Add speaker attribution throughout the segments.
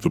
Speaker 1: The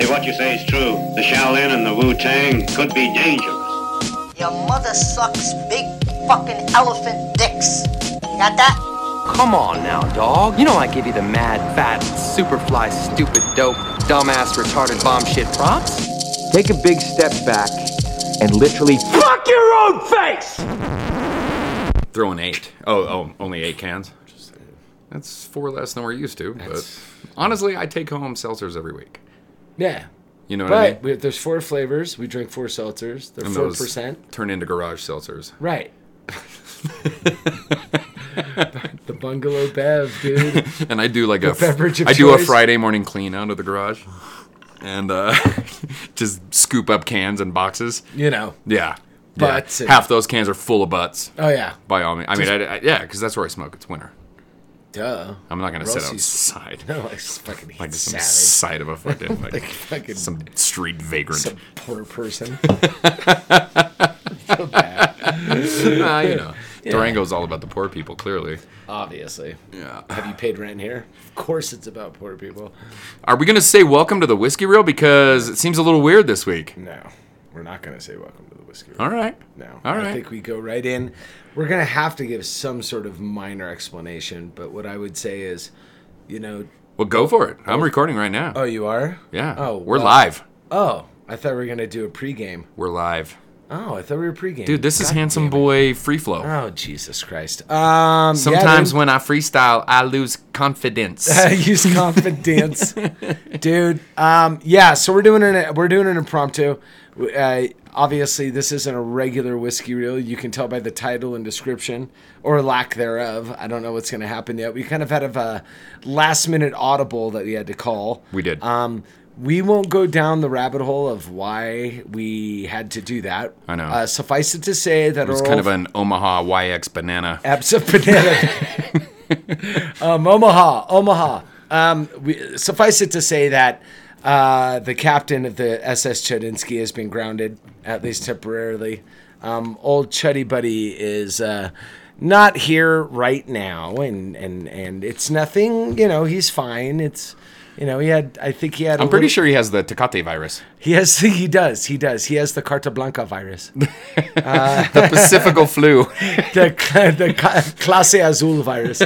Speaker 2: If what you say is true, the Shaolin and the Wu Tang could be dangerous.
Speaker 3: Your mother sucks big fucking elephant dicks. Got that?
Speaker 4: Come on now, dog. You know I give you the mad, fat, superfly, stupid, dope, dumbass, retarded, bomb shit props.
Speaker 5: Take a big step back and literally fuck your own face!
Speaker 6: Throw an eight. Oh, oh, only eight cans. Just- That's four less than we're used to.
Speaker 7: That's-
Speaker 6: But honestly, I take home seltzers every week.
Speaker 7: Yeah.
Speaker 6: You know what I
Speaker 7: But
Speaker 6: mean?
Speaker 7: we, there's four flavors. We drink four seltzers. They're
Speaker 6: And
Speaker 7: four
Speaker 6: those
Speaker 7: percent.
Speaker 6: turn into garage seltzers.
Speaker 7: Right. the bungalow bev, dude.
Speaker 6: And I do like a,
Speaker 7: beverage of
Speaker 6: I do a
Speaker 7: choice.
Speaker 6: Friday morning clean out of the garage, and uh, just scoop up cans and boxes.
Speaker 7: You know.
Speaker 6: Yeah,
Speaker 7: Butts
Speaker 6: Yeah.
Speaker 7: and-
Speaker 6: Half those cans are full of butts.
Speaker 7: Oh yeah.
Speaker 6: By all means, I mean, I, I, yeah, because that's where I smoke. It's winter.
Speaker 7: Duh.
Speaker 6: I'm not gonna sit
Speaker 7: Rossi's-
Speaker 6: outside
Speaker 7: No, like s- fucking
Speaker 6: like some
Speaker 7: savage.
Speaker 6: side of a fucking like,
Speaker 7: Like fucking-
Speaker 6: some street vagrant.
Speaker 7: some poor person.
Speaker 6: Ah, you know, Durango's all about the poor people, clearly.
Speaker 7: Obviously.
Speaker 6: Yeah.
Speaker 7: Have you paid rent here? Of course, it's about poor people.
Speaker 6: Are we gonna say welcome to the whiskey reel because it seems a little weird this week?
Speaker 7: No, we're not gonna say welcome to the whiskey. Room.
Speaker 6: All right.
Speaker 7: No.
Speaker 6: All
Speaker 7: I
Speaker 6: right.
Speaker 7: think we go right in. We're going to have to give some sort of minor explanation, but what I would say is, you know,
Speaker 6: Well, go for it. I'm recording right now.
Speaker 7: oh, you are?
Speaker 6: yeah.
Speaker 7: Oh,
Speaker 6: we're
Speaker 7: wow.
Speaker 6: live.
Speaker 7: Oh, I thought we were going to do a pregame.
Speaker 6: We're live.
Speaker 7: Oh, I thought we were pregame.
Speaker 6: Dude, this is
Speaker 7: God
Speaker 6: handsome
Speaker 7: damn it.
Speaker 6: boy free flow.
Speaker 7: Oh, Jesus Christ. Um,
Speaker 6: Sometimes
Speaker 7: yeah,
Speaker 6: when I freestyle, I lose confidence.
Speaker 7: dude. use confidence, dude. Um, yeah, so we're doing an we're doing an impromptu. Uh, obviously, this isn't a regular whiskey reel. You can tell by the title and description, or lack thereof. I don't know what's going to happen yet. We kind of had a last minute audible that we had to call.
Speaker 6: we did.
Speaker 7: Um, we won't go down the rabbit hole of why we had to do that.
Speaker 6: I know.
Speaker 7: Uh, suffice it to say that
Speaker 6: it was
Speaker 7: Earl
Speaker 6: kind of an Omaha YX banana.
Speaker 7: Abs of banana. um, Omaha, Omaha. Um, we, suffice it to say that uh, the captain of the SS Chudinsky has been grounded, at least temporarily. Um, old Chuddy Buddy is uh, not here right now, and, and, and it's nothing. You know, he's fine. It's you know he had. I think he had. a
Speaker 6: I'm pretty
Speaker 7: little-
Speaker 6: sure he has the Tecate virus,
Speaker 7: he has. He does. He does. He has the Carta Blanca virus.
Speaker 6: the Pacifico flu.
Speaker 7: the the Ca- Clase Azul virus.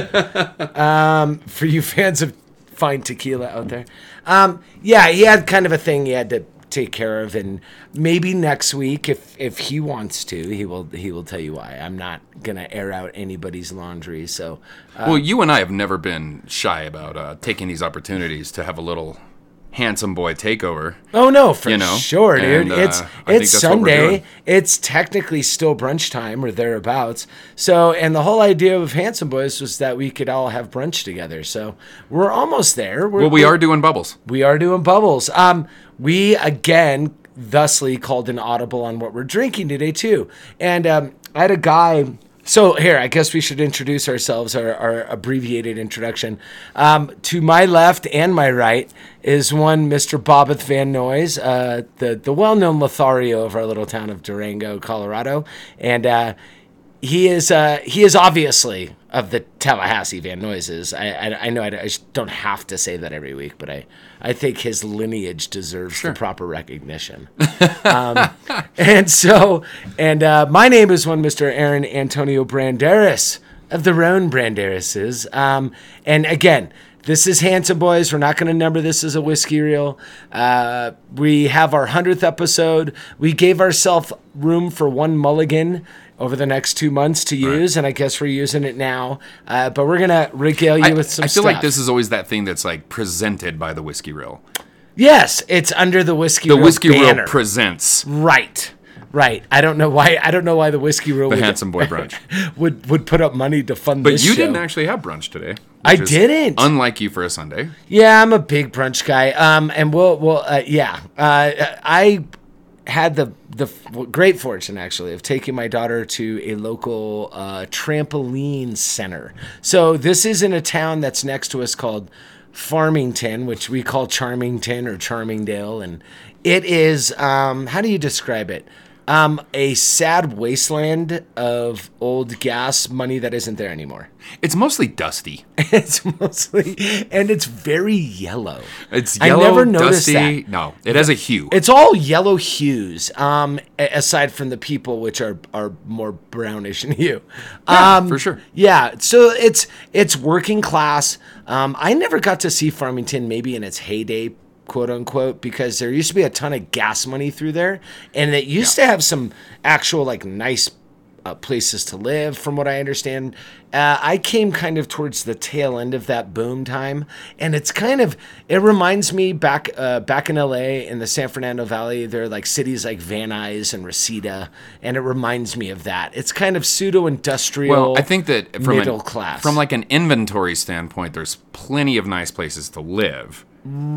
Speaker 7: Um, for you fans of fine tequila out there, um, yeah, he had kind of a thing he had to take care of, and maybe next week, if if he wants to, he will he will tell you why. I'm not gonna air out anybody's laundry, so
Speaker 6: well, you and I have never been shy about uh, taking these opportunities to have a little handsome boy takeover.
Speaker 7: Oh no, for
Speaker 6: You know,
Speaker 7: sure, dude.
Speaker 6: and, uh,
Speaker 7: it's
Speaker 6: I think
Speaker 7: it's
Speaker 6: that's what we're doing.
Speaker 7: Sunday. It's technically still brunch time or thereabouts. So, and the whole idea of Handsome Boys was that we could all have brunch together. So we're almost there. We're,
Speaker 6: Well, we are doing bubbles.
Speaker 7: we are doing bubbles. Um, we again thusly called an audible on what we're drinking today too. And um, I had a guy. So here, I guess we should introduce ourselves, our, our abbreviated introduction. Um, to my left and my right is one Mr. Bobith Van Noyes, uh, the the well-known Lothario of our little town of Durango, Colorado, and. Uh, he is uh, he is obviously of the Tallahassee Van Noises. I, I, I know I, I sh- don't have to say that every week, but I, I think his lineage deserves the proper recognition. um, and so, and uh, my name is one Mr. Aaron Antonio Branderis of the Roan Branderises. Um, and again, this is Handsome Boys. We're not going to number this as a whiskey reel. Uh, we have our 100th episode. We gave ourselves room for one mulligan over the next two months to use, and I guess we're using it now. Uh, but we're going to regale you
Speaker 6: I,
Speaker 7: with some
Speaker 6: I feel
Speaker 7: stuff.
Speaker 6: like this is always that thing that's like presented by the whiskey reel.
Speaker 7: Yes, it's under the whiskey
Speaker 6: The
Speaker 7: reel.
Speaker 6: whiskey
Speaker 7: banner.
Speaker 6: reel presents
Speaker 7: right. Right. I don't know why I don't know why the whiskey reel
Speaker 6: the
Speaker 7: would,
Speaker 6: handsome boy brunch.
Speaker 7: would would put up money to fund
Speaker 6: But
Speaker 7: this
Speaker 6: you
Speaker 7: show.
Speaker 6: didn't actually have brunch today.
Speaker 7: I
Speaker 6: which is
Speaker 7: didn't.
Speaker 6: Unlike you for a Sunday.
Speaker 7: Yeah, I'm a big brunch guy. Um, and we'll, we'll, uh, yeah, uh, I had the the f- great fortune actually of taking my daughter to a local uh, trampoline center. So this is in a town that's next to us called Farmington, which we call Charmington or Charmingdale, and it is um, how do you describe it? Um, a sad wasteland of old gas money that isn't there anymore.
Speaker 6: It's mostly dusty.
Speaker 7: It's mostly and it's very yellow.
Speaker 6: It's
Speaker 7: I
Speaker 6: yellow,
Speaker 7: never noticed
Speaker 6: dusty.
Speaker 7: that.
Speaker 6: No, it has a hue.
Speaker 7: It's all yellow hues, um, a- aside from the people, which are are more brownish in hue.
Speaker 6: Yeah,
Speaker 7: Um,
Speaker 6: for sure.
Speaker 7: Yeah, so it's it's working class. Um, I never got to see Farmington maybe in its heyday, quote unquote, because there used to be a ton of gas money through there, and it used to have some actual like nice uh, places to live, from what I understand. Uh, I came kind of towards the tail end of that boom time, and it's kind of it reminds me back uh, back in LA in the San Fernando Valley. There are like cities like Van Nuys and Reseda, and it reminds me of that. It's kind of pseudo industrial.
Speaker 6: well, I think that from
Speaker 7: middle
Speaker 6: an,
Speaker 7: class,
Speaker 6: from like an inventory standpoint, there's plenty of nice places to live.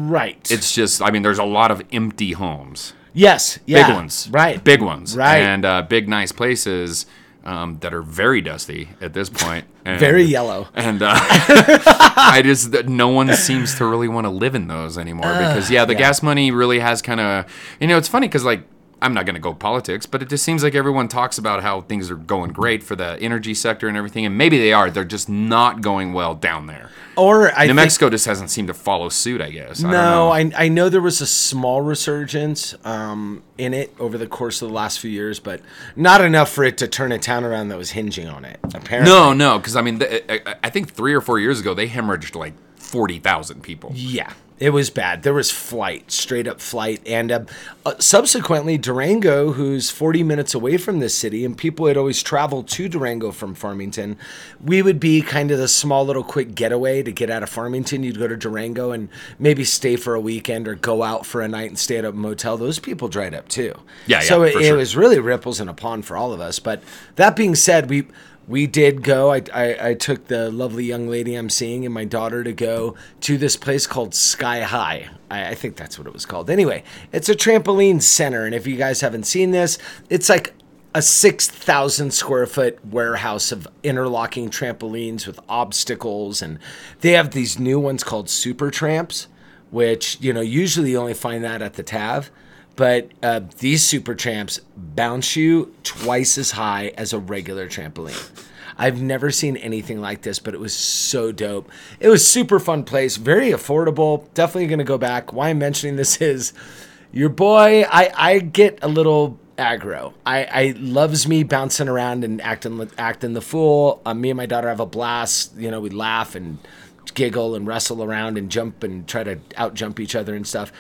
Speaker 7: right.
Speaker 6: It's just, I mean, there's a lot of empty homes.
Speaker 7: yes, yeah,
Speaker 6: big ones,
Speaker 7: right?
Speaker 6: Big ones,
Speaker 7: Right.
Speaker 6: And uh, big nice places um, that are very dusty at this point, and,
Speaker 7: Very yellow.
Speaker 6: And uh, I just that no one seems to really want to live in those anymore because yeah, the gas money really has kind of you know it's funny because like. I'm not going to go politics, but it just seems like everyone talks about how things are going great for the energy sector and everything, and maybe they are. They're just not going well down there.
Speaker 7: Or I
Speaker 6: New
Speaker 7: think-
Speaker 6: Mexico just hasn't seemed to follow suit, I guess. I don't
Speaker 7: No,
Speaker 6: know.
Speaker 7: I, I know there was a small resurgence um, in it over the course of the last few years, but not enough for it to turn a town around that was hinging on it. Apparently,
Speaker 6: No, no, because I mean, th- I- I I think three or four years ago they hemorrhaged like forty thousand people.
Speaker 7: Yeah, it was bad. There was flight, straight up flight, and uh, uh, subsequently Durango, who's 40 minutes away from this city, and people had always traveled to Durango from Farmington. We would be kind of the small little quick getaway to get out of Farmington. You'd go to Durango and maybe stay for a weekend or go out for a night and stay at a motel. Those people dried up too.
Speaker 6: Yeah,
Speaker 7: So
Speaker 6: yeah,
Speaker 7: it,
Speaker 6: for
Speaker 7: it
Speaker 6: sure.
Speaker 7: was really ripples in a pond for all of us. But that being said, we we did go. I, I I took the lovely young lady I'm seeing and my daughter to go to this place called Sky High. I, I think that's what it was called. Anyway, it's a trampoline center, and if you guys haven't seen this, it's like a 6,000 square foot warehouse of interlocking trampolines with obstacles. And they have these new ones called Super Tramps, which, you know, usually you only find that at the TAV. But uh, these Super Tramps bounce you twice as high as a regular trampoline. I've never seen anything like this, but it was so dope. It was super fun place, very affordable. Definitely gonna go back. Why I'm mentioning this is your boy i i get a little aggro i i loves me bouncing around and acting acting the fool uh, me and my daughter have a blast you know we laugh and giggle and wrestle around and jump and try to out jump each other and stuff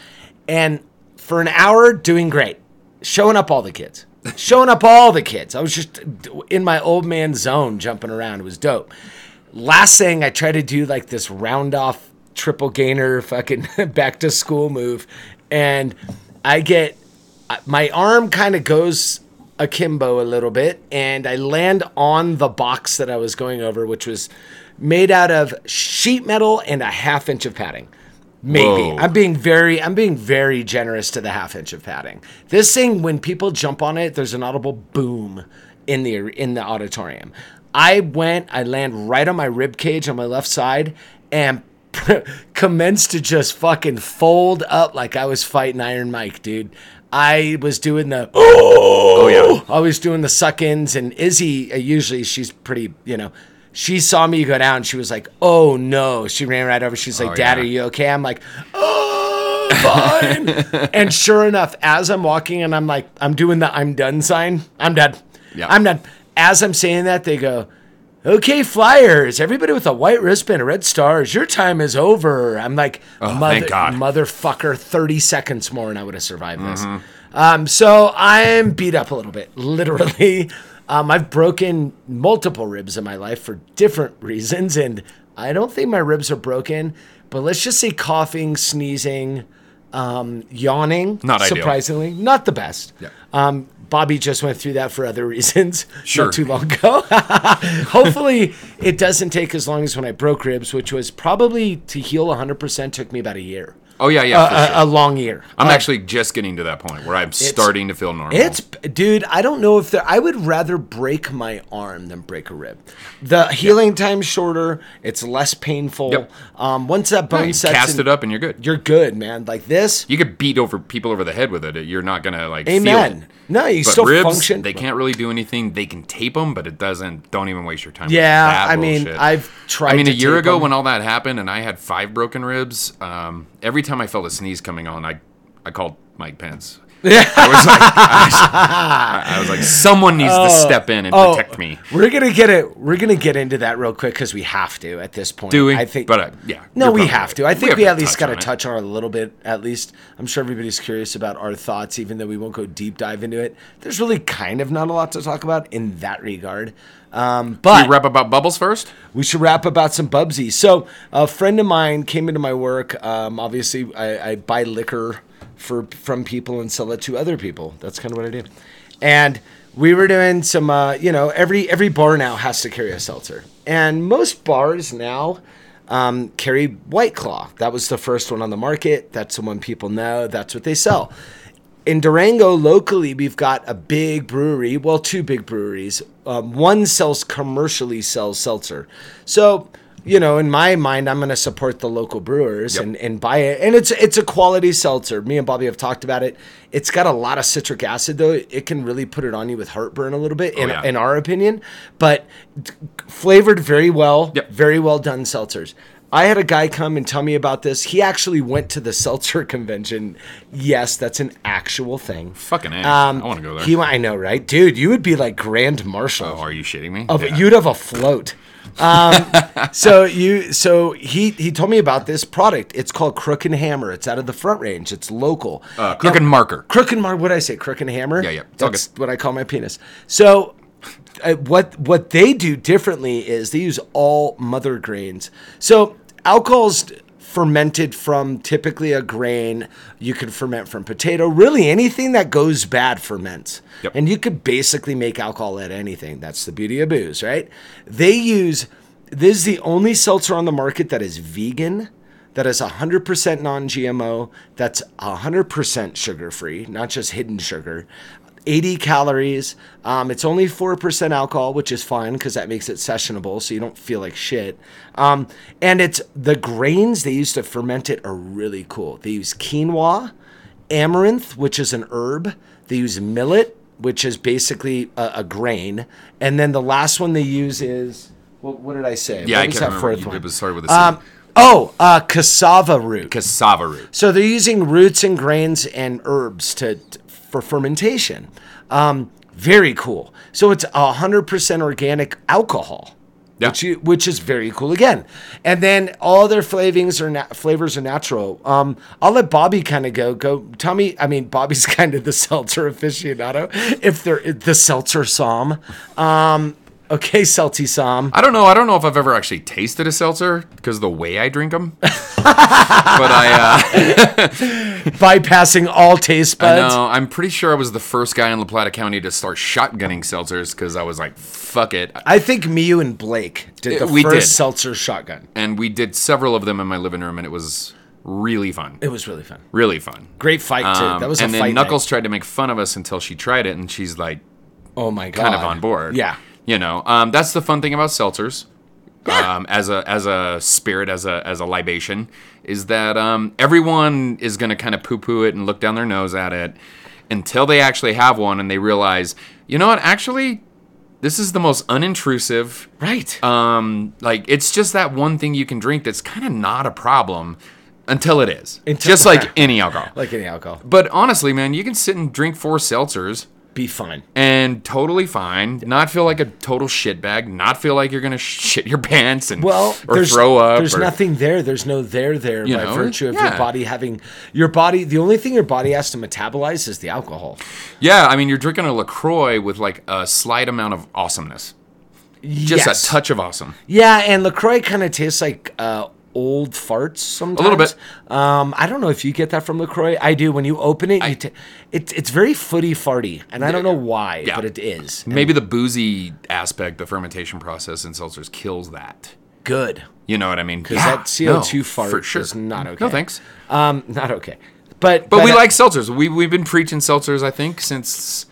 Speaker 7: and for an hour doing great showing up all the kids showing up all the kids i was just in my old man zone jumping around it was dope last thing I tried to do like this round off triple gainer fucking back to school move, and I get I- my arm kind of goes akimbo a little bit, and I land on the box that I was going over, which was made out of sheet metal and a half inch of padding. Maybe
Speaker 6: Whoa.
Speaker 7: I'm being very I'm being very generous to the half inch of padding. This thing, when people jump on it, there's an audible boom in the in the auditorium. I went, I land right on my rib cage on my left side, and commenced to just fucking fold up like I was fighting Iron Mike, dude. I was doing the oh yeah, I was doing the suck ins, and Izzy uh, usually she's pretty you know. She saw me go down. She was like, "Oh no!" She ran right over. She's like,
Speaker 6: Oh,
Speaker 7: "Dad,
Speaker 6: yeah.
Speaker 7: are you okay?" I'm like, "Oh, fine." and sure enough, as I'm walking and I'm like, I'm doing the "I'm done" sign. I'm done.
Speaker 6: Yeah.
Speaker 7: I'm done. As I'm saying that, they go, Okay, Flyers, everybody with a white wristband, red stars, your time is over. I'm like,
Speaker 6: Oh, thank God. Mm-hmm.
Speaker 7: motherfucker, 30 seconds more and I would have survived this. Um, so I'm beat up a little bit, literally. Um, I've broken multiple ribs in my life for different reasons, and I don't think my ribs are broken, but let's just say coughing, sneezing, um, yawning.
Speaker 6: Not ideal.
Speaker 7: surprisingly, not the best.
Speaker 6: Yeah.
Speaker 7: Um, Bobby just went through that for other reasons.
Speaker 6: Sure.
Speaker 7: Not too long ago. Hopefully, it doesn't take as long as when I broke ribs, which was probably to heal 100% took me about a year.
Speaker 6: Oh yeah, yeah. for
Speaker 7: a,
Speaker 6: sure.
Speaker 7: a long year.
Speaker 6: I'm
Speaker 7: Uh,
Speaker 6: actually just getting to that point where I'm starting to feel normal.
Speaker 7: It's dude. I don't know if there, I would rather break my arm than break a rib. The healing time's shorter. It's less painful.
Speaker 6: Yep.
Speaker 7: Um, once that
Speaker 6: Yeah,
Speaker 7: bone
Speaker 6: you
Speaker 7: sets,
Speaker 6: cast
Speaker 7: in,
Speaker 6: it up and you're good.
Speaker 7: You're good, man. Like this.
Speaker 6: you could beat over people over the head with it. You're not gonna like. Feel
Speaker 7: Amen.
Speaker 6: it.
Speaker 7: No, you
Speaker 6: But
Speaker 7: still
Speaker 6: ribs,
Speaker 7: function.
Speaker 6: they can't really do anything. They can tape them, but it doesn't. Don't even waste your time. with
Speaker 7: Yeah,
Speaker 6: that
Speaker 7: I mean,
Speaker 6: bullshit.
Speaker 7: I've tried.
Speaker 6: I mean,
Speaker 7: to
Speaker 6: a year
Speaker 7: tape
Speaker 6: ago
Speaker 7: 'em.
Speaker 6: when all that happened, and I had five broken ribs. Um, every time I felt a sneeze coming on, I, I called Mike Pence. I was like, I was, I was like, someone needs to step in and
Speaker 7: oh,
Speaker 6: protect me.
Speaker 7: We're gonna get it. We're gonna get into that real quick because we have to at this point.
Speaker 6: Do we?
Speaker 7: I think,
Speaker 6: But, uh, yeah,
Speaker 7: No,
Speaker 6: you're
Speaker 7: we
Speaker 6: probably
Speaker 7: have to.
Speaker 6: right.
Speaker 7: I
Speaker 6: We
Speaker 7: think
Speaker 6: have
Speaker 7: we,
Speaker 6: to
Speaker 7: at least
Speaker 6: touch
Speaker 7: got to
Speaker 6: on it.
Speaker 7: touch on it a little bit. At least I'm sure everybody's curious about our thoughts, even though we won't go deep dive into it. There's really kind of not a lot to talk about in that regard. Um, but
Speaker 6: You rap about bubbles first.
Speaker 7: we should rap about some Bubsy. So, a friend of mine came into my work. Um, obviously, I, I buy liquor for from people and sell it to other people. That's kind of what I do. And we were doing some, uh, you know, every every bar now has to carry a seltzer, and most bars now um, carry White Claw. That was the first one on the market. That's the one people know. That's what they sell in Durango locally, we've got a big brewery. Well, two big breweries. Um, one sells commercially sells seltzer. So, you know, in my mind, I'm going to support the local brewers
Speaker 6: Yep.
Speaker 7: and, and buy it. And it's it's a quality seltzer. Me and Bobby have talked about it. It's got a lot of citric acid though. It can really put it on you with heartburn a little bit, in,
Speaker 6: Oh, yeah.
Speaker 7: in our opinion. But d- flavored very well.
Speaker 6: Yep.
Speaker 7: Very well done seltzers. I had a guy come and tell me about this. He actually went to the seltzer convention. Yes, that's an actual thing. Um,
Speaker 6: Fucking A. I wanna go there.
Speaker 7: He, went- I know, right, dude? You would be like grand marshal.
Speaker 6: Oh, are you shitting me?
Speaker 7: of,
Speaker 6: Yeah.
Speaker 7: You'd have a float. Um, so you, so he he told me about this product. It's called Crook and Hammer. It's out of the Front Range. It's local.
Speaker 6: uh, crook and marker.
Speaker 7: Crook and Mar, what I say, Crook and Hammer.
Speaker 6: Yeah, yeah. It's all
Speaker 7: That's what I call my penis. So, uh, what what they do differently is they use all mother grains. So alcohol's fermented from typically a grain. You can ferment from potato. Really, anything that goes bad ferments.
Speaker 6: Yep.
Speaker 7: And you could basically make alcohol out of anything. That's the beauty of booze, right? They use this is the only seltzer on the market that is vegan that is 100% non GMO, that's 100% sugar free, not just hidden sugar, 80 calories. Um, it's only 4% alcohol, which is fine because that makes it sessionable so you don't feel like shit. Um, and it's the grains they use to ferment it are really cool. They use quinoa, amaranth, which is an herb, they use millet, which is basically a, a grain. And then the last one they use is. What, what did I say?
Speaker 6: Yeah,
Speaker 7: what
Speaker 6: I can't
Speaker 7: was that
Speaker 6: remember.
Speaker 7: fourth
Speaker 6: You-
Speaker 7: one?
Speaker 6: It was started with a C.
Speaker 7: Um, oh, uh, cassava root.
Speaker 6: cassava root.
Speaker 7: So they're using roots and grains and herbs to, t- for fermentation. Um, very cool. So it's hundred percent organic alcohol,
Speaker 6: Yeah.
Speaker 7: which you, which is very cool again. And then all their flavings are na- flavors are natural. Um, I'll let Bobby kind of go go. Tell me, I mean, Bobby's kind of the seltzer aficionado. If they're the seltzer som, um, okay, seltzy som.
Speaker 6: I don't know. I don't know if I've ever actually tasted a seltzer because the way I drink them. but I, uh,
Speaker 7: bypassing all taste
Speaker 6: I
Speaker 7: buds.
Speaker 6: know. I'm pretty sure I was the first guy in La Plata County to start shotgunning seltzers because I was like, fuck it.
Speaker 7: I think me, you, and Blake did
Speaker 6: Yeah,
Speaker 7: the
Speaker 6: we
Speaker 7: first
Speaker 6: did.
Speaker 7: seltzer shotgun.
Speaker 6: And we did several of them in my living room, and it was really fun.
Speaker 7: It was really fun.
Speaker 6: Really fun.
Speaker 7: Great fight too.
Speaker 6: Um,
Speaker 7: that was
Speaker 6: and
Speaker 7: a
Speaker 6: then
Speaker 7: fight.
Speaker 6: Knuckles tried to make fun of us until she tried it, and she's like,
Speaker 7: night. Oh my god.
Speaker 6: kind of on board.
Speaker 7: Yeah.
Speaker 6: You know, um, that's the fun thing about seltzers. Um, as a as a spirit, as a as a libation, is that um, everyone is going to kind of poo poo it and look down their nose at it until they actually have one and they realize, you know what? Actually, this is the most unintrusive.
Speaker 7: Right.
Speaker 6: Um, like it's just that one thing you can drink that's kind of not a problem until it is.
Speaker 7: Until-
Speaker 6: just like any alcohol.
Speaker 7: like any alcohol.
Speaker 6: But honestly, man, you can sit and drink four seltzers
Speaker 7: Be fun.
Speaker 6: and totally fine. Not feel like a total shitbag. Not feel like you're gonna shit your pants and
Speaker 7: Well,
Speaker 6: or
Speaker 7: there's,
Speaker 6: throw up.
Speaker 7: There's
Speaker 6: or,
Speaker 7: nothing there. There's no there there
Speaker 6: You
Speaker 7: by
Speaker 6: know,
Speaker 7: virtue of your
Speaker 6: yeah.
Speaker 7: body having your body. The only thing your body has to metabolize is the alcohol.
Speaker 6: Yeah, I mean, you're drinking a Lacroix with like a slight amount of awesomeness, just
Speaker 7: Yes.
Speaker 6: a touch of awesome.
Speaker 7: Yeah, and Lacroix kind of tastes like uh, old farts sometimes.
Speaker 6: little bit.
Speaker 7: Um, I don't know if you get that from Lacroix. I do. When you open it, you ta it's it's very footy farty, and I don't know why,
Speaker 6: Yeah.
Speaker 7: but it is.
Speaker 6: Maybe the boozy aspect, the fermentation process in seltzers kills that.
Speaker 7: good.
Speaker 6: You know what I mean? Because
Speaker 7: that CO2 fart is not okay.
Speaker 6: No thanks.
Speaker 7: Um, not okay. But
Speaker 6: But, we
Speaker 7: uh,
Speaker 6: like seltzers. We we've been preaching seltzers, I think, since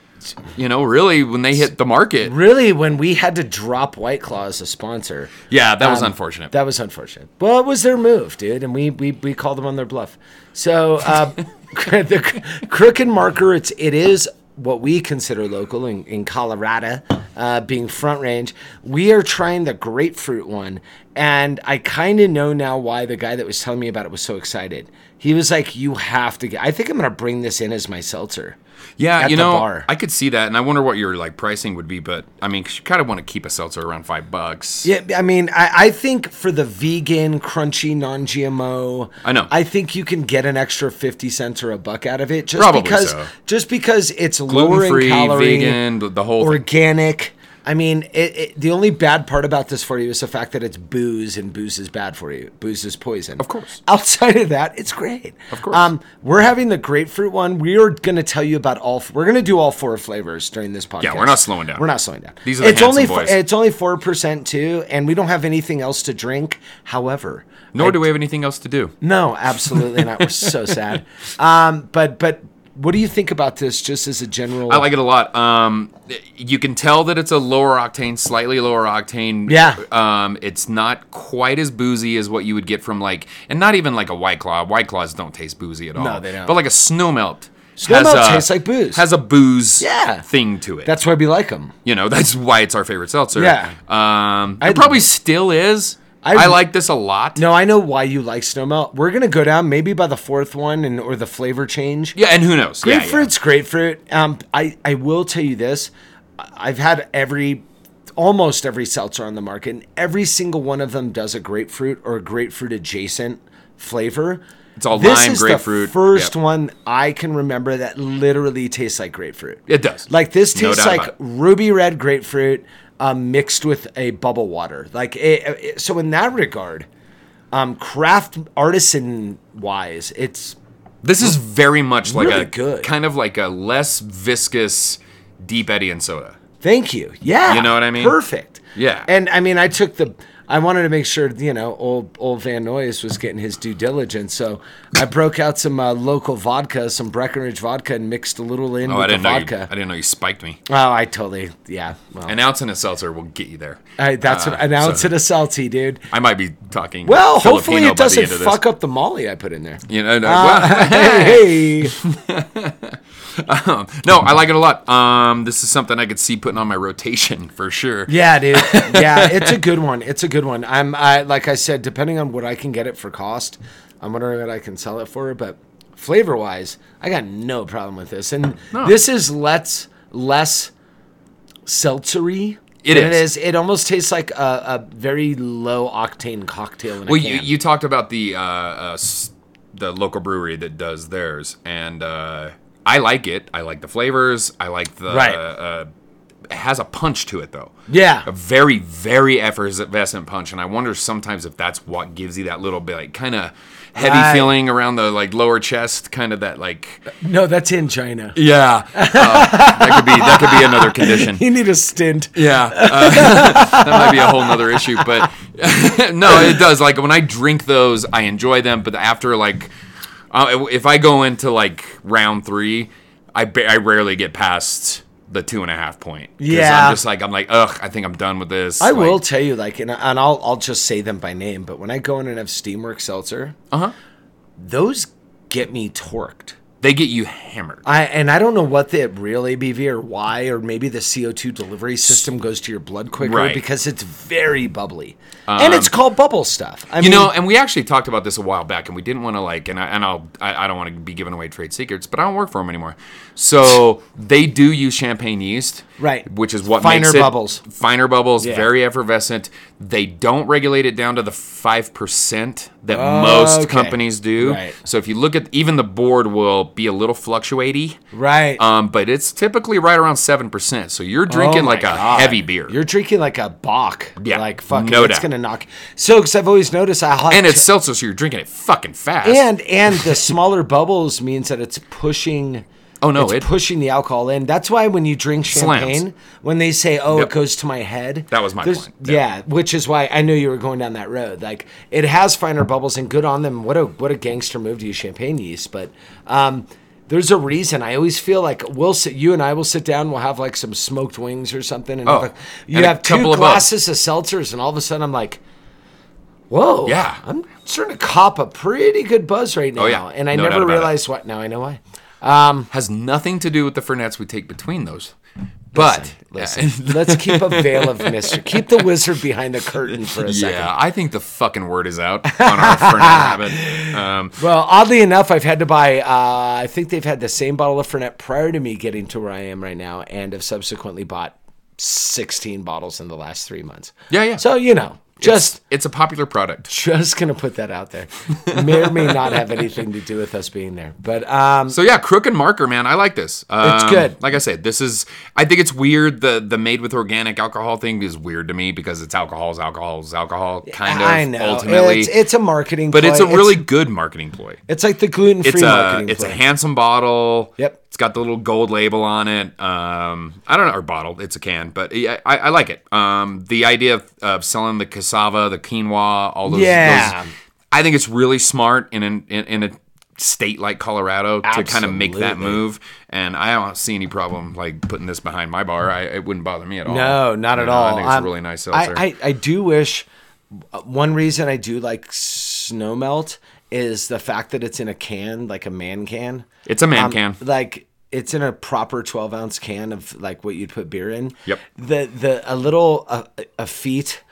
Speaker 6: you know, really when they hit the market.
Speaker 7: really when we had to drop White Claw as a sponsor.
Speaker 6: Yeah, that was
Speaker 7: um,
Speaker 6: unfortunate.
Speaker 7: That was unfortunate. Well, it was their move, dude, and we we, we called them on their bluff. So uh, the C- Crook and Marker, it's it is what we consider local in, in Colorado, uh, being Front Range. We are trying the grapefruit one, and I kind of know now why the guy that was telling me about it was so excited. He was like, "You have to get." I think I'm gonna bring this in as my seltzer.
Speaker 6: yeah,
Speaker 7: at
Speaker 6: you
Speaker 7: the
Speaker 6: know,
Speaker 7: bar.
Speaker 6: I could see that, and I wonder what your like pricing would be. But I mean, 'cause you kind of want to keep a seltzer around five bucks.
Speaker 7: Yeah, I mean, I, I think for the vegan, crunchy, non-GMO,
Speaker 6: I know.
Speaker 7: I think you can get an extra fifty cents or a buck out of it just
Speaker 6: Probably
Speaker 7: because
Speaker 6: so.
Speaker 7: just because it's lower
Speaker 6: gluten-free,
Speaker 7: in calorie,
Speaker 6: vegan, the- the whole thing.
Speaker 7: organic. I mean, it, it, the only bad part about this for you is the fact that it's booze, and booze is bad for you. Booze is poison. Of
Speaker 6: course.
Speaker 7: Outside of that, it's great. Of
Speaker 6: course.
Speaker 7: Um, we're having the grapefruit one. We are going to tell you about all. f- We're going to do all four flavors during this podcast.
Speaker 6: we're not slowing down.
Speaker 7: We're not slowing down.
Speaker 6: These are the
Speaker 7: it's only
Speaker 6: handsome
Speaker 7: fo-
Speaker 6: boys.
Speaker 7: It's only four percent too, and we don't have anything else to drink. However,
Speaker 6: Nor
Speaker 7: I-
Speaker 6: do we have anything else to do.
Speaker 7: No, absolutely not. We're so sad. Um, but but what do you think about this? Just as a general,
Speaker 6: I like it a lot. Um, you can tell that it's a lower octane, slightly lower octane.
Speaker 7: Yeah.
Speaker 6: Um, it's not quite as boozy as what you would get from like, and not even like a white claw. White claws don't taste boozy at all.
Speaker 7: No, they don't.
Speaker 6: But like a snow melt.
Speaker 7: Snow Melt tastes like booze.
Speaker 6: Has a booze.
Speaker 7: Yeah.
Speaker 6: Thing to it.
Speaker 7: That's why we like them.
Speaker 6: you know that's why it's our favorite seltzer.
Speaker 7: Yeah.
Speaker 6: Um,
Speaker 7: I-
Speaker 6: it probably still is.
Speaker 7: I-
Speaker 6: I, like this a lot.
Speaker 7: No, I know why you like snowmelt. We're gonna go down maybe by the fourth one and or the flavor change.
Speaker 6: Yeah, and who knows? Yeah, yeah.
Speaker 7: Grapefruit's grapefruit. Um, I I will tell you this. I- I've had every, almost every seltzer on the market, and every single one of them does a grapefruit or a grapefruit adjacent flavor.
Speaker 6: It's all
Speaker 7: this
Speaker 6: lime,
Speaker 7: is
Speaker 6: grapefruit.
Speaker 7: The first
Speaker 6: Yep.
Speaker 7: one I can remember that literally tastes like grapefruit.
Speaker 6: It does.
Speaker 7: Like this
Speaker 6: No
Speaker 7: tastes
Speaker 6: doubt about
Speaker 7: like
Speaker 6: it.
Speaker 7: ruby red grapefruit um, mixed with a bubble water. Like it, it- so in that regard, um, craft artisan wise, it's
Speaker 6: This is very much like
Speaker 7: Really
Speaker 6: a
Speaker 7: good.
Speaker 6: kind of like a less viscous deep eddy and soda.
Speaker 7: thank you. Yeah,
Speaker 6: You know what I mean?
Speaker 7: Perfect.
Speaker 6: Yeah.
Speaker 7: and I mean I took the. I wanted to make sure you know old old Van Noyes was getting his due diligence, so I broke out some uh, local vodka, some Breckenridge vodka, and mixed a little in
Speaker 6: Oh,
Speaker 7: with
Speaker 6: I didn't
Speaker 7: the
Speaker 6: know. You,
Speaker 7: vodka.
Speaker 6: I didn't know you spiked me.
Speaker 7: oh, I totally yeah. Well,
Speaker 6: An ounce and a seltzer will get you there.
Speaker 7: I, that's
Speaker 6: Uh,
Speaker 7: an ounce
Speaker 6: so-
Speaker 7: and a salty, dude.
Speaker 6: I might be talking.
Speaker 7: Well,
Speaker 6: Filipino
Speaker 7: hopefully
Speaker 6: by
Speaker 7: it
Speaker 6: the
Speaker 7: doesn't
Speaker 6: end of this.
Speaker 7: fuck up the molly I put in there.
Speaker 6: You know, no,
Speaker 7: Uh, hey,
Speaker 6: well, no, I like it a lot. Um, this is something I could see putting on my rotation for sure.
Speaker 7: yeah, dude. Yeah, it's a good one. It's a good one. I'm, I like I said, depending on what I can get it for cost, I'm wondering what I can sell it for. But flavor wise, I got no problem with this. And this is less less seltzery.
Speaker 6: It
Speaker 7: than
Speaker 6: is.
Speaker 7: It is. It almost tastes like a, a very low octane cocktail. In
Speaker 6: Well,
Speaker 7: a
Speaker 6: you,
Speaker 7: can.
Speaker 6: you talked about the uh, uh, s- the local brewery that does theirs, and uh, I like it. I like the flavors. I like the
Speaker 7: Right.
Speaker 6: uh, uh, it has a punch to it though.
Speaker 7: Yeah.
Speaker 6: a very very effervescent punch, and I wonder sometimes if that's what gives you that little bit like kind of heavy
Speaker 7: Right.
Speaker 6: feeling around the like lower chest, kind of that like
Speaker 7: no, that's in China.
Speaker 6: yeah. Uh, that could be that could be another condition.
Speaker 7: You need a stint.
Speaker 6: Yeah, uh, that might be a whole nother issue, but no, it does. Like when I drink those, I enjoy them, but after like, uh, if I go into like round three, I ba- I rarely get past the two and a half point. 'Cause
Speaker 7: Yeah.
Speaker 6: I'm just like I'm like ugh, I think I'm done with this.
Speaker 7: I
Speaker 6: Like,
Speaker 7: will tell you, like, and, and I'll I'll just say them by name. But when I go in and have Steamwork Seltzer, uh
Speaker 6: Uh-huh.
Speaker 7: huh, those get me torqued.
Speaker 6: They get you hammered.
Speaker 7: I and I don't know what the real ABV or why, or maybe the CO two delivery system goes to your blood quicker
Speaker 6: Right. Um,
Speaker 7: because it's very bubbly, and it's called bubble stuff. I
Speaker 6: you
Speaker 7: mean,
Speaker 6: know, and we actually talked about this a while back, and we didn't want to like, and I and I'll I, I don't want to be giving away trade secrets, but I don't work for them anymore. So they do use champagne yeast,
Speaker 7: Right.
Speaker 6: Which is what
Speaker 7: Finer
Speaker 6: makes it-
Speaker 7: bubbles.
Speaker 6: finer bubbles,
Speaker 7: Yeah.
Speaker 6: very effervescent. They don't regulate it down to the five percent that most
Speaker 7: Oh, Okay.
Speaker 6: companies do.
Speaker 7: Right.
Speaker 6: So if you look at even the board will be a little fluctuaty,
Speaker 7: right?
Speaker 6: um, but it's typically right around seven percent. So you're drinking
Speaker 7: Oh
Speaker 6: like a
Speaker 7: my God.
Speaker 6: heavy beer,
Speaker 7: You're drinking like a Bach.
Speaker 6: Yeah,
Speaker 7: like fucking,
Speaker 6: no
Speaker 7: it's
Speaker 6: doubt.
Speaker 7: gonna knock. So, because I've always noticed, I like
Speaker 6: and it's
Speaker 7: ch-
Speaker 6: seltzer, so you're drinking it fucking fast.
Speaker 7: and and the smaller bubbles means that it's pushing
Speaker 6: Oh, no,
Speaker 7: it's
Speaker 6: it-
Speaker 7: pushing the alcohol in. That's why when you drink
Speaker 6: Slams.
Speaker 7: champagne, when they say, "Oh,
Speaker 6: Yep.
Speaker 7: it goes to my head,"
Speaker 6: That was my
Speaker 7: there's-
Speaker 6: point.
Speaker 7: Yeah. which is why I knew you were going down that road. Like it has finer bubbles and good on them. What a what a gangster move to use champagne yeast, but. um there's a reason. I always feel like we'll sit, you and I will sit down. We'll have like some smoked wings or something, and
Speaker 6: Oh,
Speaker 7: have a- you
Speaker 6: and a
Speaker 7: have two
Speaker 6: couple of both.
Speaker 7: glasses of seltzers, and all of a sudden I'm like, "Whoa,
Speaker 6: Yeah.
Speaker 7: I'm starting to cop a pretty good buzz right now."
Speaker 6: Oh, yeah.
Speaker 7: and I
Speaker 6: No doubt
Speaker 7: never
Speaker 6: about it.
Speaker 7: realized what. Now I know why.
Speaker 6: Has nothing to do with the Fernets we take between those. But
Speaker 7: Listen, let's keep a veil of mystery. Keep the wizard behind the curtain for a second.
Speaker 6: Yeah, I think the fucking word is out on our Fernet habit. Um,
Speaker 7: Well, oddly enough, I've had to buy. Uh, I think they've had the same bottle of Fernet prior to me getting to where I am right now, and have subsequently bought sixteen bottles in the last three months.
Speaker 6: Yeah, yeah.
Speaker 7: So you know, just
Speaker 6: it's a popular product.
Speaker 7: just gonna put that out there. May or may not have anything to do with us being there, but um,
Speaker 6: So yeah, crook and marker, man. I like this.
Speaker 7: It's
Speaker 6: Um,
Speaker 7: good.
Speaker 6: Like I said, this is. I think it's weird. The the made with organic alcohol thing is weird to me because it's alcohol is alcohol is alcohol. Kind of.
Speaker 7: I know
Speaker 6: Ultimately,
Speaker 7: it's, it's a marketing,
Speaker 6: but it's a
Speaker 7: ploy.
Speaker 6: really good marketing ploy.
Speaker 7: it's, like the gluten free
Speaker 6: It's a
Speaker 7: marketing.
Speaker 6: it's a
Speaker 7: ploy.
Speaker 6: handsome bottle.
Speaker 7: Yep.
Speaker 6: It's got the little gold label on it. Um, I don't know, or bottle. It's a can, but yeah, I, I like it. Um, the idea of, of selling the cassava, the quinoa, all those.
Speaker 7: Yeah.
Speaker 6: those- I think it's really smart in an, in, in a state like Colorado to kind of make that
Speaker 7: Absolutely.
Speaker 6: move. And I don't see any problem like putting this behind my bar. I, it wouldn't bother me at all.
Speaker 7: No, not
Speaker 6: You
Speaker 7: at
Speaker 6: know,
Speaker 7: all.
Speaker 6: Oh, I think it's
Speaker 7: Um,
Speaker 6: a really nice
Speaker 7: I-
Speaker 6: seltzer.
Speaker 7: I, I, do wish uh, one reason I do like snow melt is the fact that it's in a can, like a man can.
Speaker 6: it's a
Speaker 7: um,
Speaker 6: man can.
Speaker 7: Like it's in a proper twelve ounce can of like what you'd put beer in.
Speaker 6: Yep.
Speaker 7: The the a little uh, a feet.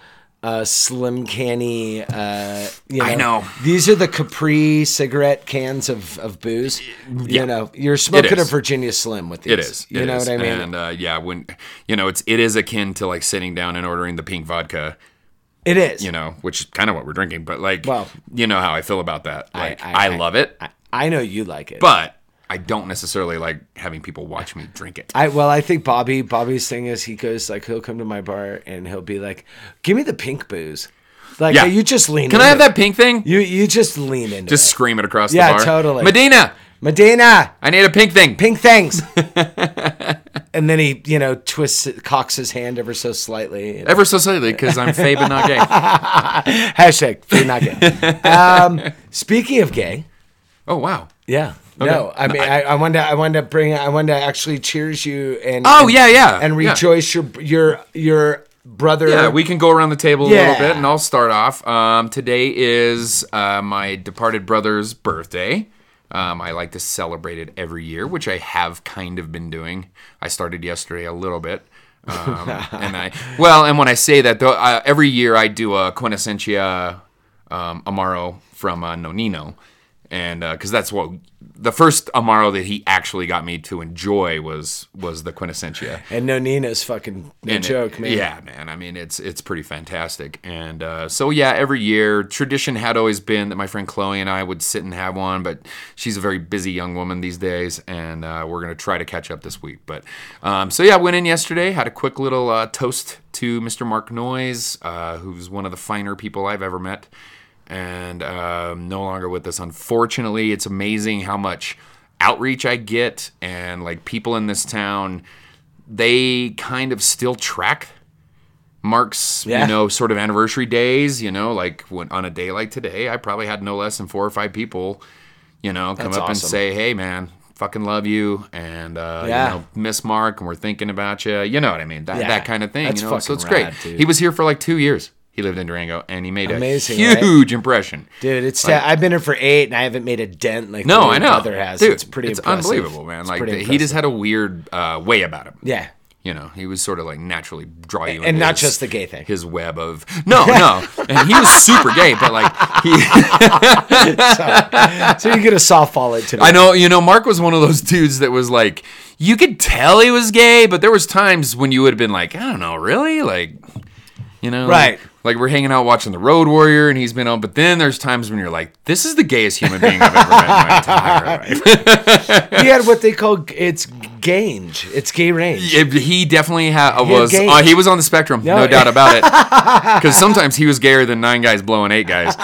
Speaker 7: Uh, slim canny. Uh, you know,
Speaker 6: I know.
Speaker 7: these are the Capri cigarette cans of of booze. You know, you're smoking a
Speaker 6: is.
Speaker 7: Virginia Slim with these.
Speaker 6: It is.
Speaker 7: You
Speaker 6: it
Speaker 7: know
Speaker 6: is.
Speaker 7: what I mean?
Speaker 6: And uh, yeah, when you know, it's it is akin to like sitting down and ordering the pink vodka,
Speaker 7: it is.
Speaker 6: you know, which is kind of what we're drinking. But like,
Speaker 7: Well-
Speaker 6: you know how I feel about that. Like, I,
Speaker 7: I- I-
Speaker 6: love it,
Speaker 7: I, I know you like it,
Speaker 6: but I don't necessarily like having people watch me drink it.
Speaker 7: I well, I think Bobby Bobby's thing is he goes like he'll come to my bar and he'll be like, "Give me the pink booze," like
Speaker 6: Yeah.
Speaker 7: you just lean.
Speaker 6: Can I
Speaker 7: into
Speaker 6: have
Speaker 7: it.
Speaker 6: that pink thing?
Speaker 7: You you just lean into
Speaker 6: Just
Speaker 7: it.
Speaker 6: scream it across
Speaker 7: Yeah,
Speaker 6: the bar.
Speaker 7: totally.
Speaker 6: Medina,
Speaker 7: Medina,
Speaker 6: I need a pink thing.
Speaker 7: pink things. and then he you know twists it, cocks his hand ever so slightly. you know.
Speaker 6: Ever so slightly, because I'm Faye but not gay.
Speaker 7: Hashtag free not gay. um, speaking of gay,
Speaker 6: Oh wow.
Speaker 7: yeah. No, I mean, I, I wanted to, I wanted to bring, I wanted to actually cheers you and
Speaker 6: Oh
Speaker 7: and-
Speaker 6: yeah, yeah.
Speaker 7: and
Speaker 6: yeah.
Speaker 7: rejoice your your your brother.
Speaker 6: Yeah, we can go around the table a
Speaker 7: Yeah.
Speaker 6: little bit, and I'll start off. Um, today is uh, my departed brother's birthday. Um, I like to celebrate it every year, which I have kind of been doing. I started yesterday a little bit. Um, and I well, and when I say that though, uh, every year I do a quintessentia um, amaro from uh, Nonino, and because that's what the first amaro that he actually got me to enjoy was was the quintessentia.
Speaker 7: And no Nina's fucking no
Speaker 6: And it-
Speaker 7: joke, man.
Speaker 6: Yeah, man. I mean, it's it's pretty fantastic. And uh, so yeah, every year tradition had always been that my friend Chloe and I would sit and have one, but she's a very busy young woman these days, and uh, we're gonna try to catch up this week. But um, so yeah, I went in yesterday, had a quick little uh, toast to Mr. Mark Noyes, uh, who's one of the finer people I've ever met, and um, no longer with us. Unfortunately, it's amazing how much outreach I get and like people in this town they kind of still track Mark's,
Speaker 7: Yeah.
Speaker 6: you know, sort of anniversary days. You know, like when on a day like today, I probably had no less than four or five people, you know, come
Speaker 7: That's
Speaker 6: up and
Speaker 7: awesome.
Speaker 6: say, "Hey, man, fucking love you," and uh,
Speaker 7: Yeah.
Speaker 6: you know, miss Mark, and we're thinking about you. You know what I mean? That,
Speaker 7: Yeah.
Speaker 6: that kind of thing.
Speaker 7: That's
Speaker 6: you know, so
Speaker 7: fucking
Speaker 6: it's
Speaker 7: rad,
Speaker 6: great.
Speaker 7: dude.
Speaker 6: He was here for like two years. He lived in Durango, and he made
Speaker 7: Amazing,
Speaker 6: a
Speaker 7: right?
Speaker 6: huge impression.
Speaker 7: Dude, it's i I've been here for eight and I haven't made a dent like
Speaker 6: No,
Speaker 7: the
Speaker 6: I
Speaker 7: new
Speaker 6: know.
Speaker 7: brother has.
Speaker 6: Dude,
Speaker 7: it's pretty
Speaker 6: It's
Speaker 7: impressive.
Speaker 6: unbelievable, man.
Speaker 7: It's
Speaker 6: like
Speaker 7: pretty
Speaker 6: the, he just
Speaker 7: impressive.
Speaker 6: had a weird uh, way about him.
Speaker 7: Yeah.
Speaker 6: You know, he was sort of like naturally draw you,
Speaker 7: And
Speaker 6: into
Speaker 7: not just the gay thing.
Speaker 6: His web of no, no, and he was super gay, but like he,
Speaker 7: So you get a softball it today.
Speaker 6: I know, you know, Mark was one of those dudes that was like, you could tell he was gay, but there was times when you would have been like, I don't know, really, like, you know,
Speaker 7: Right.
Speaker 6: Like, like we're hanging out watching The Road Warrior, and he's been on, but then there's times when you're like, this is the gayest human being I've ever met in my entire life.
Speaker 7: He had what they call g- it's gange. It's gay range.
Speaker 6: Yeah, he definitely ha-
Speaker 7: had
Speaker 6: was.
Speaker 7: gay-
Speaker 6: Uh, he was on the spectrum,
Speaker 7: No,
Speaker 6: no, doubt about it. Because sometimes he was gayer than nine guys blowing eight guys.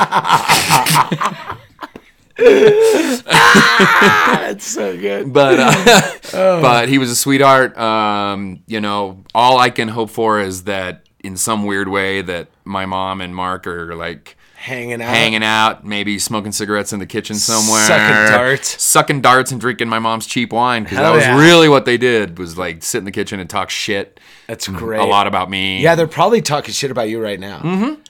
Speaker 7: That's so good.
Speaker 6: but uh,
Speaker 7: Oh.
Speaker 6: but he was a sweetheart. Um, you know, all I can hope for is that in some weird way that my mom and Mark are like
Speaker 7: Hanging out.
Speaker 6: hanging out, maybe smoking cigarettes in the kitchen somewhere,
Speaker 7: Sucking darts.
Speaker 6: sucking darts, and drinking my mom's cheap wine because that
Speaker 7: Hell
Speaker 6: was
Speaker 7: yeah.
Speaker 6: really what they did was like sit in the kitchen and talk shit
Speaker 7: That's great.
Speaker 6: a lot about me.
Speaker 7: Yeah, they're probably talking shit about you right now. Mm-hmm.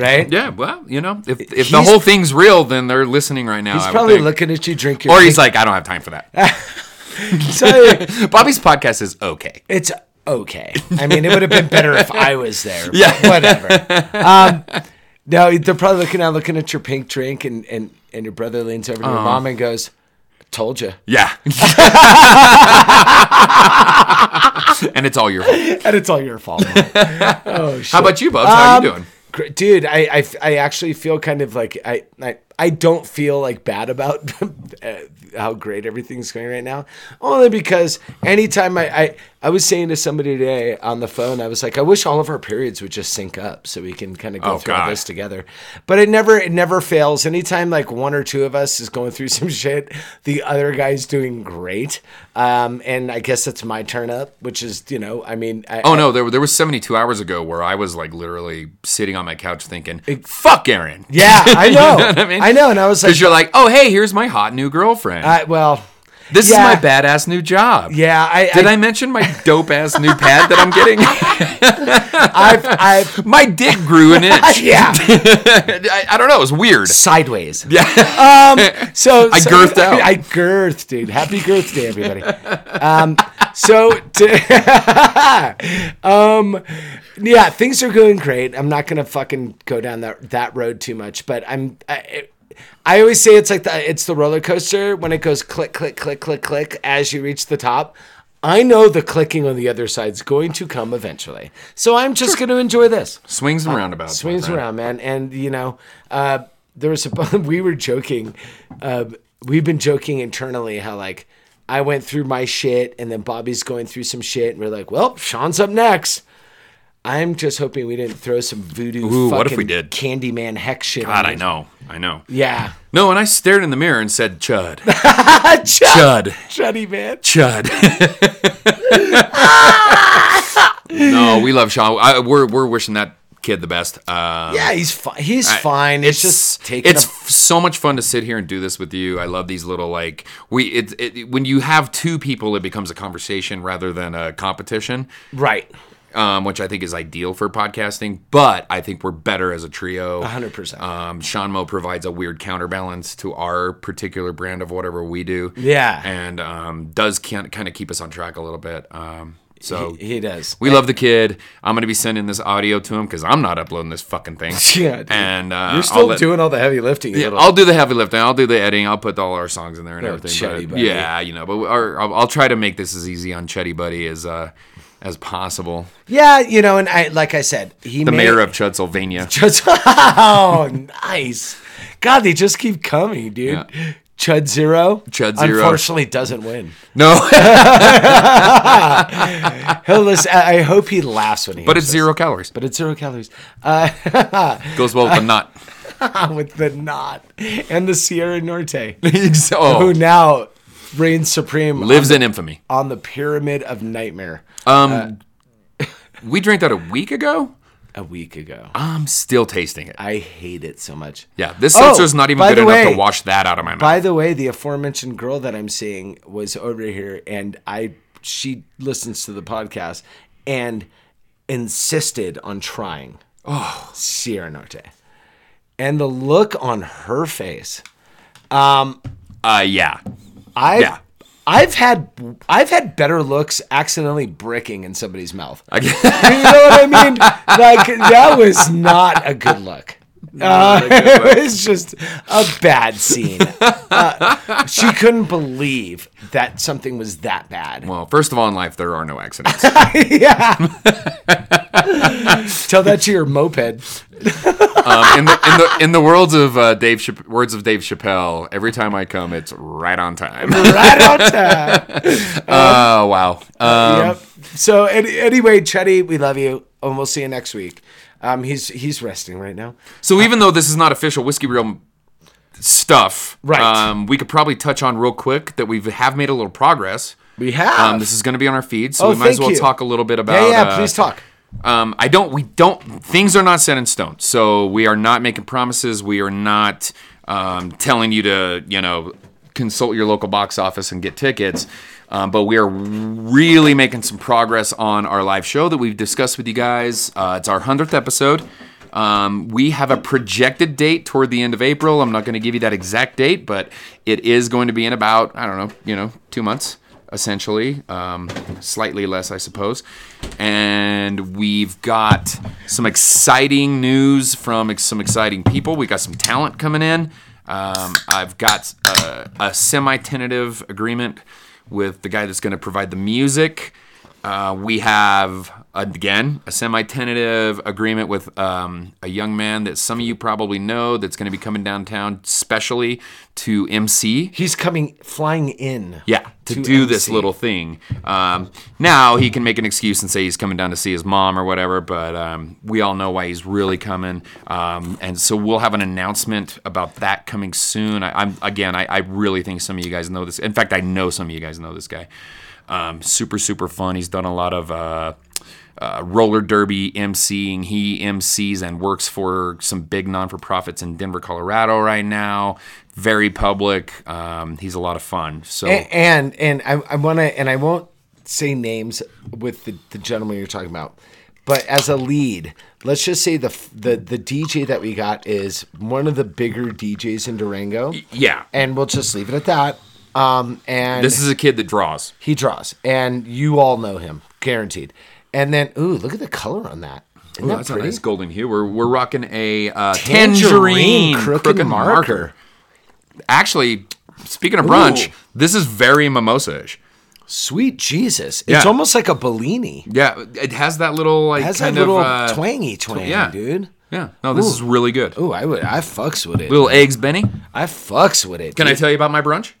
Speaker 7: Right?
Speaker 6: yeah. Well, you know, if if the
Speaker 7: He's-
Speaker 6: whole thing's real, then they're listening right now.
Speaker 7: He's
Speaker 6: I would
Speaker 7: probably
Speaker 6: think.
Speaker 7: looking at you drinking.
Speaker 6: Or he's like, I don't have time for that.
Speaker 7: so
Speaker 6: Bobby's podcast is okay.
Speaker 7: it's okay. I mean, it would have been better if I was there. but
Speaker 6: Yeah.
Speaker 7: whatever. Um, no, they're probably looking out, looking at your pink drink, and and and your brother leans over to your mom and goes, "Told you."
Speaker 6: Yeah. and it's all your fault.
Speaker 7: And it's all your fault. oh shit. Um,
Speaker 6: How about you, Bubs? How are you doing?
Speaker 7: Gr- Dude, I, I, I actually feel kind of like I, I I don't feel like bad about uh, how great everything's going right now. Only because anytime I, I I was saying to somebody today on the phone, I was like, I wish all of our periods would just sync up so we can kind of go
Speaker 6: Oh,
Speaker 7: through all
Speaker 6: God.
Speaker 7: this together. But it never it never fails. Anytime like one or two of us is going through some shit, the other guy's doing great. Um, and I guess it's my turn up, which is you know, I mean, I,
Speaker 6: Oh no, there, there was 72 hours ago where I was like literally sitting on my couch thinking, "Fuck Aaron."
Speaker 7: yeah, I know, I,
Speaker 6: I mean?
Speaker 7: know, and I was like.
Speaker 6: Because you're like, "Oh, hey, here's my hot new girlfriend.
Speaker 7: I, well,
Speaker 6: this
Speaker 7: yeah.
Speaker 6: is my badass new job."
Speaker 7: yeah, I,
Speaker 6: Did I, mention my dope ass new pad that I'm getting?
Speaker 7: I've, I've,
Speaker 6: my dick grew an inch.
Speaker 7: yeah,
Speaker 6: I, I don't know. It was weird.
Speaker 7: sideways.
Speaker 6: Yeah.
Speaker 7: Uh, So
Speaker 6: I
Speaker 7: so-
Speaker 6: girthed out.
Speaker 7: I girthed, dude. Happy girth day, everybody. Um, so, to- um, yeah, things are going great. I'm not gonna fucking go down that that road too much, but I'm. I, I always say it's like the it's the roller coaster when it goes click click click click click as you reach the top. I know the clicking on the other side's going to come eventually, so I'm just going to enjoy this.
Speaker 6: Swings and roundabouts. my
Speaker 7: swings
Speaker 6: friend.
Speaker 7: around, man. And you know, uh, there was a bu- we were joking. Uh, we've been joking internally how like I went through my shit, and then Bobby's going through some shit, and we're like, well, Sean's up next. I'm just hoping we didn't throw some voodoo.
Speaker 6: Ooh,
Speaker 7: fucking
Speaker 6: what if we did?
Speaker 7: Candyman hex shit.
Speaker 6: God,
Speaker 7: on
Speaker 6: I
Speaker 7: us.
Speaker 6: know. I know.
Speaker 7: Yeah,
Speaker 6: No, and I stared in the mirror and said, "Chud,
Speaker 7: Chud,
Speaker 6: Chud."
Speaker 7: Chuddy man.
Speaker 6: Chud. no, we love Sean. I, we're we're wishing that kid the best. Uh,
Speaker 7: Yeah, he's fine. He's fine. It's, just taking.
Speaker 6: it's
Speaker 7: a-
Speaker 6: f- so much fun to sit here and do this with you. I love these little like we it, it when you have two people, it becomes a conversation rather than a competition,
Speaker 7: right.
Speaker 6: um, which I think is ideal for podcasting. But I think we're better as a trio.
Speaker 7: 100%.
Speaker 6: Um, Sean Mo provides a weird counterbalance to our particular brand of whatever we do.
Speaker 7: Yeah.
Speaker 6: and um, does kind of keep us on track a little bit. Um, so
Speaker 7: He, he does.
Speaker 6: we love the kid. I'm gonna be sending this audio to him because I'm not uploading this fucking thing.
Speaker 7: Yeah, dude.
Speaker 6: and uh,
Speaker 7: You're
Speaker 6: I'll
Speaker 7: still
Speaker 6: let-
Speaker 7: doing all the heavy lifting. you
Speaker 6: Yeah,
Speaker 7: little-
Speaker 6: I'll do the heavy lifting. I'll do the editing. I'll put all our songs in there and
Speaker 7: Oh,
Speaker 6: everything.
Speaker 7: Chetty
Speaker 6: but-
Speaker 7: Buddy.
Speaker 6: Yeah, you know, but our, I'll, I'll try to make this as easy on Chetty Buddy as uh, as possible.
Speaker 7: yeah, you know, and I like I said, he
Speaker 6: The
Speaker 7: may-
Speaker 6: mayor of Chudsylvania.
Speaker 7: Chuds. Oh, nice. God, they just keep coming, dude.
Speaker 6: Yeah.
Speaker 7: Chud Zero.
Speaker 6: Chud Zero.
Speaker 7: Unfortunately, doesn't win.
Speaker 6: No,
Speaker 7: He'll listen, I I hope he laughs when he.
Speaker 6: but
Speaker 7: hears
Speaker 6: it's
Speaker 7: this.
Speaker 6: zero calories.
Speaker 7: But it's zero calories. Uh,
Speaker 6: Goes well with the nut.
Speaker 7: with the knot and the Sierra Norte, who
Speaker 6: oh,
Speaker 7: now reigns supreme
Speaker 6: lives in infamy.
Speaker 7: on the pyramid of nightmare.
Speaker 6: Um,
Speaker 7: Uh,
Speaker 6: we drank that a week ago.
Speaker 7: A week ago,
Speaker 6: I'm still tasting it.
Speaker 7: I hate it so much.
Speaker 6: Yeah, this
Speaker 7: Oh,
Speaker 6: seltzer's not even
Speaker 7: by
Speaker 6: good
Speaker 7: the
Speaker 6: enough
Speaker 7: way-
Speaker 6: to wash that out of my mouth.
Speaker 7: By the way, the aforementioned girl that I'm seeing was over here, and I she listens to the podcast and insisted on trying oh. Sierra Norte, and the look on her face.
Speaker 6: uh, yeah.
Speaker 7: I
Speaker 6: Yeah.
Speaker 7: have I've had I've had better looks accidentally bricking in somebody's mouth.
Speaker 6: I g-
Speaker 7: You know what I mean? Like that was not a good look. Uh, it was just a bad scene. Uh, she couldn't believe that something was that bad.
Speaker 6: well, first of all, in life, there are no accidents.
Speaker 7: yeah. Tell that to your moped.
Speaker 6: um, in the in the in the worlds of uh, Dave Chap- words of Dave Chappelle, every time I come, it's right on time. Oh
Speaker 7: Right on time.
Speaker 6: wow!
Speaker 7: Uh,
Speaker 6: Um,
Speaker 7: yep. So any, anyway, Chetty, we love you, and we'll see you next week. Um, he's he's resting right now.
Speaker 6: So even though this is not official, whiskey reel stuff,
Speaker 7: Right.
Speaker 6: Um, we could probably touch on real quick that we have made a little progress.
Speaker 7: We have.
Speaker 6: Um, this is going to be on our feed, so
Speaker 7: Oh,
Speaker 6: we might as
Speaker 7: thank
Speaker 6: well
Speaker 7: you.
Speaker 6: talk a little bit about.
Speaker 7: yeah, yeah.
Speaker 6: uh,
Speaker 7: please talk.
Speaker 6: Um, I don't. We don't. Things are not set in stone, so we are not making promises. We are not um, telling you to, you know, consult your local box office and get tickets. Um, but we are really making some progress on our live show that we've discussed with you guys. Uh, it's our hundredth episode. Um, we have a projected date toward the end of April. I'm not going to give you that exact date, but it is going to be in about I don't know, you know, two months essentially, um, slightly less, I suppose. And we've got some exciting news from ex- some exciting people. We got some talent coming in. Um, I've got uh, a semi-tentative agreement with the guy that's going to provide the music. Uh, we have again a semi-tentative agreement with um, a young man that some of you probably know that's going to be coming downtown, specially to MC.
Speaker 7: He's coming flying in.
Speaker 6: Yeah, to,
Speaker 7: to
Speaker 6: do this
Speaker 7: MC.
Speaker 6: little thing. Um, now he can make an excuse and say he's coming down to see his mom or whatever, but um, we all know why he's really coming. Um, and so we'll have an announcement about that coming soon. I, I'm again, I, I really think some of you guys know this. In fact, I know some of you guys know this guy. Um, super, super fun. He's done a lot of. Uh, uh, roller derby emceeing. He MCs and works for some big non for profits in Denver, Colorado right now. Very public. Um, he's a lot of fun. So
Speaker 7: A- and and I, I want to and I won't say names with the, the gentleman you're talking about, but as a lead, let's just say the f- the the DJ that we got is one of the bigger DJs in Durango,
Speaker 6: Yeah.
Speaker 7: and we'll just leave it at that. Um, and
Speaker 6: This is a kid that draws.
Speaker 7: he draws, and you all know him, guaranteed. And then, ooh, look at the color on that. Isn't
Speaker 6: Ooh,
Speaker 7: that
Speaker 6: that's a
Speaker 7: pretty?
Speaker 6: nice golden hue. We're, we're rocking a uh,
Speaker 7: Tangerine
Speaker 6: tangerine,
Speaker 7: crooked
Speaker 6: crooked,
Speaker 7: marker.
Speaker 6: marker. Actually, speaking of brunch,
Speaker 7: Ooh.
Speaker 6: this is very mimosaish.
Speaker 7: Sweet Jesus!
Speaker 6: Yeah.
Speaker 7: It's almost like a Bellini.
Speaker 6: Yeah, it has that little like
Speaker 7: It has that
Speaker 6: kind
Speaker 7: little
Speaker 6: of uh,
Speaker 7: twangy twang,
Speaker 6: yeah.
Speaker 7: dude.
Speaker 6: Yeah, no, this
Speaker 7: Ooh.
Speaker 6: is really good.
Speaker 7: Ooh, I would, I fucks with it.
Speaker 6: Little eggs, Benny.
Speaker 7: I fucks with it.
Speaker 6: Can
Speaker 7: dude. Uh,
Speaker 6: I tell you about my brunch?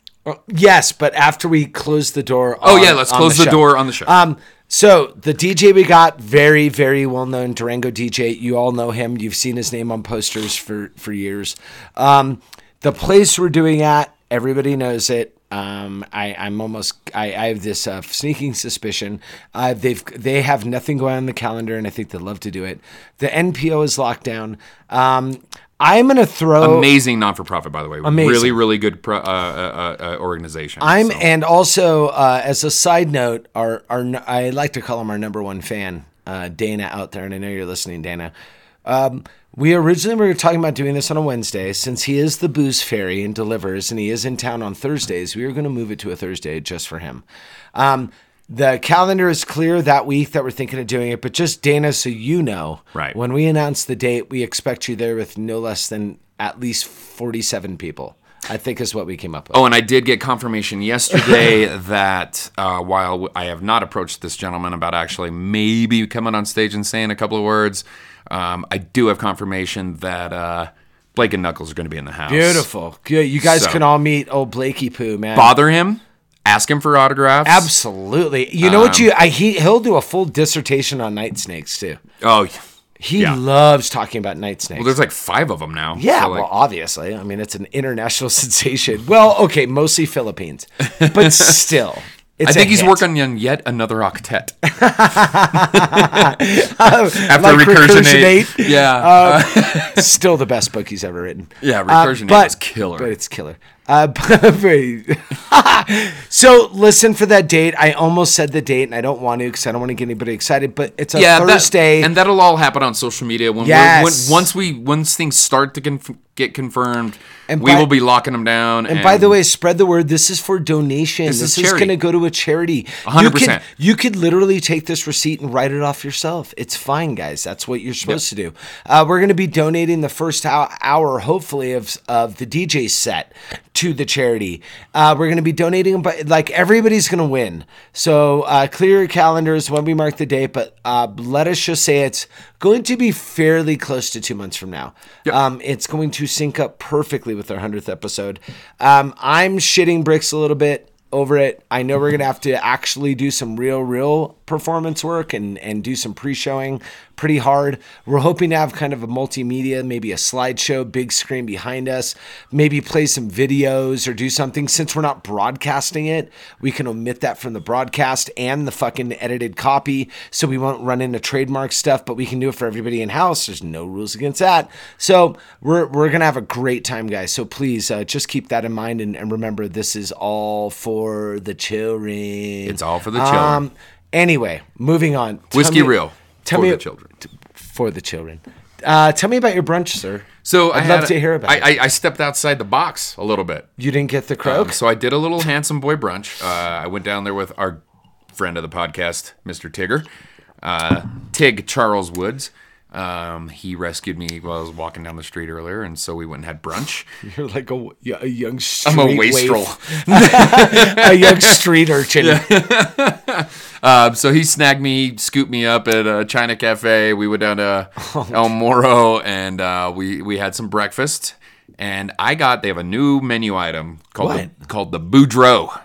Speaker 7: Yes, but after we close the door.
Speaker 6: Oh
Speaker 7: on-
Speaker 6: yeah, let's
Speaker 7: on
Speaker 6: close the,
Speaker 7: show.
Speaker 6: door on the show.
Speaker 7: Um, so the DJ we got, very very well known Durango DJ. You all know him. You've seen his name on posters for for years. Um, the place we're doing at, everybody knows it. Um, I, I'm almost. I, I have this uh, sneaking suspicion. Uh, they've they have nothing going on the calendar, and I think they love to do it. The NPO is locked down. Um, I'm gonna throw.
Speaker 6: amazing non for profit, by the way.
Speaker 7: Amazing.
Speaker 6: Really, really good pro- uh, uh, uh, uh, organization.
Speaker 7: I'm
Speaker 6: so.
Speaker 7: and also uh, as a side note, our our n- I like to call him our number one fan, uh, Dana out there, and I know you're listening, Dana. Um, we originally were talking about doing this on a Wednesday, since he is the booze fairy and delivers, and he is in town on Thursdays. We were going to move it to a Thursday just for him. Um, the calendar is clear that week that we're thinking of doing it, but just Dana, so you know,
Speaker 6: Right.
Speaker 7: When we announce the date, we expect you there with no less than at least forty-seven people. I think is what we came up with.
Speaker 6: Oh, and I did get confirmation yesterday that uh, while I have not approached this gentleman about actually maybe coming on stage and saying a couple of words, um, I do have confirmation that uh, Blake and Knuckles are going to be in the house.
Speaker 7: Beautiful. Good. You guys
Speaker 6: So-
Speaker 7: can all meet old Blakey Poo, man.
Speaker 6: Bother him, ask him for autographs.
Speaker 7: Absolutely. You know
Speaker 6: Um,
Speaker 7: what you I he he'll do a full dissertation on night snakes too.
Speaker 6: Oh, yeah.
Speaker 7: He
Speaker 6: Yeah.
Speaker 7: loves talking about night snakes.
Speaker 6: well, there's like five of them now.
Speaker 7: yeah,
Speaker 6: So, like,
Speaker 7: well, obviously. I mean, it's an international sensation. Well, okay, mostly Philippines, but still, it's
Speaker 6: I think
Speaker 7: a
Speaker 6: he's
Speaker 7: hit.
Speaker 6: working on yet another octet. After
Speaker 7: Like
Speaker 6: recursionate,
Speaker 7: Recursionate. Uh,
Speaker 6: yeah,
Speaker 7: Still the best book he's ever written.
Speaker 6: Uh, Yeah,
Speaker 7: Uh,
Speaker 6: Recursionate is killer.
Speaker 7: But it's killer. Uh, but- so listen for that date. I almost said the date, and I don't want to because I don't want to get anybody excited. But it's a
Speaker 6: yeah, that-
Speaker 7: Thursday.
Speaker 6: and that'll all happen on social media when, we're, when
Speaker 7: Yes.
Speaker 6: once we once things start to conf- get confirmed,
Speaker 7: And
Speaker 6: we
Speaker 7: by-
Speaker 6: will be locking them down.
Speaker 7: And by the way, spread the word. This is for donation. This,
Speaker 6: This is
Speaker 7: is,
Speaker 6: charity.
Speaker 7: going to go to a charity. You
Speaker 6: 100%.
Speaker 7: could, you could literally take this receipt and write it off yourself. It's fine, guys. That's what you're supposed to do. Uh, we're going to be donating the first hou- hour, hopefully, of of the DJ set to the charity. Uh, we're going to be donating, but like everybody's going to win. So uh, clear your calendars when we mark the date. But uh, let us just say it's going to be fairly close to two months from now. Um, it's going to sync up perfectly with our 100th episode. Um, I'm shitting bricks a little bit. over it. I know we're gonna have to actually do some real, real performance work and and do some pre-showing pretty hard. We're hoping to have kind of a multimedia, maybe a slideshow, big screen behind us, maybe play some videos or do something. Since we're not broadcasting it, we can omit that from the broadcast and the fucking edited copy, so we won't run into trademark stuff. But we can do it for everybody in house. There's no rules against that. So we're we're gonna have a great time, guys. So please uh, just keep that in mind and, and remember this is all for the children. Um,
Speaker 6: It's all for the children.
Speaker 7: Anyway, moving on. Tell
Speaker 6: Whiskey
Speaker 7: me-
Speaker 6: Real for the children.
Speaker 7: For the children. Uh, tell me about your brunch, sir.
Speaker 6: So
Speaker 7: I'd
Speaker 6: I
Speaker 7: love
Speaker 6: had-
Speaker 7: to hear about
Speaker 6: I,
Speaker 7: it.
Speaker 6: I, I stepped outside the box a little bit.
Speaker 7: You didn't get the
Speaker 6: Um,
Speaker 7: croak.
Speaker 6: so I did a little handsome boy brunch. Uh, I went down there with our friend of the podcast, Mr. Tigger, uh, Tig Charles Woods. Um, he rescued me while I was walking down the street earlier, and so we went and had brunch.
Speaker 7: You're like a, a young street
Speaker 6: I'm a
Speaker 7: waif.
Speaker 6: wastrel.
Speaker 7: a young street urchin.
Speaker 6: Um, so he snagged me, scooped me up at a China Cafe. We went down to El Moro, and uh, we we had some breakfast. And I got they have a new menu item called the, called the Boudreaux.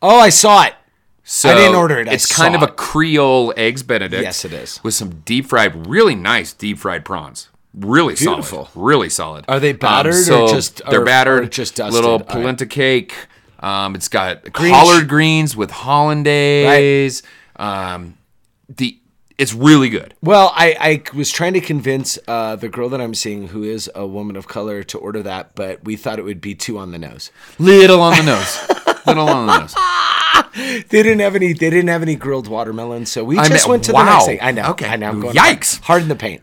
Speaker 7: Oh, I saw it.
Speaker 6: So
Speaker 7: I didn't order it, I
Speaker 6: It's kind
Speaker 7: saw
Speaker 6: of a
Speaker 7: it.
Speaker 6: Creole eggs Benedict.
Speaker 7: Yes, it is.
Speaker 6: With some deep fried, really nice deep fried prawns. Really
Speaker 7: Beautiful.
Speaker 6: solid. Really solid. Um,
Speaker 7: Are they battered or just-
Speaker 6: they're
Speaker 7: or-
Speaker 6: battered?
Speaker 7: or just dusted? All
Speaker 6: little
Speaker 7: right.
Speaker 6: polenta cake. Um, it's got collard greens with hollandaise. Um, the it's really good.
Speaker 7: Well, I, I was trying to convince uh, the girl that I'm seeing, who is a woman of color, to order that, but we thought it would be too on the nose.
Speaker 6: Little on the nose. little on the nose.
Speaker 7: They didn't have any. They didn't have any grilled watermelon, so we
Speaker 6: I
Speaker 7: just
Speaker 6: mean,
Speaker 7: went to the
Speaker 6: wow.
Speaker 7: next thing. I know.
Speaker 6: Okay.
Speaker 7: I know. I'm going
Speaker 6: Yikes.
Speaker 7: hard, hard in the paint.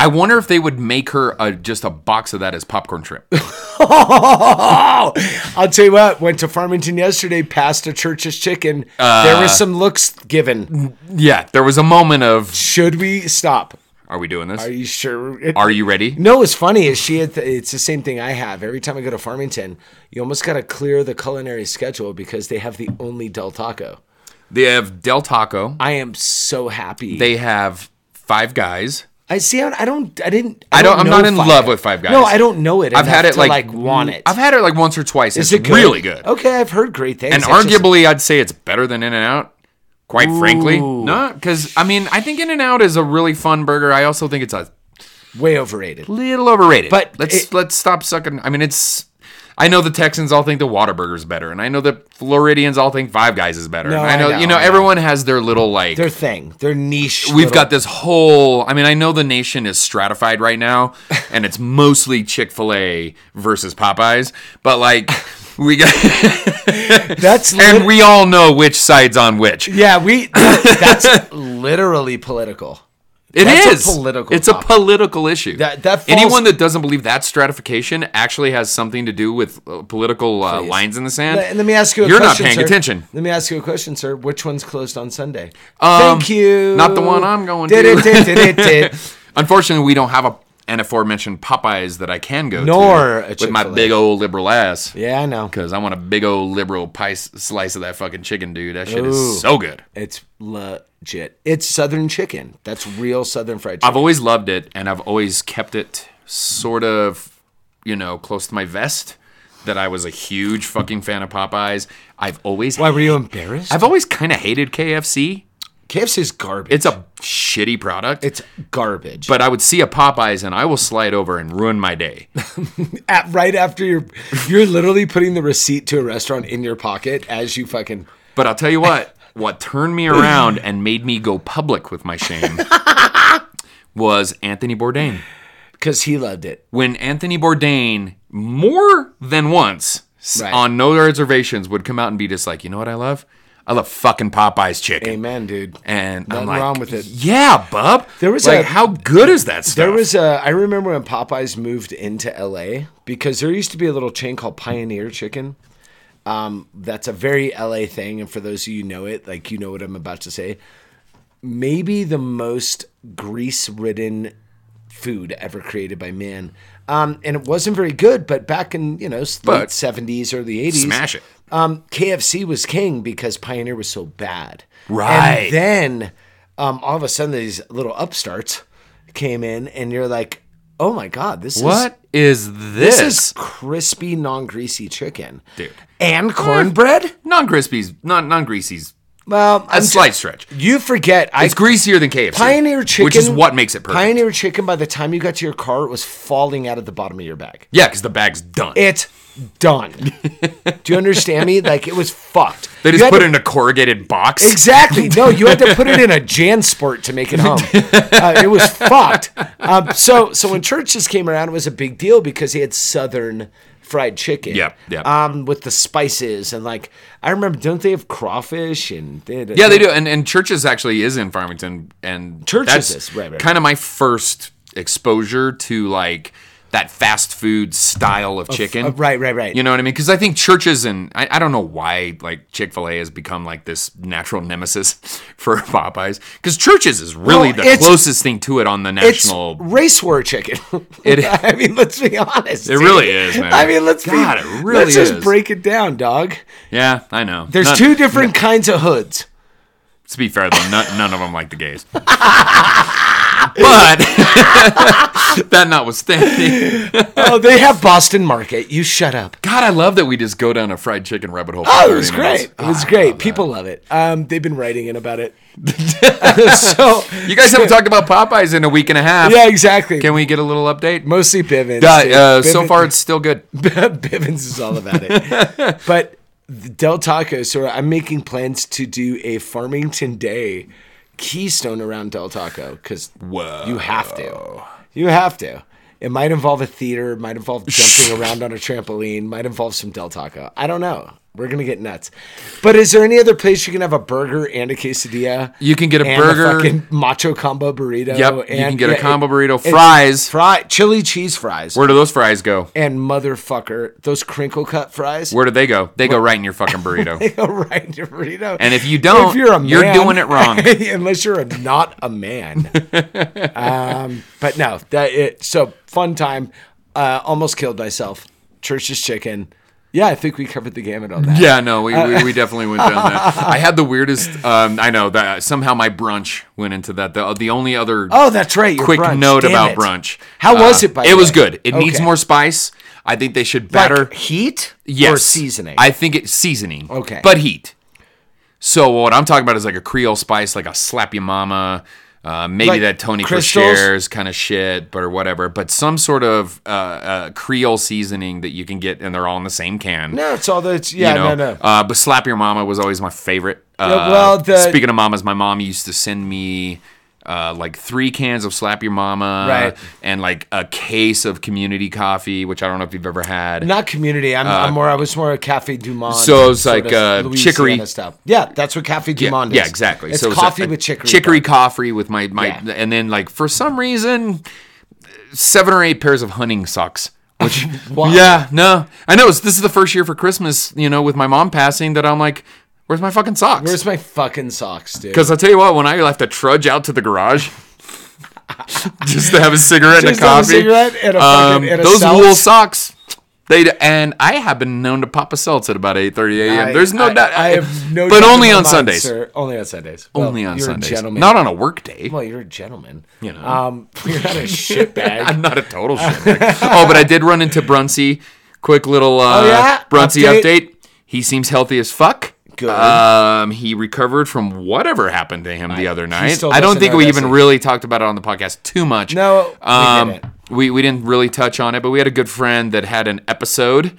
Speaker 6: I wonder if they would make her a, just a box of that as popcorn shrimp.
Speaker 7: Oh, I'll tell you what. Went to Farmington yesterday, passed a Church's Chicken. there
Speaker 6: Uh.
Speaker 7: was some looks given.
Speaker 6: yeah, there was a moment of
Speaker 7: Should we stop?
Speaker 6: Are we doing this?
Speaker 7: Are you sure? It-
Speaker 6: Are you ready?
Speaker 7: No, what's funny is she had. it's the same thing I have. Every time I go to Farmington, you almost got to clear the culinary schedule because they have the only Del Taco.
Speaker 6: They have Del Taco.
Speaker 7: I am so happy.
Speaker 6: They have Five Guys.
Speaker 7: I see. I don't. I didn't.
Speaker 6: I don't. I'm
Speaker 7: know
Speaker 6: not in
Speaker 7: Five
Speaker 6: love
Speaker 7: Guys.
Speaker 6: with Five Guys.
Speaker 7: No, I don't know it.
Speaker 6: I've had
Speaker 7: enough
Speaker 6: it
Speaker 7: to,
Speaker 6: like,
Speaker 7: want it.
Speaker 6: I've had it like once or twice.
Speaker 7: Is
Speaker 6: it's
Speaker 7: it good?
Speaker 6: really good.
Speaker 7: Okay, I've heard great things.
Speaker 6: And
Speaker 7: It's just-
Speaker 6: arguably, I'd say it's better than In and Out. Quite frankly, no, because I mean, I think In and Out is a really fun burger. I also think it's a
Speaker 7: way overrated.
Speaker 6: little overrated.
Speaker 7: But
Speaker 6: let's
Speaker 7: it-
Speaker 6: let's stop sucking. I mean, it's. I know the Texans all think the Whataburger's better, and I know the Floridians all think Five Guys is better.
Speaker 7: No,
Speaker 6: and I,
Speaker 7: I
Speaker 6: know,
Speaker 7: know,
Speaker 6: you know,
Speaker 7: I know.
Speaker 6: everyone has their little like
Speaker 7: Their thing. Their niche.
Speaker 6: We've
Speaker 7: little-
Speaker 6: got this whole. I mean, I know the nation is stratified right now, and it's mostly Chick Fil A versus Popeyes. But like, we got,
Speaker 7: That's
Speaker 6: and
Speaker 7: lit-
Speaker 6: we all know which side's on which. It
Speaker 7: Yeah, we. That's literally political.
Speaker 6: is
Speaker 7: that's a political
Speaker 6: It's
Speaker 7: topic.
Speaker 6: a political issue.
Speaker 7: That- that falls-
Speaker 6: anyone that doesn't believe that stratification actually has something to do with uh, political uh, lines in the sand.
Speaker 7: Let, let me ask you. A
Speaker 6: You're
Speaker 7: question,
Speaker 6: not paying
Speaker 7: sir.
Speaker 6: attention.
Speaker 7: Let me ask you a question, sir. Which one's closed on Sunday?
Speaker 6: Um,
Speaker 7: Thank you.
Speaker 6: not the one I'm going
Speaker 7: Did
Speaker 6: to.
Speaker 7: it, did, did it, did.
Speaker 6: Unfortunately, we don't have a an aforementioned Popeyes that I can go
Speaker 7: Nor
Speaker 6: to
Speaker 7: a
Speaker 6: with my
Speaker 7: Chick-fil-A.
Speaker 6: big old liberal ass.
Speaker 7: Yeah, I know.
Speaker 6: because I want a big old liberal pie s- slice of that fucking chicken, dude. That shit
Speaker 7: Ooh.
Speaker 6: is so good.
Speaker 7: It's legit. It's Southern chicken. That's real Southern fried chicken.
Speaker 6: I've always loved it, and I've always kept it sort of, you know, close to my vest. That I was a huge fucking fan of Popeyes. I've always
Speaker 7: Why were you embarrassed?
Speaker 6: I've always kind of hated KFC.
Speaker 7: KFC's garbage.
Speaker 6: It's a shitty product.
Speaker 7: it's garbage.
Speaker 6: but I would see a Popeyes and I will slide over and ruin my day.
Speaker 7: at, right after you're you're literally putting the receipt to a restaurant in your pocket as you fucking
Speaker 6: But I'll tell you what, what turned me around and made me go public with my shame was Anthony Bourdain.
Speaker 7: because he loved it.
Speaker 6: when Anthony Bourdain more than once s-
Speaker 7: Right.
Speaker 6: on No Reservations would come out and be just like, you know what I love? I love fucking Popeye's chicken.
Speaker 7: Amen, dude.
Speaker 6: And I'm
Speaker 7: Nothing
Speaker 6: like,
Speaker 7: wrong with it.
Speaker 6: Yeah, bub.
Speaker 7: There was
Speaker 6: like,
Speaker 7: a-
Speaker 6: how good is that stuff?
Speaker 7: There was a. I remember when Popeyes moved into LA because there used to be a little chain called Pioneer Chicken. Um, that's a very LA thing, and for those of you who know it, like you know what I'm about to say. Maybe the most grease-ridden food ever created by man, um, and it wasn't very good. But back in you know s- late
Speaker 6: But-
Speaker 7: '70s, early '80s,
Speaker 6: Smash it.
Speaker 7: um, KFC was king because Pioneer was so bad.
Speaker 6: Right.
Speaker 7: And then um, all of a sudden, these little upstarts came in, and you're like, Oh my god, this is
Speaker 6: What is this?
Speaker 7: This is crispy, non-greasy chicken,
Speaker 6: Dude. Eh.
Speaker 7: and cornbread.
Speaker 6: non crispies, non non greasy's
Speaker 7: Well,
Speaker 6: a slight stretch.
Speaker 7: You forget, I
Speaker 6: It's greasier than KFC.
Speaker 7: Pioneer chicken,
Speaker 6: which is what makes it perfect.
Speaker 7: Pioneer chicken. By the time you got to your car, it was falling out of the bottom of your bag.
Speaker 6: Yeah, because the bag's done.
Speaker 7: It's done. Do you understand me? Like it was fucked.
Speaker 6: they
Speaker 7: You
Speaker 6: just
Speaker 7: had
Speaker 6: put
Speaker 7: to-
Speaker 6: it in a corrugated box.
Speaker 7: Exactly. No, you had to put it in a JanSport to make it home. Uh, it was fucked. Um, so, so when churches came around, it was a big deal because he had Southern fried chicken.
Speaker 6: Yep, yep.
Speaker 7: Um, with the spices and like I remember, don't they have crawfish and they had-
Speaker 6: Yeah, they do. And and churches actually is in Farmington, and
Speaker 7: Churches
Speaker 6: that's
Speaker 7: is, right, right.
Speaker 6: kind of my first exposure to like that fast food style of chicken.
Speaker 7: uh, right, right, right.
Speaker 6: You know what I mean? Because I think churches and I, I don't know why like Chick Fil A has become like this natural nemesis for Popeyes because churches is really
Speaker 7: Well,
Speaker 6: the
Speaker 7: it's-
Speaker 6: closest thing to it on the
Speaker 7: It's
Speaker 6: national.
Speaker 7: race war chicken.
Speaker 6: It-
Speaker 7: I mean, let's be honest.
Speaker 6: It
Speaker 7: dude.
Speaker 6: really is, man.
Speaker 7: I mean, let's
Speaker 6: God,
Speaker 7: be.
Speaker 6: it
Speaker 7: let's
Speaker 6: really
Speaker 7: just
Speaker 6: is.
Speaker 7: break it down, dog.
Speaker 6: Yeah, I know.
Speaker 7: There's
Speaker 6: None-
Speaker 7: two different kinds of hoods.
Speaker 6: To be fair, though, none, none of them like the gays. but that notwithstanding.
Speaker 7: oh, they have Boston Market. You shut up.
Speaker 6: God, I love that we just go down a fried chicken rabbit hole. for
Speaker 7: Oh, it was
Speaker 6: 30
Speaker 7: great.
Speaker 6: minutes. Ah.
Speaker 7: It was great. People love it. Um, they've been writing in about it. so
Speaker 6: You guys haven't talked about Popeyes in a week and a half.
Speaker 7: yeah, exactly.
Speaker 6: Can we get a little update?
Speaker 7: Mostly Bivens.
Speaker 6: Uh,
Speaker 7: dude.
Speaker 6: uh, so
Speaker 7: Bivens-
Speaker 6: far, it's still good.
Speaker 7: Bivens is all about it. but the Del Taco. So I'm making plans to do a Farmington Day Keystone around Del Taco because you have to. You have to. It might involve a theater. It might involve jumping around on a trampoline. Might involve some Del Taco. I don't know. We're gonna get nuts. But is there any other place you can have a burger and a quesadilla?
Speaker 6: You can get a
Speaker 7: and
Speaker 6: burger.
Speaker 7: fucking macho combo burrito.
Speaker 6: Yep, you can get a combo burrito,
Speaker 7: it-
Speaker 6: fries.
Speaker 7: fry, chili cheese fries,
Speaker 6: Where do those fries go?
Speaker 7: and motherfucker, those crinkle cut fries.
Speaker 6: Where do they go? They go right in your fucking burrito.
Speaker 7: All right, your burrito.
Speaker 6: And if you don't, you're doing it wrong.
Speaker 7: unless you're a, not a man. um, but no, that it. So fun time. Uh, almost killed myself. Church's chicken. Yeah, I think we covered the gamut on that.
Speaker 6: yeah, no, we, we, we definitely went down that. I had the weirdest. Um, I know that somehow my brunch went into that. The, the only other
Speaker 7: Oh, that's right. your
Speaker 6: quick
Speaker 7: brunch.
Speaker 6: note
Speaker 7: Damn
Speaker 6: about
Speaker 7: it.
Speaker 6: brunch.
Speaker 7: How was
Speaker 6: Uh,
Speaker 7: it? By
Speaker 6: it
Speaker 7: the
Speaker 6: was
Speaker 7: way?
Speaker 6: good. It needs
Speaker 7: Okay.
Speaker 6: more spice. I think they should
Speaker 7: Like
Speaker 6: batter
Speaker 7: heat
Speaker 6: yes.
Speaker 7: or seasoning.
Speaker 6: I think it's seasoning.
Speaker 7: Okay.
Speaker 6: But heat. So what I'm talking about is like a Creole spice, like a slap your mama, uh, maybe
Speaker 7: Like
Speaker 6: that Tony
Speaker 7: crystals?
Speaker 6: Cristales kind of shit, but or whatever. But some sort of uh, uh, Creole seasoning that you can get, and they're all in the same can.
Speaker 7: no, it's all that's
Speaker 6: you
Speaker 7: yeah,
Speaker 6: know?
Speaker 7: no, no.
Speaker 6: Uh, but slap your mama was always my favorite. Uh,
Speaker 7: Yeah, well, the-
Speaker 6: speaking of mamas, my mom used to send me. Uh, like three cans of slap your mama,
Speaker 7: Right.
Speaker 6: And like a case of community coffee, which I don't know if you've ever had.
Speaker 7: Not community. I'm, I'm more. I was more a Cafe Du Monde.
Speaker 6: Uh, so it's
Speaker 7: sort
Speaker 6: like,
Speaker 7: of
Speaker 6: uh,
Speaker 7: Louisiana
Speaker 6: chicory-
Speaker 7: stuff. Yeah, that's what Cafe Du Monde
Speaker 6: yeah,
Speaker 7: is.
Speaker 6: exactly.
Speaker 7: It's
Speaker 6: So a-
Speaker 7: coffee
Speaker 6: a
Speaker 7: with chicory.
Speaker 6: chicory coffee with my my,
Speaker 7: Yeah.
Speaker 6: and then like for some reason, seven or eight pairs of hunting socks. Which
Speaker 7: Wow.
Speaker 6: yeah, no, I know. It's, this is the first year for Christmas, you know, with my mom passing that I'm like, where's my fucking
Speaker 7: Where's
Speaker 6: socks?
Speaker 7: my fucking socks, dude?
Speaker 6: Because I tell you what, when I have to trudge out to the garage. just to have a cigarette and a
Speaker 7: Just have a
Speaker 6: coffee. Um,
Speaker 7: cigarette and a fucking- and a
Speaker 6: those
Speaker 7: seltz.
Speaker 6: wool socks, they and I have been known to pop a seltz at about eight thirty a.m.
Speaker 7: I-
Speaker 6: There's no
Speaker 7: I-
Speaker 6: doubt.
Speaker 7: I have no.
Speaker 6: but
Speaker 7: doubt in
Speaker 6: only
Speaker 7: my
Speaker 6: on
Speaker 7: mind,
Speaker 6: Sundays.
Speaker 7: sir. Only on Sundays. Well,
Speaker 6: Only on
Speaker 7: you're
Speaker 6: Sundays.
Speaker 7: A gentleman.
Speaker 6: Not on a work day.
Speaker 7: Well, you're a gentleman. You
Speaker 6: know.
Speaker 7: um, you're not a shitbag.
Speaker 6: I'm not a total shit. oh, but I did run into Brunsey. Quick little uh,
Speaker 7: Oh, yeah?
Speaker 6: Brunsey
Speaker 7: Update.
Speaker 6: update. He seems healthy as fuck.
Speaker 7: Good.
Speaker 6: Um, he recovered from whatever happened to him the other night.
Speaker 7: still
Speaker 6: I don't
Speaker 7: doesn't
Speaker 6: think
Speaker 7: know,
Speaker 6: we
Speaker 7: does
Speaker 6: even
Speaker 7: he?
Speaker 6: really talked about it on the podcast too much.
Speaker 7: No, we
Speaker 6: um,
Speaker 7: didn't.
Speaker 6: We, we didn't really touch on it, but we had a good friend that had an episode,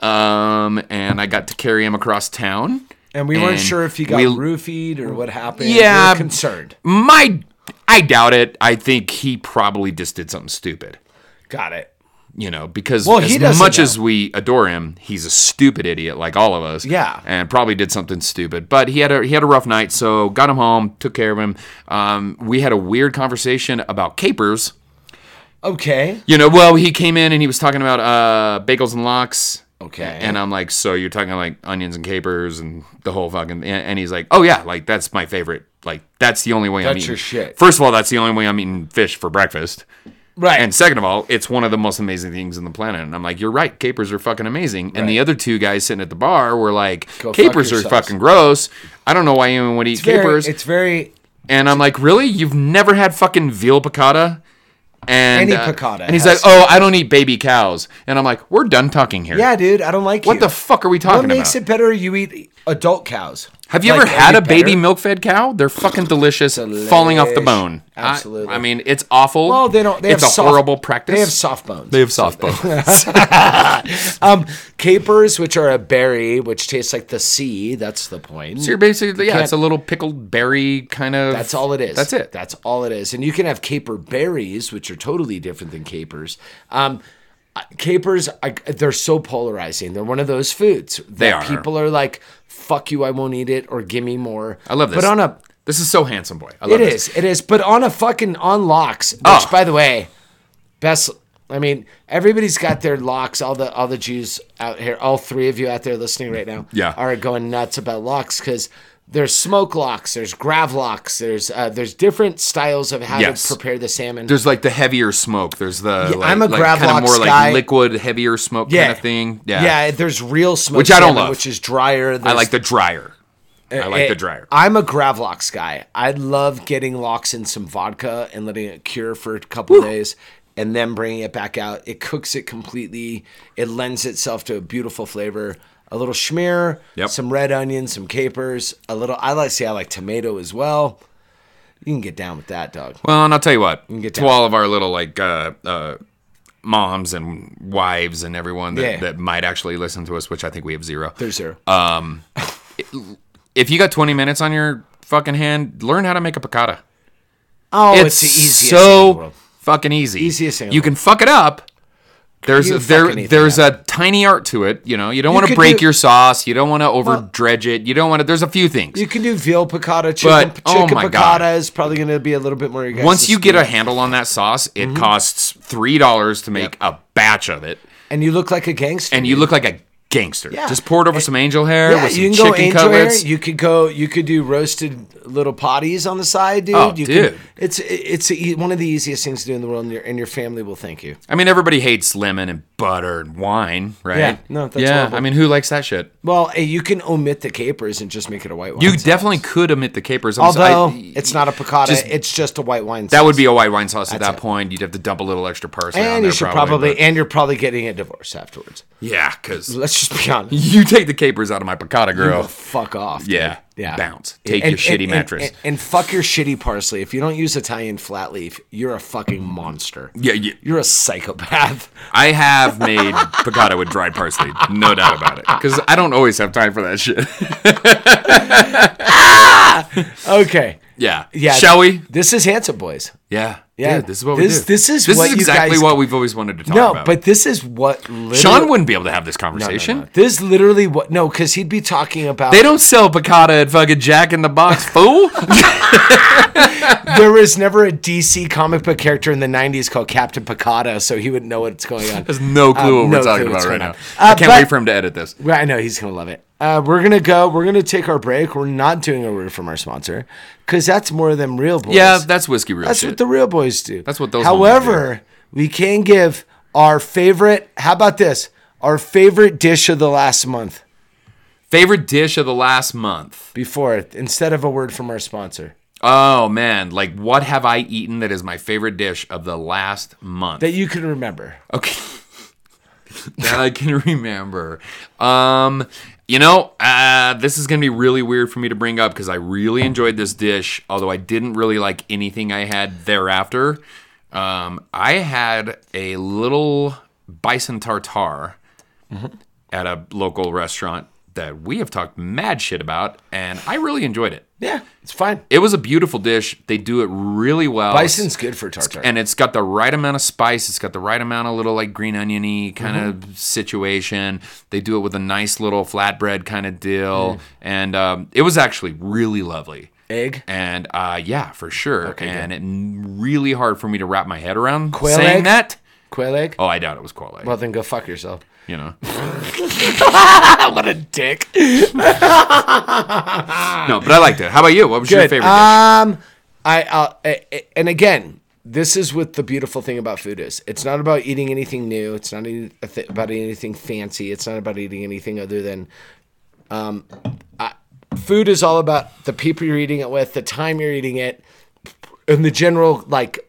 Speaker 6: um, and I got to carry him across town.
Speaker 7: And we weren't
Speaker 6: And
Speaker 7: sure if he got
Speaker 6: we-
Speaker 7: roofied or what happened.
Speaker 6: Yeah.
Speaker 7: we were concerned.
Speaker 6: My, I doubt it. I think he probably just did something stupid.
Speaker 7: Got it.
Speaker 6: you know, because
Speaker 7: Well, he
Speaker 6: as
Speaker 7: doesn't
Speaker 6: much
Speaker 7: know.
Speaker 6: as we adore him, he's a stupid idiot like all of us.
Speaker 7: Yeah.
Speaker 6: and probably did something stupid. But he had a he had a rough night, so got him home, took care of him. Um, we had a weird conversation about capers.
Speaker 7: Okay.
Speaker 6: You know, well, he came in and he was talking about uh, bagels and locks.
Speaker 7: Okay.
Speaker 6: And I'm like, so you're talking like onions and capers and the whole fucking. And and he's like, oh yeah, like that's my favorite. Like that's the only way I'm
Speaker 7: That's
Speaker 6: eating.
Speaker 7: your shit.
Speaker 6: First of all, that's the only way I'm eating fish for breakfast.
Speaker 7: Right.
Speaker 6: And second of all, it's one of the most amazing things on the planet. And I'm like, you're right, capers are fucking amazing. And the other two guys sitting at the bar were like,
Speaker 7: Go fuck
Speaker 6: capers are
Speaker 7: yourselves.
Speaker 6: fucking gross. I don't know why anyone would eat
Speaker 7: Very-
Speaker 6: capers.
Speaker 7: it's very
Speaker 6: and I'm like, really? You've never had fucking veal piccata? And
Speaker 7: Any
Speaker 6: uh,
Speaker 7: piccata
Speaker 6: and he's like,
Speaker 7: has-
Speaker 6: "Oh, I don't eat baby cows." And I'm like, "We're done talking here."
Speaker 7: Yeah, dude, I don't like
Speaker 6: What
Speaker 7: you.
Speaker 6: the fuck are we talking
Speaker 7: What makes
Speaker 6: about?
Speaker 7: it better? You eat adult cows.
Speaker 6: Have you
Speaker 7: Like,
Speaker 6: ever had
Speaker 7: any
Speaker 6: a baby
Speaker 7: better?
Speaker 6: milk-fed cow? They're fucking delicious, falling off the
Speaker 7: Delish.
Speaker 6: bone. I-
Speaker 7: Absolutely.
Speaker 6: I, mean, it's awful.
Speaker 7: Well, they don't. They
Speaker 6: it's
Speaker 7: have
Speaker 6: a
Speaker 7: soft-
Speaker 6: horrible practice.
Speaker 7: They have soft bones.
Speaker 6: They have soft bones.
Speaker 7: Um, capers, which are a berry, which tastes like the sea. That's the point.
Speaker 6: so you're basically yeah,
Speaker 7: can't-
Speaker 6: it's a little pickled berry kind of.
Speaker 7: That's all it is.
Speaker 6: That's it.
Speaker 7: That's all it is. And you can have caper berries, which are totally different than capers. Um, uh, capers, I, they're so polarizing. They're one of those foods that
Speaker 6: They are.
Speaker 7: people are like, "Fuck you, I won't eat it," or "Give me more."
Speaker 6: I love this.
Speaker 7: But on a,
Speaker 6: This is so handsome, boy. I love
Speaker 7: it
Speaker 6: this.
Speaker 7: is, it is. But on a fucking on locks, which
Speaker 6: Oh.
Speaker 7: by the way, best. I mean, everybody's got their locks. All the all the Jews out here, all three of you out there listening right now,
Speaker 6: Yeah.
Speaker 7: are going nuts about locks because there's smoke locks, there's grav locks, there's uh, there's different styles of how
Speaker 6: Yes.
Speaker 7: to prepare the salmon.
Speaker 6: There's like the heavier smoke. There's the
Speaker 7: Yeah,
Speaker 6: like,
Speaker 7: I'm a
Speaker 6: like kind
Speaker 7: Gravlox
Speaker 6: of more
Speaker 7: guy.
Speaker 6: like liquid, heavier smoke kind of thing. Yeah,
Speaker 7: There's real smoke,
Speaker 6: Which I don't love.
Speaker 7: which is drier.
Speaker 6: I
Speaker 7: there's-
Speaker 6: like the drier. I like the
Speaker 7: Eh,
Speaker 6: drier.
Speaker 7: I'm a Gravlox guy. I love getting locks in some vodka and letting it cure for a couple days and then bringing it back out. It cooks it completely. It lends itself to a beautiful flavor. A little schmear,
Speaker 6: Yep.
Speaker 7: some red onion, some capers, a little. I like see I like tomato as well. You can get down with that, dog.
Speaker 6: Well, and I'll tell you what.
Speaker 7: get
Speaker 6: To
Speaker 7: down.
Speaker 6: all of our little like uh, uh, moms and wives and everyone that,
Speaker 7: Yeah.
Speaker 6: that might actually listen to us, which I think we have zero.
Speaker 7: There's zero.
Speaker 6: Uh, If you got 20 minutes on your fucking hand, learn how to make a piccata.
Speaker 7: oh,
Speaker 6: it's,
Speaker 7: it's, the easiest
Speaker 6: so
Speaker 7: thing in the world.
Speaker 6: fucking easy.
Speaker 7: Easiest thing in the
Speaker 6: You can fuck it up. There's
Speaker 7: You
Speaker 6: a,
Speaker 7: fuck
Speaker 6: there
Speaker 7: anything
Speaker 6: there's a tiny art to it. You know, you don't want to
Speaker 7: could
Speaker 6: break
Speaker 7: do-
Speaker 6: your sauce. You don't want to over dredge it. You don't want to. There's a few things.
Speaker 7: You can do veal piccata, chicken,
Speaker 6: But,
Speaker 7: chicken
Speaker 6: oh my
Speaker 7: piccata
Speaker 6: God.
Speaker 7: is probably going to be a little bit more. your guys'
Speaker 6: Once you get
Speaker 7: speed.
Speaker 6: a handle on that sauce, it
Speaker 7: Mm-hmm.
Speaker 6: costs three dollars to make a batch of it,
Speaker 7: and you look like a gangster,
Speaker 6: and you look like a gangster.
Speaker 7: Mm-hmm. Yeah.
Speaker 6: Just pour it over some angel hair with some chicken
Speaker 7: angel hair.
Speaker 6: cutlets.
Speaker 7: You could go. You could do roasted little potties on the side, dude.
Speaker 6: Oh,
Speaker 7: you
Speaker 6: dude.
Speaker 7: Can, it's it's e- one of the easiest things to do in the world, and your and your family will thank you.
Speaker 6: I mean, everybody hates lemon and butter and wine, right?
Speaker 7: Yeah. No, that's
Speaker 6: yeah.
Speaker 7: horrible.
Speaker 6: I mean, who likes that shit?
Speaker 7: Well, eh, you can omit the capers and just make it a white wine.
Speaker 6: You
Speaker 7: sauce.
Speaker 6: definitely could omit the capers. I'm so- I-
Speaker 7: Although it's not a piccata,
Speaker 6: just-
Speaker 7: it's just a white wine.
Speaker 6: That would be a white wine sauce at
Speaker 7: That's
Speaker 6: that
Speaker 7: it.
Speaker 6: point. You'd have to dump a little extra parsley. on
Speaker 7: and
Speaker 6: there
Speaker 7: you should probably,
Speaker 6: but-
Speaker 7: and you're probably getting a divorce afterwards.
Speaker 6: yeah, because
Speaker 7: Let's just be honest.
Speaker 6: you take the capers out of my piccata,
Speaker 7: You go
Speaker 6: girl.
Speaker 7: fuck off. dude.
Speaker 6: Yeah,
Speaker 7: Yeah.
Speaker 6: bounce. Take
Speaker 7: And-
Speaker 6: your shitty
Speaker 7: and- and-
Speaker 6: mattress.
Speaker 7: And, and fuck your shitty parsley. If you don't use Italian flat leaf, you're a fucking monster.
Speaker 6: yeah, yeah,
Speaker 7: You're a psychopath.
Speaker 6: I have made piccata with dried parsley, no doubt about it. Because I don't always have time for that shit.
Speaker 7: Okay.
Speaker 6: yeah.
Speaker 7: Yeah.
Speaker 6: Shall we?
Speaker 7: This is handsome boys.
Speaker 6: Yeah.
Speaker 7: Yeah.
Speaker 6: Dude, this is what we
Speaker 7: This-
Speaker 6: do.
Speaker 7: this is
Speaker 6: this
Speaker 7: what
Speaker 6: is
Speaker 7: you
Speaker 6: exactly
Speaker 7: guys-
Speaker 6: what we've always wanted to talk
Speaker 7: No,
Speaker 6: about.
Speaker 7: but this is what
Speaker 6: Sean
Speaker 7: literally-
Speaker 6: wouldn't be able to have this
Speaker 7: No, Uh, no,
Speaker 6: conversation.
Speaker 7: no. This literally what no, because he'd be talking about
Speaker 6: They don't sell piccata at fucking Jack in the Box, fool.
Speaker 7: there was never a DC comic book character in the nineties called Captain Picada, so he wouldn't know what's going on.
Speaker 6: There's no
Speaker 7: Um,
Speaker 6: clue what
Speaker 7: no
Speaker 6: we're talking
Speaker 7: clue what's
Speaker 6: about right
Speaker 7: going
Speaker 6: now.
Speaker 7: on.
Speaker 6: I
Speaker 7: Uh,
Speaker 6: can't
Speaker 7: but-
Speaker 6: wait for him to edit this.
Speaker 7: Well, I know he's gonna love it. Uh, we're gonna go. We're gonna take our break. We're not doing a word from our sponsor because that's more than real boys.
Speaker 6: Yeah, that's whiskey real
Speaker 7: That's
Speaker 6: shit.
Speaker 7: what the real boys do.
Speaker 6: That's what those
Speaker 7: However, we can give our favorite. How about this? Our favorite dish of the last month
Speaker 6: Favorite dish of the last month.
Speaker 7: before it, instead of a word from our sponsor
Speaker 6: Oh man, like what have I eaten that is my favorite dish of the last month?
Speaker 7: that you can remember.
Speaker 6: okay. that I can remember. Um, you know, uh, this is gonna be really weird for me to bring up because I really enjoyed this dish, although I didn't really like anything I had thereafter. Um, I had a little bison tartare at a local restaurant that we have talked mad shit about, and I really enjoyed it.
Speaker 7: Yeah, it's fine.
Speaker 6: It was a beautiful dish. They do it really well.
Speaker 7: Bison's good for tartar.
Speaker 6: and it's got the right amount of spice. It's got the right amount of little like green oniony kind
Speaker 7: Mm-hmm.
Speaker 6: of situation. They do it with a nice little flatbread kind of deal, and um, it was actually really lovely.
Speaker 7: Mm. Egg?
Speaker 6: and uh, yeah, for sure. and it really hard for me to wrap my head around
Speaker 7: Quail
Speaker 6: saying
Speaker 7: egg?
Speaker 6: that.
Speaker 7: Quail egg.
Speaker 6: Oh, I doubt it was quail egg.
Speaker 7: Well, then go fuck yourself.
Speaker 6: you know,
Speaker 7: What a dick.
Speaker 6: no, but I liked it. How about you? What was your
Speaker 7: Good.
Speaker 6: favorite? dish?
Speaker 7: Um, I, I'll, I, I- and again, this is what the beautiful thing about food is. It's not about eating anything new. It's not any- a th- about anything fancy. It's not about eating anything other than, um, I, food is all about the people you're eating it with, the time you're eating it, and the general like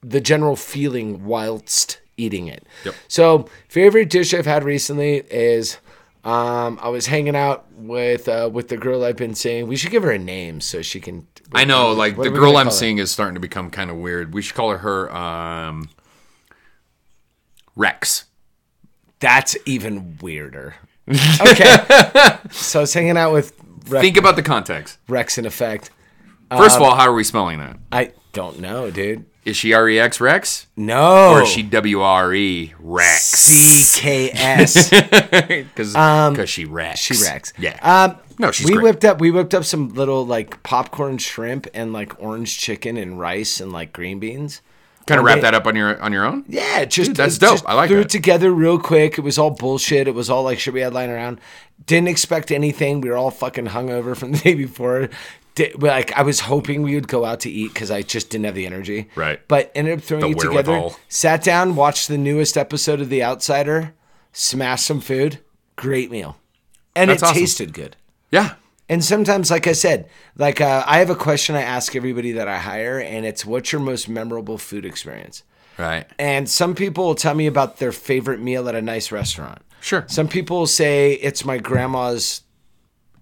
Speaker 7: the general feeling whilst eating it.
Speaker 6: Yep.
Speaker 7: So, favorite dish I've had recently is um, I was hanging out with uh, with the girl I've been seeing. We should give her a name so she can.
Speaker 6: I know, like
Speaker 7: What
Speaker 6: the
Speaker 7: are we
Speaker 6: girl
Speaker 7: gonna
Speaker 6: I'm
Speaker 7: call her?
Speaker 6: seeing is starting to become kind of weird. We should call her um, Rex.
Speaker 7: That's even weirder. Okay. so I was hanging out with Rex,
Speaker 6: Think about the context.
Speaker 7: Rex in effect. Uh,
Speaker 6: First of all, how are we spelling that?
Speaker 7: I don't know, dude.
Speaker 6: Is she R E X Rex
Speaker 7: No.
Speaker 6: or is she W R E Rex?
Speaker 7: CKS.
Speaker 6: Because she Rex.
Speaker 7: um, she Rex.
Speaker 6: Yeah.
Speaker 7: Um,
Speaker 6: no, she's
Speaker 7: we
Speaker 6: great.
Speaker 7: whipped up we whipped up some little like popcorn shrimp and like orange chicken and rice and like green beans.
Speaker 6: kind of wrap
Speaker 7: they-
Speaker 6: that up on your on your own.
Speaker 7: Yeah, just
Speaker 6: Dude, that's
Speaker 7: it
Speaker 6: dope.
Speaker 7: just
Speaker 6: I like
Speaker 7: threw
Speaker 6: that.
Speaker 7: it together real quick. It was all bullshit. It was all like shit we had lying around. Didn't expect anything. We were all fucking hungover from the day before. Did, like I was hoping we would go out to eat because I just didn't have the energy.
Speaker 6: Right.
Speaker 7: But ended up throwing
Speaker 6: The
Speaker 7: it together.
Speaker 6: wherewithal.
Speaker 7: Sat down, watched the newest episode of The Outsider, smashed some food. Great meal, and
Speaker 6: That's
Speaker 7: it
Speaker 6: awesome.
Speaker 7: tasted good.
Speaker 6: Yeah.
Speaker 7: And sometimes, like I said, like uh, I have a question I ask everybody that I hire, and it's what's your most memorable food experience?
Speaker 6: Right.
Speaker 7: And some people will tell me about their favorite meal at a nice restaurant.
Speaker 6: Sure.
Speaker 7: Some people will say it's my grandma's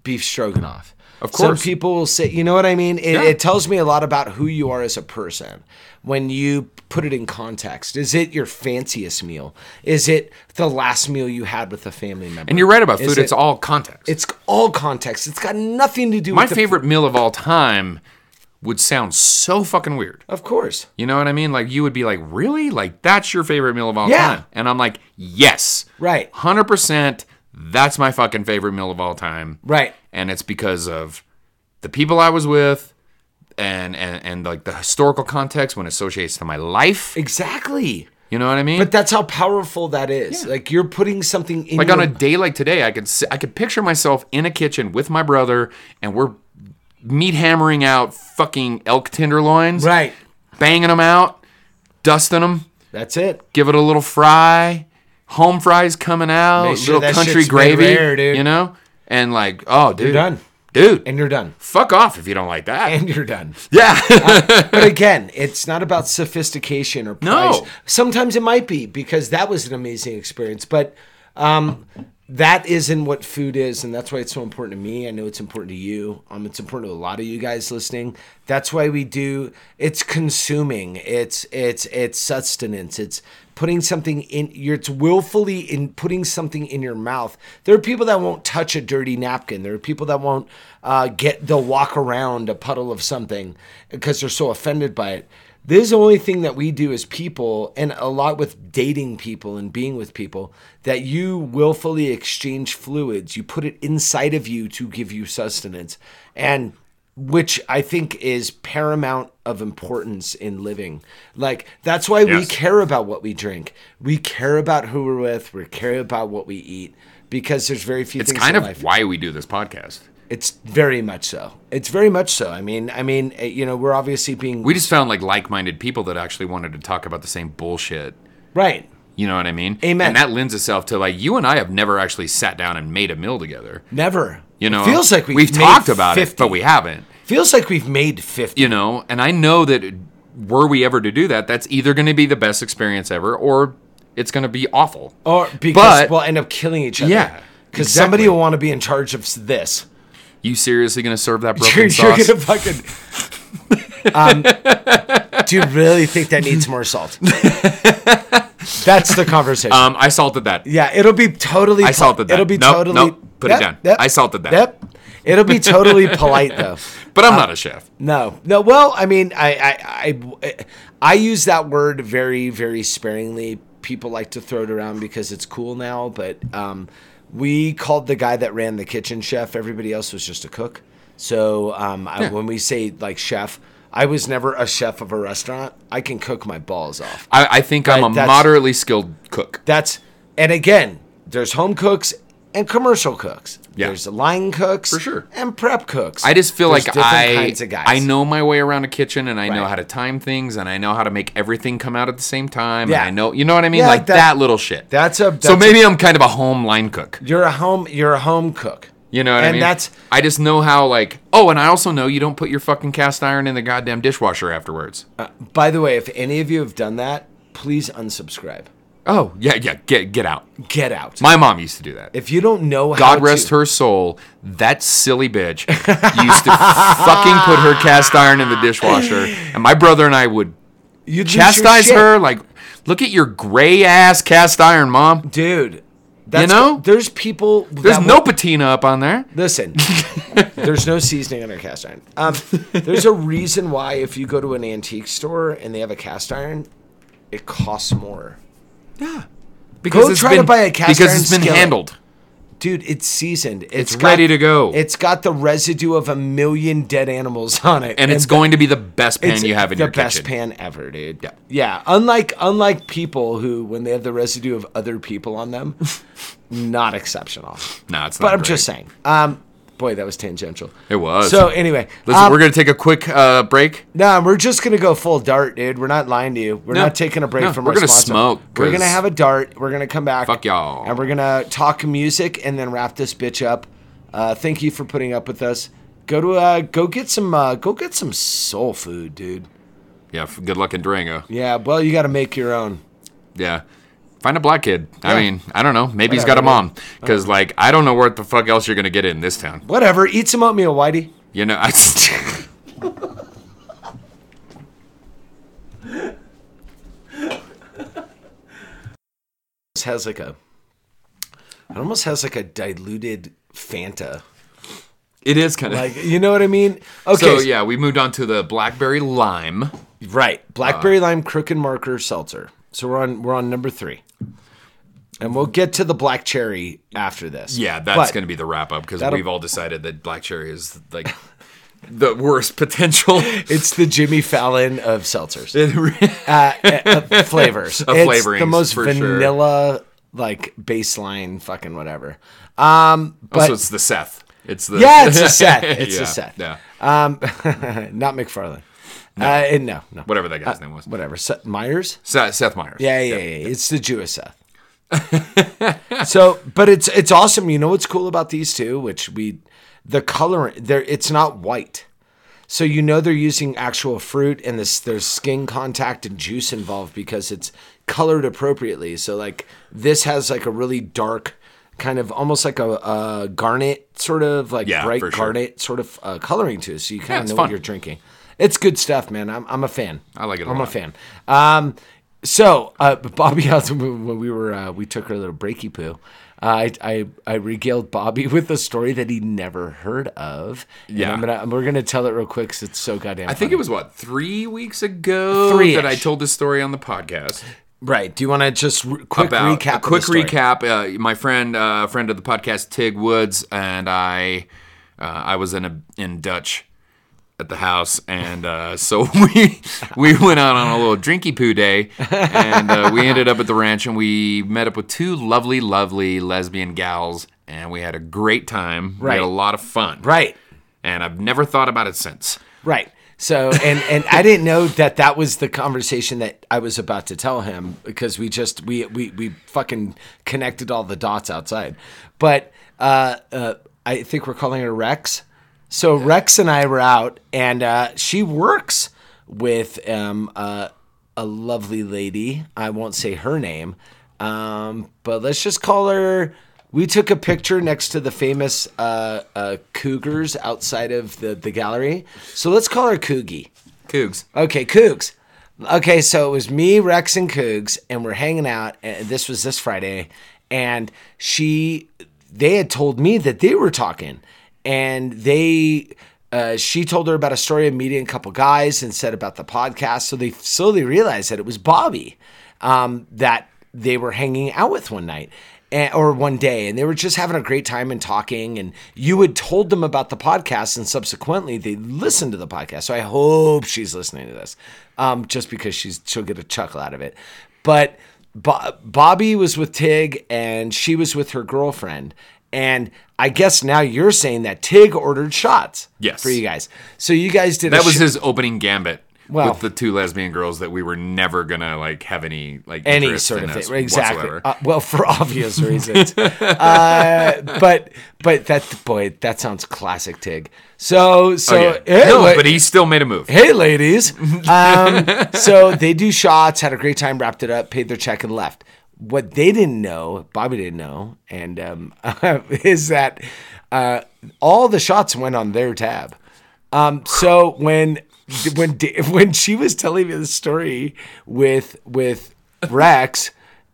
Speaker 7: beef stroganoff.
Speaker 6: Of
Speaker 7: Some
Speaker 6: course.
Speaker 7: people will say, you know what I mean? It,
Speaker 6: Yeah.
Speaker 7: it tells me a lot about who you are as a person when you put it in context. Is it your fanciest meal? Is it the last meal you had with a family member?
Speaker 6: And you're right about
Speaker 7: Is
Speaker 6: food.
Speaker 7: it-
Speaker 6: it's all context.
Speaker 7: It's all context. It's got nothing to do
Speaker 6: my
Speaker 7: with the food.
Speaker 6: favorite meal of all time would sound so fucking weird.
Speaker 7: Of course.
Speaker 6: You know what I mean? Like you would be like, really? Like that's your favorite meal of all
Speaker 7: Yeah.
Speaker 6: time? And I'm like, yes,
Speaker 7: Right.
Speaker 6: hundred percent. That's my fucking favorite meal of all time.
Speaker 7: Right.
Speaker 6: And it's because of the people I was with, and and and like the historical context when it associates to my life.
Speaker 7: Exactly.
Speaker 6: You know what I mean?
Speaker 7: But that's how powerful that is. Like you're putting something in
Speaker 6: like
Speaker 7: your
Speaker 6: on a day like today, I could si- I could picture myself in a kitchen with my brother, and we're meat hammering out fucking elk tenderloins,
Speaker 7: Right.
Speaker 6: Banging them out, dusting them,
Speaker 7: That's it.
Speaker 6: give it a little fry. Home fries coming out,
Speaker 7: Make sure
Speaker 6: little
Speaker 7: that
Speaker 6: country
Speaker 7: shit's
Speaker 6: gravy,
Speaker 7: made rare, dude.
Speaker 6: you know, and like, oh, dude,
Speaker 7: done.
Speaker 6: dude,
Speaker 7: And you're done.
Speaker 6: fuck off if you don't like that.
Speaker 7: And you're done.
Speaker 6: yeah,
Speaker 7: But again, it's not about sophistication or price.
Speaker 6: No.
Speaker 7: Sometimes it might be because that was an amazing experience, but um, that isn't what food is, and that's why it's so important to me. I know it's important to you. Um, it's important to a lot of you guys listening. That's why we do. It's consuming. It's it's it's sustenance. It's putting something in. You're, it's willfully in putting something in your mouth. There are people that won't touch a dirty napkin. There are people that won't uh, get. They'll walk around a puddle of something because they're so offended by it. This is the only thing that we do as people, and a lot with dating people and being with people, that you willfully exchange fluids. You put it inside of you to give you sustenance, and which I think is paramount of importance in living. Like, that's why we
Speaker 6: Yes.
Speaker 7: care about what we drink. We care about who we're with. We care about what we eat because there's very few
Speaker 6: it's
Speaker 7: things
Speaker 6: kind
Speaker 7: in
Speaker 6: of
Speaker 7: life.
Speaker 6: why we do this podcast.
Speaker 7: It's very much so. It's very much so. I mean, I mean, eh, you know, we're obviously being
Speaker 6: We just found like like-minded people that actually wanted to talk about the same bullshit.
Speaker 7: right.
Speaker 6: You know what I mean?
Speaker 7: Amen.
Speaker 6: And that lends itself to like you and I have never actually sat down and made a meal together.
Speaker 7: Never.
Speaker 6: You know,
Speaker 7: it feels like we've,
Speaker 6: we've
Speaker 7: made
Speaker 6: talked about
Speaker 7: 50.
Speaker 6: it, but we haven't.
Speaker 7: feels like we've made fifty.
Speaker 6: You know, and I know that were we ever to do that, that's either going to be the best experience ever, or it's going to be awful.
Speaker 7: or because
Speaker 6: but-
Speaker 7: we'll end up killing each other.
Speaker 6: Yeah, exactly.
Speaker 7: because somebody will want to be in charge of s- this.
Speaker 6: You seriously going to serve that broken
Speaker 7: You're, you're
Speaker 6: sauce?
Speaker 7: gonna fucking. um, do you really think that needs more salt? That's the conversation.
Speaker 6: Um, I salted that.
Speaker 7: yeah, it'll be totally.
Speaker 6: I salted that.
Speaker 7: It'll be
Speaker 6: Nope,
Speaker 7: totally.
Speaker 6: nope, put it down. I salted that.
Speaker 7: Yep. It'll be totally polite though.
Speaker 6: But
Speaker 7: Uh,
Speaker 6: I'm not a chef.
Speaker 7: No, no. Well, I mean, I, I, I, I use that word very, very sparingly. People like to throw it around because it's cool now, but um, we called the guy that ran the kitchen chef. Everybody else was just a cook. So um, I, when we say like chef, I was never a chef of a restaurant. I can cook my balls off.
Speaker 6: I, I think I'm
Speaker 7: Right,
Speaker 6: a
Speaker 7: that's-
Speaker 6: moderately skilled cook.
Speaker 7: That's and again, there's home cooks and commercial cooks.
Speaker 6: Yeah.
Speaker 7: There's line cooks
Speaker 6: For sure.
Speaker 7: and prep cooks.
Speaker 6: I just feel
Speaker 7: There's
Speaker 6: like
Speaker 7: different
Speaker 6: I
Speaker 7: kinds of guys.
Speaker 6: I know my way around a kitchen and I know
Speaker 7: Right.
Speaker 6: how to time things and I know how to make everything come out at the same time.
Speaker 7: Yeah.
Speaker 6: And I know you know what I mean?
Speaker 7: Yeah,
Speaker 6: like
Speaker 7: that-
Speaker 6: that, little shit.
Speaker 7: that's a-
Speaker 6: so
Speaker 7: that's a-
Speaker 6: maybe i I'm kind of a home line cook.
Speaker 7: You're a home. You're a home cook.
Speaker 6: You know what I
Speaker 7: And
Speaker 6: mean?
Speaker 7: that's-
Speaker 6: I just know how like oh, and I also know you don't put your fucking cast iron in the goddamn dishwasher afterwards.
Speaker 7: By the way, if any of you have done that, please unsubscribe.
Speaker 6: oh yeah, yeah, get get out.
Speaker 7: Get out.
Speaker 6: My mom used to do that.
Speaker 7: if you don't know how
Speaker 6: God rest
Speaker 7: to,
Speaker 6: her soul. That silly bitch used to fucking put her cast iron in the dishwasher, and my brother and I would
Speaker 7: you lose your
Speaker 6: chastise
Speaker 7: shit.
Speaker 6: her like, "Look at your gray ass cast iron, mom.
Speaker 7: dude. That's
Speaker 6: know?
Speaker 7: there's people.
Speaker 6: There's
Speaker 7: that
Speaker 6: no
Speaker 7: will-
Speaker 6: patina up on there."
Speaker 7: Listen, there's no seasoning on our cast iron. Um, there's a reason why if you go to an antique store and they have a cast iron, it costs more.
Speaker 6: Because
Speaker 7: Go
Speaker 6: it's
Speaker 7: try to buy a cast
Speaker 6: because
Speaker 7: iron
Speaker 6: it's been
Speaker 7: skillet.
Speaker 6: handled.
Speaker 7: Dude, it's seasoned.
Speaker 6: It's ready to go.
Speaker 7: It's got the residue of a million dead animals on it,
Speaker 6: and it's
Speaker 7: the-
Speaker 6: going to be the best pan you have in
Speaker 7: the
Speaker 6: your
Speaker 7: best
Speaker 6: kitchen.
Speaker 7: pan ever, dude.
Speaker 6: Yeah.
Speaker 7: yeah. Unlike unlike people who, when they have the residue of other people on them, not exceptional.
Speaker 6: No, it's
Speaker 7: but
Speaker 6: not
Speaker 7: I'm just
Speaker 6: great.
Speaker 7: saying. Um, boy, that was tangential.
Speaker 6: It was.
Speaker 7: So anyway,
Speaker 6: Listen,
Speaker 7: um,
Speaker 6: we're gonna take a quick uh, break.
Speaker 7: No, we're just gonna go full dart, dude. We're not lying to you. We're
Speaker 6: No.
Speaker 7: not taking a break
Speaker 6: No,
Speaker 7: from.
Speaker 6: we're
Speaker 7: our
Speaker 6: gonna
Speaker 7: sponsor.
Speaker 6: smoke,
Speaker 7: We're gonna
Speaker 6: 'cause-
Speaker 7: have a dart. We're gonna come back.
Speaker 6: Fuck y'all.
Speaker 7: And we're gonna talk music and then wrap this bitch up. Uh, thank you for putting up with us. Go to uh, go get some uh, go get some soul food, dude.
Speaker 6: Yeah, f- good luck in Durango.
Speaker 7: Yeah, well, you got to make your own.
Speaker 6: Yeah. Find a black kid.
Speaker 7: Yeah. Uh-huh.
Speaker 6: I mean, I don't know. Maybe he's
Speaker 7: Whatever,
Speaker 6: got a
Speaker 7: dude.
Speaker 6: mom. Because, like, I don't know where the fuck else you're going to get in this town.
Speaker 7: Whatever. Eat some oatmeal, Whitey.
Speaker 6: You know, I
Speaker 7: This has like a. It almost has like a diluted Fanta.
Speaker 6: it is kind of.
Speaker 7: Like you know what I mean? Okay.
Speaker 6: so, yeah, we moved on to the blackberry lime.
Speaker 7: Right.
Speaker 6: Uh.
Speaker 7: Blackberry lime crooked marker seltzer. So we're on we're on number three. And we'll get to the black cherry after this.
Speaker 6: Yeah, that's going to be the wrap up because
Speaker 7: That'll-
Speaker 6: we've all decided that black cherry is, like, the worst potential.
Speaker 7: It's the Jimmy Fallon of seltzers.
Speaker 6: yeah,
Speaker 7: Uh, uh, uh, flavors.
Speaker 6: Of
Speaker 7: it's
Speaker 6: flavorings,
Speaker 7: the most
Speaker 6: for sure.
Speaker 7: vanilla like baseline fucking whatever. Um but
Speaker 6: also, it's the Seth. It's the.
Speaker 7: Yeah, it's a Seth. It's a
Speaker 6: yeah,
Speaker 7: Seth.
Speaker 6: Yeah.
Speaker 7: um not McFarlane. No. Uh, and no, no.
Speaker 6: Whatever that guy's name was.
Speaker 7: Whatever. Seth Myers?
Speaker 6: Seth, Seth Meyers.
Speaker 7: Uh, Yeah, yeah, yeah. yeah. It's the Jewish Seth. so, but it's it's awesome. You know what's cool about these two, which we the color there it's not white. So you know they're using actual fruit and this there's skin contact and juice involved because it's colored appropriately. So like this has like a really dark kind of almost like a, a garnet sort of like
Speaker 6: Yeah,
Speaker 7: bright
Speaker 6: for sure.
Speaker 7: garnet sort of uh, coloring to it. So you kind
Speaker 6: Yeah,
Speaker 7: of
Speaker 6: it's
Speaker 7: know what
Speaker 6: fun.
Speaker 7: you're drinking. It's good stuff, man. I'm, I'm a fan.
Speaker 6: I like it a
Speaker 7: I'm a
Speaker 6: lot.
Speaker 7: fan. Um, so uh, Bobby, House, when when we were uh, we took her little breaky poo. uh, I, I I regaled Bobby with a story that he never heard of. And
Speaker 6: Yeah.
Speaker 7: I'm gonna we're gonna tell it real quick because it's so goddamn.
Speaker 6: I think
Speaker 7: funny.
Speaker 6: it was what three weeks ago
Speaker 7: Three-ish.
Speaker 6: that I told this story on the podcast.
Speaker 7: right. Do you want to just re- quick
Speaker 6: about
Speaker 7: recap?
Speaker 6: a
Speaker 7: of the
Speaker 6: quick
Speaker 7: story?
Speaker 6: recap. Uh, my friend, uh, friend of the podcast, Tig Woods, and I, uh, I was in a, in Dutch at the house, and uh, so we we went out on a little drinky poo day, and uh, we ended up at the ranch, and we met up with two lovely, lovely lesbian gals, and we had a great time. We
Speaker 7: Right.
Speaker 6: had a lot of fun.
Speaker 7: Right.
Speaker 6: And I've never thought about it since.
Speaker 7: Right. So and and I didn't know that that was the conversation that I was about to tell him because we just we we we fucking connected all the dots outside. But uh, uh I think we're calling her Rex. So Rex and I were out and uh she works with um uh, a lovely lady. I won't say her name. Um but let's just call her we took a picture next to the famous uh, uh, cougars outside of the, the gallery. So let's call her Coogie.
Speaker 6: Cougs.
Speaker 7: Okay, Cougs. Okay, so it was me, Rex, and Cougs, and we're hanging out. And this was this Friday, and she, they had told me that they were talking, and they, uh, she told her about a story of meeting a couple guys and said about the podcast. So they slowly realized that it was Bobby, um, that they were hanging out with one night. And, or one day, and they were just having a great time and talking. And you had told them about the podcast, and subsequently they listened to the podcast. So I hope she's listening to this, um, just because she's she'll get a chuckle out of it. But Bo- Bobby was with Tig, and she was with her girlfriend. And I guess now you're saying that Tig ordered shots,
Speaker 6: Yes.
Speaker 7: for you guys. So you guys did a
Speaker 6: That was
Speaker 7: sh-
Speaker 6: his opening gambit.
Speaker 7: Well-
Speaker 6: with the two lesbian girls that we were never gonna like have any like
Speaker 7: any
Speaker 6: interest
Speaker 7: sort
Speaker 6: in
Speaker 7: of
Speaker 6: us
Speaker 7: thing, exactly.
Speaker 6: whatsoever.
Speaker 7: Uh, well, for obvious reasons. uh, but but that boy, that sounds classic, Tig. So so eh,
Speaker 6: Oh, yeah.
Speaker 7: hey,
Speaker 6: no,
Speaker 7: la-
Speaker 6: but he still made a move.
Speaker 7: hey, ladies. Um, so they do shots, had a great time, wrapped it up, paid their check, and left. What they didn't know, Bobby didn't know, and um, is that uh, all the shots went on their tab. Um, so when when Da- when she was telling me the story with with Rex,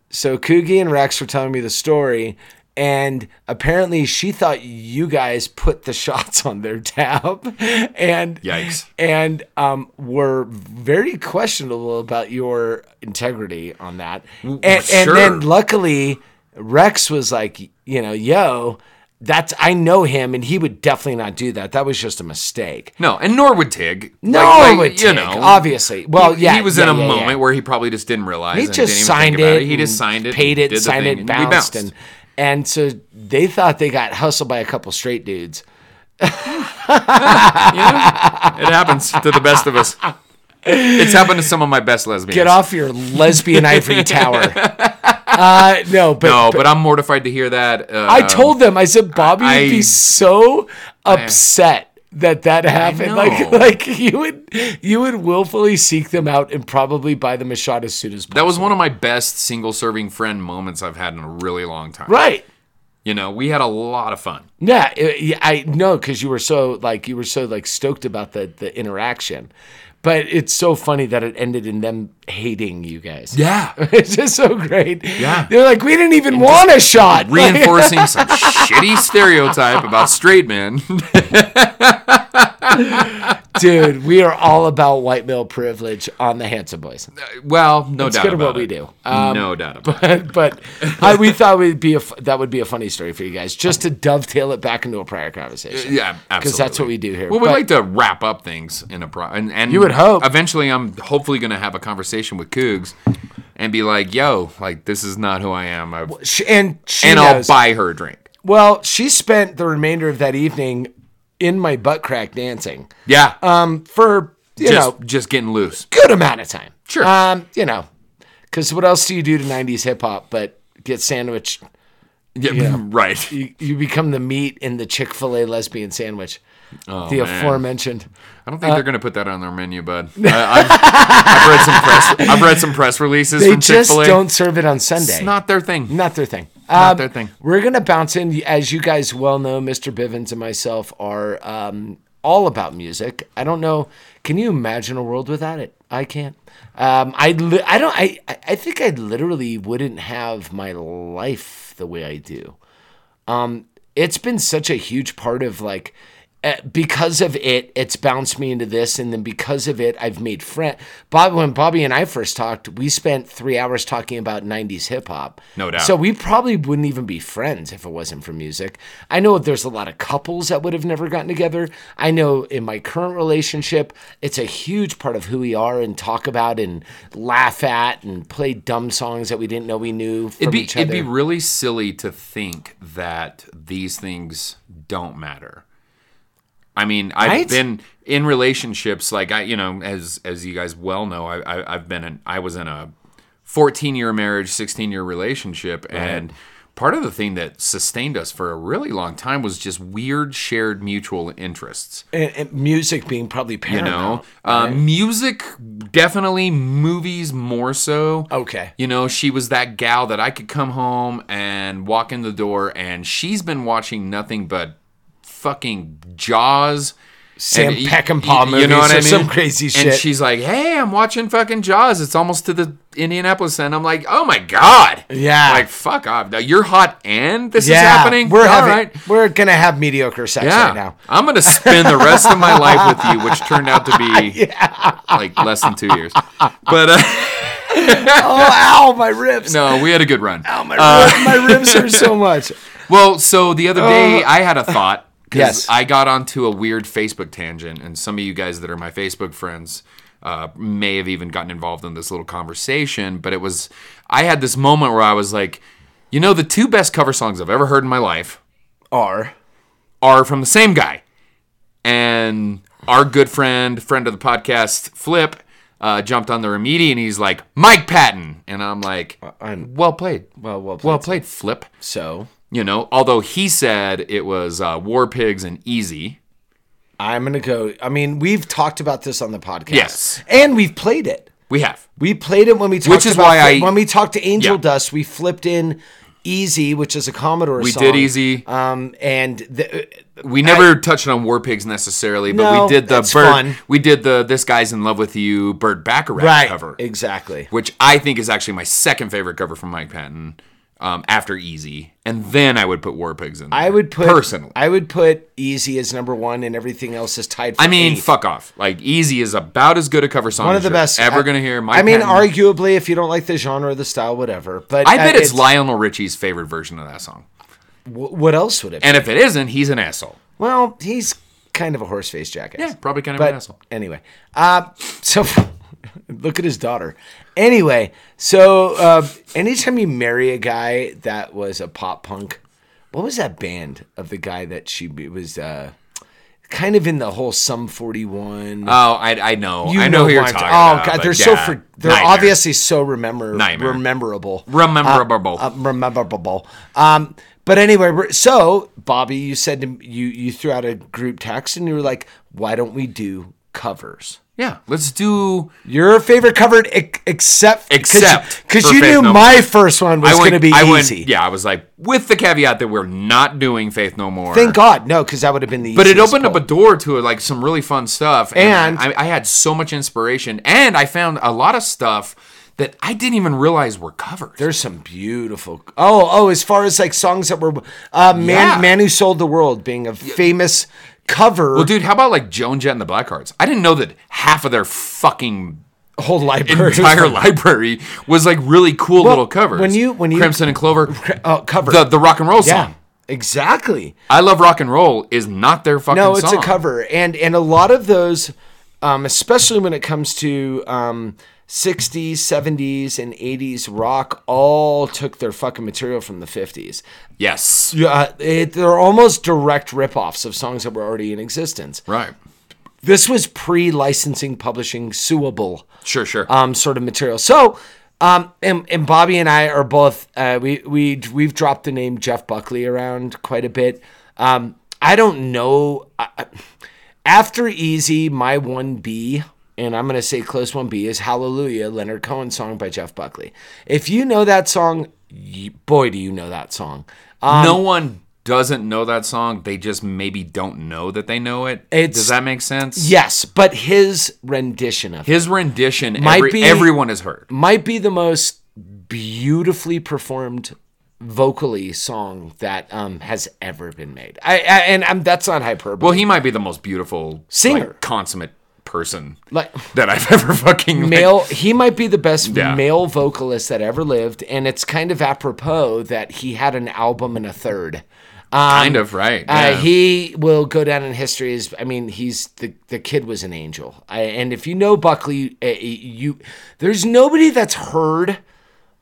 Speaker 7: so Coogie and Rex were telling me the story, and apparently she thought you guys put the shots on their tab, and
Speaker 6: Yikes.
Speaker 7: and um, were very questionable about your integrity on that. And, and
Speaker 6: sure.
Speaker 7: then luckily, Rex was like, you know, yo, that's I know him, and he would definitely not do that. That was just a mistake.
Speaker 6: No, and nor would Tig.
Speaker 7: No,
Speaker 6: Like-
Speaker 7: it
Speaker 6: like,
Speaker 7: would take, obviously. Well,
Speaker 6: he-
Speaker 7: yeah,
Speaker 6: he was
Speaker 7: yeah,
Speaker 6: in a
Speaker 7: yeah, yeah.
Speaker 6: moment where he probably just didn't realize.
Speaker 7: He
Speaker 6: and didn't
Speaker 7: just
Speaker 6: even
Speaker 7: signed
Speaker 6: think about
Speaker 7: it.
Speaker 6: He just
Speaker 7: and
Speaker 6: signed it,
Speaker 7: paid
Speaker 6: did
Speaker 7: it,
Speaker 6: the
Speaker 7: signed
Speaker 6: thing,
Speaker 7: it,
Speaker 6: and we
Speaker 7: bounced, and and so they thought they got hustled by a couple straight dudes.
Speaker 6: It happens to the best of us. It's happened to some of my best lesbians.
Speaker 7: Get off your lesbian ivory tower. Uh, no, but,
Speaker 6: No, but I'm mortified to hear that. Uh,
Speaker 7: I told them, I said, Bobby would
Speaker 6: I-
Speaker 7: be so upset that that happened. Like,
Speaker 6: know.
Speaker 7: like you would, you would willfully seek them out and probably buy them a shot as soon as possible.
Speaker 6: that was one of my best single serving friend moments I've had in a really long time.
Speaker 7: right.
Speaker 6: You know, we had a lot of fun.
Speaker 7: Yeah, it- yeah, I know because you were so like you were so like stoked about the the interaction, but it's so funny that it ended in them hating you guys.
Speaker 6: Yeah.
Speaker 7: It's just so great.
Speaker 6: Yeah.
Speaker 7: They're like, we didn't even want a shot. Like-
Speaker 6: Reinforcing some shitty stereotype about straight men.
Speaker 7: Dude, we are all about white male privilege on the Handsome Boys.
Speaker 6: well, no doubt
Speaker 7: good at
Speaker 6: about
Speaker 7: what we
Speaker 6: it.
Speaker 7: do.
Speaker 6: no doubt about it.
Speaker 7: but I, we thought we'd be a, f- that would be a funny story for you guys, just to dovetail it back into a prior conversation.
Speaker 6: Yeah, absolutely.
Speaker 7: because that's what we do here.
Speaker 6: Well, we
Speaker 7: But-
Speaker 6: like to wrap up things in a pro, and, and
Speaker 7: You would hope.
Speaker 6: Eventually, I'm hopefully going to have a conversation with Coogs, and be like, "Yo, like this is not who I am," I've,
Speaker 7: Sh- and she
Speaker 6: and I'll
Speaker 7: knows.
Speaker 6: buy her a drink.
Speaker 7: well, she spent the remainder of that evening in my butt crack dancing
Speaker 6: Yeah,
Speaker 7: um, for you
Speaker 6: just
Speaker 7: know
Speaker 6: just getting loose.
Speaker 7: good amount of time.
Speaker 6: Sure.
Speaker 7: um, you know, because what else do you do to '90s hip hop but get sandwiched?
Speaker 6: Yeah, right.
Speaker 7: You, you become the meat in the Chick Fil A lesbian sandwich, the
Speaker 6: Oh, man.
Speaker 7: aforementioned.
Speaker 6: I don't think
Speaker 7: Uh,
Speaker 6: they're going to put that on their menu, bud. I, I've, I've read some press. I've read some press releases
Speaker 7: They
Speaker 6: from
Speaker 7: just
Speaker 6: Chick-fil-A.
Speaker 7: don't serve it on Sunday.
Speaker 6: It's not their thing.
Speaker 7: Not their thing. Um,
Speaker 6: Not their thing.
Speaker 7: We're gonna bounce in, as you guys well know. Mr. Bivens and myself are um, all about music. I don't know. Can you imagine a world without it? I can't. Um, I li- I don't. I I I think I literally wouldn't have my life the way I do. Um, it's been such a huge part of like. eh, Because of it, it's bounced me into this, and then because of it, I've made friends. Bob, when Bobby and I first talked, we spent three hours talking about '90s hip hop.
Speaker 6: No doubt.
Speaker 7: So we probably wouldn't even be friends if it wasn't for music. I know there's a lot of couples that would have never gotten together. I know in my current relationship, it's a huge part of who we are and talk about and laugh at and play dumb songs that we didn't know we knew from
Speaker 6: It'd be
Speaker 7: each other.
Speaker 6: it'd be really silly to think that these things don't matter. I mean, I've
Speaker 7: Right?
Speaker 6: been in relationships like I, you know, as as you guys well know, I, I I've been in, I was in a 14 year marriage, 16 year relationship, and part of the thing that sustained us for a really long time was just weird shared mutual interests.
Speaker 7: and, and music being probably
Speaker 6: You know,
Speaker 7: paramount.
Speaker 6: uh, music definitely, movies more so.
Speaker 7: Okay.
Speaker 6: You know, she was that gal that I could come home and walk in the door, and she's been watching nothing but fucking Jaws.
Speaker 7: Sam
Speaker 6: and-
Speaker 7: Peckinpah movies or some crazy
Speaker 6: And
Speaker 7: shit.
Speaker 6: she's like, "Hey, I'm watching fucking Jaws. It's almost to the Indianapolis." And I'm like, "Oh my god!"
Speaker 7: Yeah.
Speaker 6: Like, fuck off. Now you're hot, and this
Speaker 7: yeah,
Speaker 6: is happening.
Speaker 7: We're
Speaker 6: All
Speaker 7: having,
Speaker 6: right.
Speaker 7: we're gonna have mediocre sex right now.
Speaker 6: I'm gonna spend the rest of my life with you, which turned out to be like less than two years. But uh,
Speaker 7: Oh, ow, my ribs!
Speaker 6: no, we had a good run.
Speaker 7: my, rib- my ribs hurt so much.
Speaker 6: Well, so the other day I had a thought because
Speaker 7: Oh. Yes.
Speaker 6: I got onto a weird Facebook tangent, and some of you guys that are my Facebook friends uh, may have even gotten involved in this little conversation. But it was I had this moment where I was like, you know, the two best cover songs I've ever heard in my life
Speaker 7: R.
Speaker 6: are from the same guy. And our good friend, friend of the podcast, Flip, uh, jumped on the Remedy and he's like, Mike Patton. And I'm like,
Speaker 7: I'm-
Speaker 6: well played.
Speaker 7: Uh, Well, well played,
Speaker 6: Well played, Flip.
Speaker 7: So
Speaker 6: You know, although he said it was uh, War Pigs and Easy.
Speaker 7: I'm gonna go. I mean, we've talked about this on the podcast.
Speaker 6: Yes.
Speaker 7: and we've played it.
Speaker 6: We have.
Speaker 7: We played it when we talked
Speaker 6: Which is
Speaker 7: about
Speaker 6: why I-
Speaker 7: when we talked to Angel
Speaker 6: Yeah.
Speaker 7: Dust, we flipped in Easy, which is a Commodore
Speaker 6: We
Speaker 7: song.
Speaker 6: did Easy.
Speaker 7: Um, and the,
Speaker 6: We never touched on War Pigs necessarily, but
Speaker 7: No,
Speaker 6: we did the
Speaker 7: that's
Speaker 6: Bert,
Speaker 7: fun.
Speaker 6: we did the This Guy's in Love with You Bert Bacharach
Speaker 7: right
Speaker 6: cover,
Speaker 7: exactly.
Speaker 6: which I think is actually my second favorite cover from Mike Patton um, after Easy, and then I would put War Pigs in. There,
Speaker 7: I would put
Speaker 6: personally. I,
Speaker 7: I would put Easy as number one, and everything else is tied. For
Speaker 6: mean,
Speaker 7: eighth.
Speaker 6: fuck off. Like Easy is about as good a cover song
Speaker 7: one
Speaker 6: as
Speaker 7: of the
Speaker 6: you're
Speaker 7: best
Speaker 6: ever
Speaker 7: I-
Speaker 6: gonna hear. Mike
Speaker 7: I mean,
Speaker 6: Patton.
Speaker 7: arguably, if you don't like the genre, the style, whatever. But
Speaker 6: I
Speaker 7: uh,
Speaker 6: bet it's, Lionel Richie's favorite version of that song,
Speaker 7: wh- what else would it? be?
Speaker 6: and if it isn't, he's an asshole.
Speaker 7: Well, he's kind of a horse face jacket.
Speaker 6: Yeah, probably kind of
Speaker 7: but
Speaker 6: an asshole.
Speaker 7: Anyway, uh, so look at his daughter. Anyway, so uh, anytime you marry a guy that was a pop punk, what was that band of the guy that she be- was uh, kind of in the whole Sum 41?
Speaker 6: Oh, I, I know.
Speaker 7: You
Speaker 6: I know, who you're
Speaker 7: who I'm
Speaker 6: talking
Speaker 7: ta-
Speaker 6: about.
Speaker 7: Oh god,
Speaker 6: but
Speaker 7: they're so
Speaker 6: yeah.
Speaker 7: for, they're
Speaker 6: Nightmare.
Speaker 7: obviously so remember
Speaker 6: Nightmare.
Speaker 7: rememberable.
Speaker 6: Rememberable.
Speaker 7: Uh, uh, rememberable. Um but anyway, we're- so Bobby, you said to, m- you you threw out a group text and you were like, "Why don't we do covers?"
Speaker 6: Yeah, let's do.
Speaker 7: Your favorite covered ex- except
Speaker 6: Except
Speaker 7: cuz
Speaker 6: for
Speaker 7: you
Speaker 6: Faith
Speaker 7: knew
Speaker 6: No More.
Speaker 7: my first one was going to be
Speaker 6: I
Speaker 7: easy.
Speaker 6: Went, yeah, I was like, with the caveat that we're not doing Faith No More.
Speaker 7: Thank God. No, cuz that would have been the
Speaker 6: But it
Speaker 7: easiest
Speaker 6: opened up
Speaker 7: poll.
Speaker 6: a door to like some really fun stuff, and,
Speaker 7: And-
Speaker 6: I, I had so much inspiration, and I found a lot of stuff that I didn't even realize were covered.
Speaker 7: There's some beautiful. Oh, oh, as far as like songs that were, uh, man,
Speaker 6: Yeah.
Speaker 7: man who sold the world being a famous cover
Speaker 6: well, dude, how about like Joan Jett and the Blackhearts? I didn't know that half of their fucking
Speaker 7: whole library,
Speaker 6: entire library was like really cool little covers.
Speaker 7: when you- when you-
Speaker 6: Crimson and Clover,
Speaker 7: oh, cover.
Speaker 6: the the rock and roll
Speaker 7: yeah,
Speaker 6: song.
Speaker 7: exactly.
Speaker 6: I love rock and roll is not their fucking.
Speaker 7: No, it's
Speaker 6: song.
Speaker 7: a cover, and and a lot of those, um, especially when it comes to um, 60s, 70s, and 80s rock, all took their fucking material from the 50s.
Speaker 6: Yes,
Speaker 7: Yeah, it, they're almost direct ripoffs of songs that were already in existence.
Speaker 6: right.
Speaker 7: This was pre-licensing, publishing, suable.
Speaker 6: Sure, sure.
Speaker 7: um, sort of material. So, um, and, and Bobby and I are both uh, we we we've dropped the name Jeff Buckley around quite a bit. Um, I don't know. I, I- after Easy, my one B, and I'm gonna say close one B is Hallelujah, Leonard Cohen song by Jeff Buckley. If you know that song, y boy, do you know that song. Um,
Speaker 6: no one doesn't know that song. They just maybe don't know that they know it.
Speaker 7: It's-
Speaker 6: Does that make sense?
Speaker 7: Yes, but his rendition of it
Speaker 6: His rendition,
Speaker 7: Might
Speaker 6: every,
Speaker 7: be-
Speaker 6: everyone has heard.
Speaker 7: might be the most beautifully performed vocally song that um, has ever been made. I, I and i that's not hyperbole.
Speaker 6: Well, he might be the most beautiful
Speaker 7: Singer.
Speaker 6: like, consummate person
Speaker 7: like
Speaker 6: that I've ever fucking like-
Speaker 7: male. He might be the best
Speaker 6: Yeah.
Speaker 7: male vocalist that ever lived, and it's kind of apropos that he had an album and a third.
Speaker 6: kind of right.
Speaker 7: Uh,
Speaker 6: yeah.
Speaker 7: he will go down in history as I mean he's the the kid was an angel I, and if you know Buckley uh, you there's nobody that's heard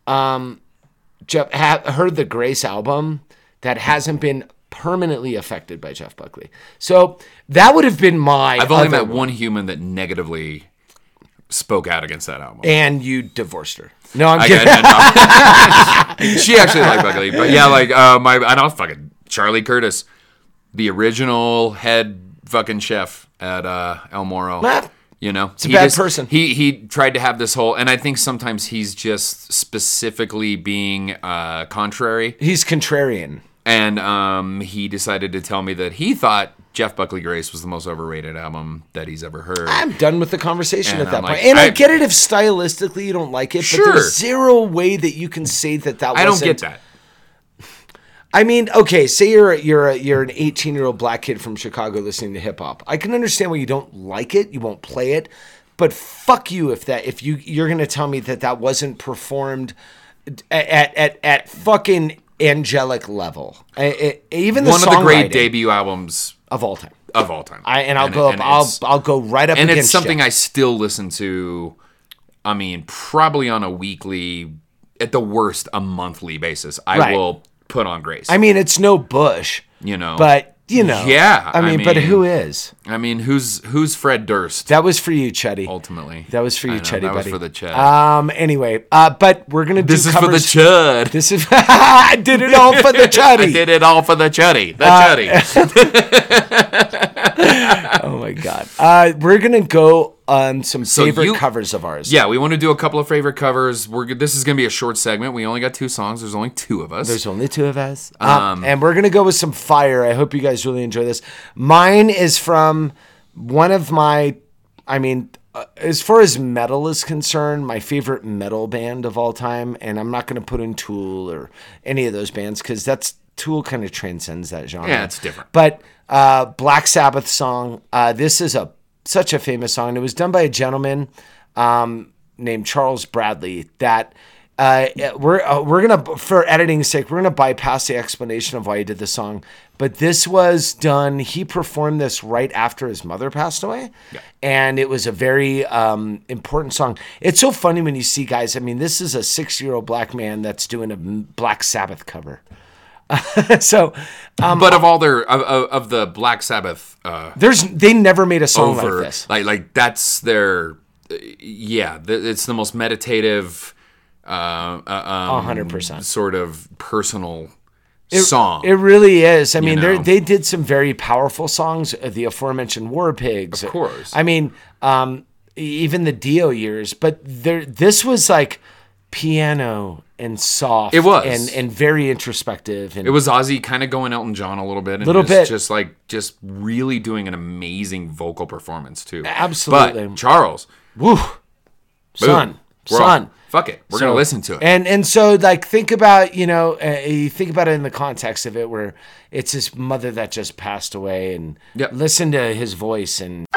Speaker 7: um Jeff ha, heard the Grace album that hasn't been permanently affected by Jeff Buckley so that would have been my
Speaker 6: I've only
Speaker 7: other
Speaker 6: met one human that negatively spoke out against that album.
Speaker 7: and you divorced her no I'm
Speaker 6: I
Speaker 7: kidding
Speaker 6: got no. She actually liked Buckley, but yeah, like uh, my I don't fucking Charlie Curtis, the original head fucking chef at uh, El Moro.
Speaker 7: Ah.
Speaker 6: You know, it's
Speaker 7: a bad person.
Speaker 6: He he tried to have this whole, and I think sometimes he's just specifically being uh, contrary,
Speaker 7: he's contrarian
Speaker 6: and um, he decided to tell me that he thought Jeff Buckley Grace was the most overrated album that he's ever heard.
Speaker 7: I'm done with the conversation
Speaker 6: And
Speaker 7: at that
Speaker 6: I'm
Speaker 7: point.
Speaker 6: like,
Speaker 7: and I,
Speaker 6: I-
Speaker 7: get it if stylistically you don't like it,
Speaker 6: Sure.
Speaker 7: but there's zero way that you can say that that
Speaker 6: I don't get
Speaker 7: wasn't-
Speaker 6: that.
Speaker 7: I mean, okay, say you're a, you're a, you're an 18 year old black kid from Chicago listening to hip hop. I can understand why you don't like it, you won't play it, but fuck you if that if you you're gonna tell me that that wasn't performed at at at, at fucking angelic level. I, I, even the
Speaker 6: One of the great
Speaker 7: songwriting
Speaker 6: debut albums
Speaker 7: of all time.
Speaker 6: of all time.
Speaker 7: I, and I'll go up. I'll
Speaker 6: it's-
Speaker 7: I'll go right up.
Speaker 6: and it's
Speaker 7: against
Speaker 6: something
Speaker 7: you.
Speaker 6: I still listen to. I mean, probably on a weekly, at the worst, a monthly basis. I
Speaker 7: Right.
Speaker 6: will put on Grace.
Speaker 7: I mean, it's no Bush,
Speaker 6: you know,
Speaker 7: but you know.
Speaker 6: Yeah,
Speaker 7: I
Speaker 6: I
Speaker 7: mean, but
Speaker 6: mean-
Speaker 7: who is?
Speaker 6: I mean, who's who's Fred Durst
Speaker 7: That was for you, Chetty.
Speaker 6: ultimately?
Speaker 7: That was for you,
Speaker 6: I know,
Speaker 7: Chetty.
Speaker 6: That was
Speaker 7: buddy.
Speaker 6: for the Chet.
Speaker 7: Um. Anyway, uh, but we're gonna do
Speaker 6: this is for the
Speaker 7: covers-
Speaker 6: Chud.
Speaker 7: This is I did it all for the Chetty.
Speaker 6: I did it all for the Chuddy. The
Speaker 7: Uh,
Speaker 6: Chuddy.
Speaker 7: Oh my god. Uh, we're gonna go on some
Speaker 6: So
Speaker 7: favorite
Speaker 6: you-
Speaker 7: covers of ours.
Speaker 6: yeah, we want to do a couple of favorite covers. We're g- this is gonna be a short segment. We only got two songs. There's only two of us.
Speaker 7: There's only two of us. Um, and we're going to go with some fire. I hope you guys really enjoy this. Mine is from one of my, I mean, uh, as far as metal is concerned, my favorite metal band of all time. And I'm not going to put in Tool or any of those bands because that's Tool kind of transcends that genre.
Speaker 6: Yeah, it's different.
Speaker 7: But uh, Black Sabbath song. Uh, this is a such a famous song. And it was done by a gentleman um, named Charles Bradley. That uh, we're uh, we're gonna for editing's sake we're gonna bypass the explanation of why he did the song. But this was done. He performed this right after his mother passed away, and it was a very um, important song. It's so funny when you see guys. I mean, this is a six-year-old black man that's doing a Black Sabbath cover. so
Speaker 6: but of all their of, of, of the Black Sabbath uh,
Speaker 7: There's they never made a song
Speaker 6: over,
Speaker 7: like this.
Speaker 6: like like that's their uh, yeah. Th- it's the most meditative, uh, uh, um,
Speaker 7: hundred percent.
Speaker 6: sort of personal song.
Speaker 7: It really is. I mean, they
Speaker 6: know?
Speaker 7: they did some very powerful songs. uh, The aforementioned War Pigs. Of
Speaker 6: course.
Speaker 7: I mean, um, e- even the Dio years. But there, this was like piano and soft.
Speaker 6: It was.
Speaker 7: and and very introspective. And
Speaker 6: It was Ozzy kind of going Elton John a little bit, and
Speaker 7: Little
Speaker 6: just,
Speaker 7: bit.
Speaker 6: just like just really doing an amazing vocal performance too.
Speaker 7: Absolutely.
Speaker 6: but Charles,
Speaker 7: woo, son,
Speaker 6: we're
Speaker 7: son.
Speaker 6: on. fuck it, we're gonna
Speaker 7: So-
Speaker 6: listen to it.
Speaker 7: And and so like think about you know uh, you think about it in the context of it where it's his mother that just passed away and
Speaker 6: Yep.
Speaker 7: listen to his voice and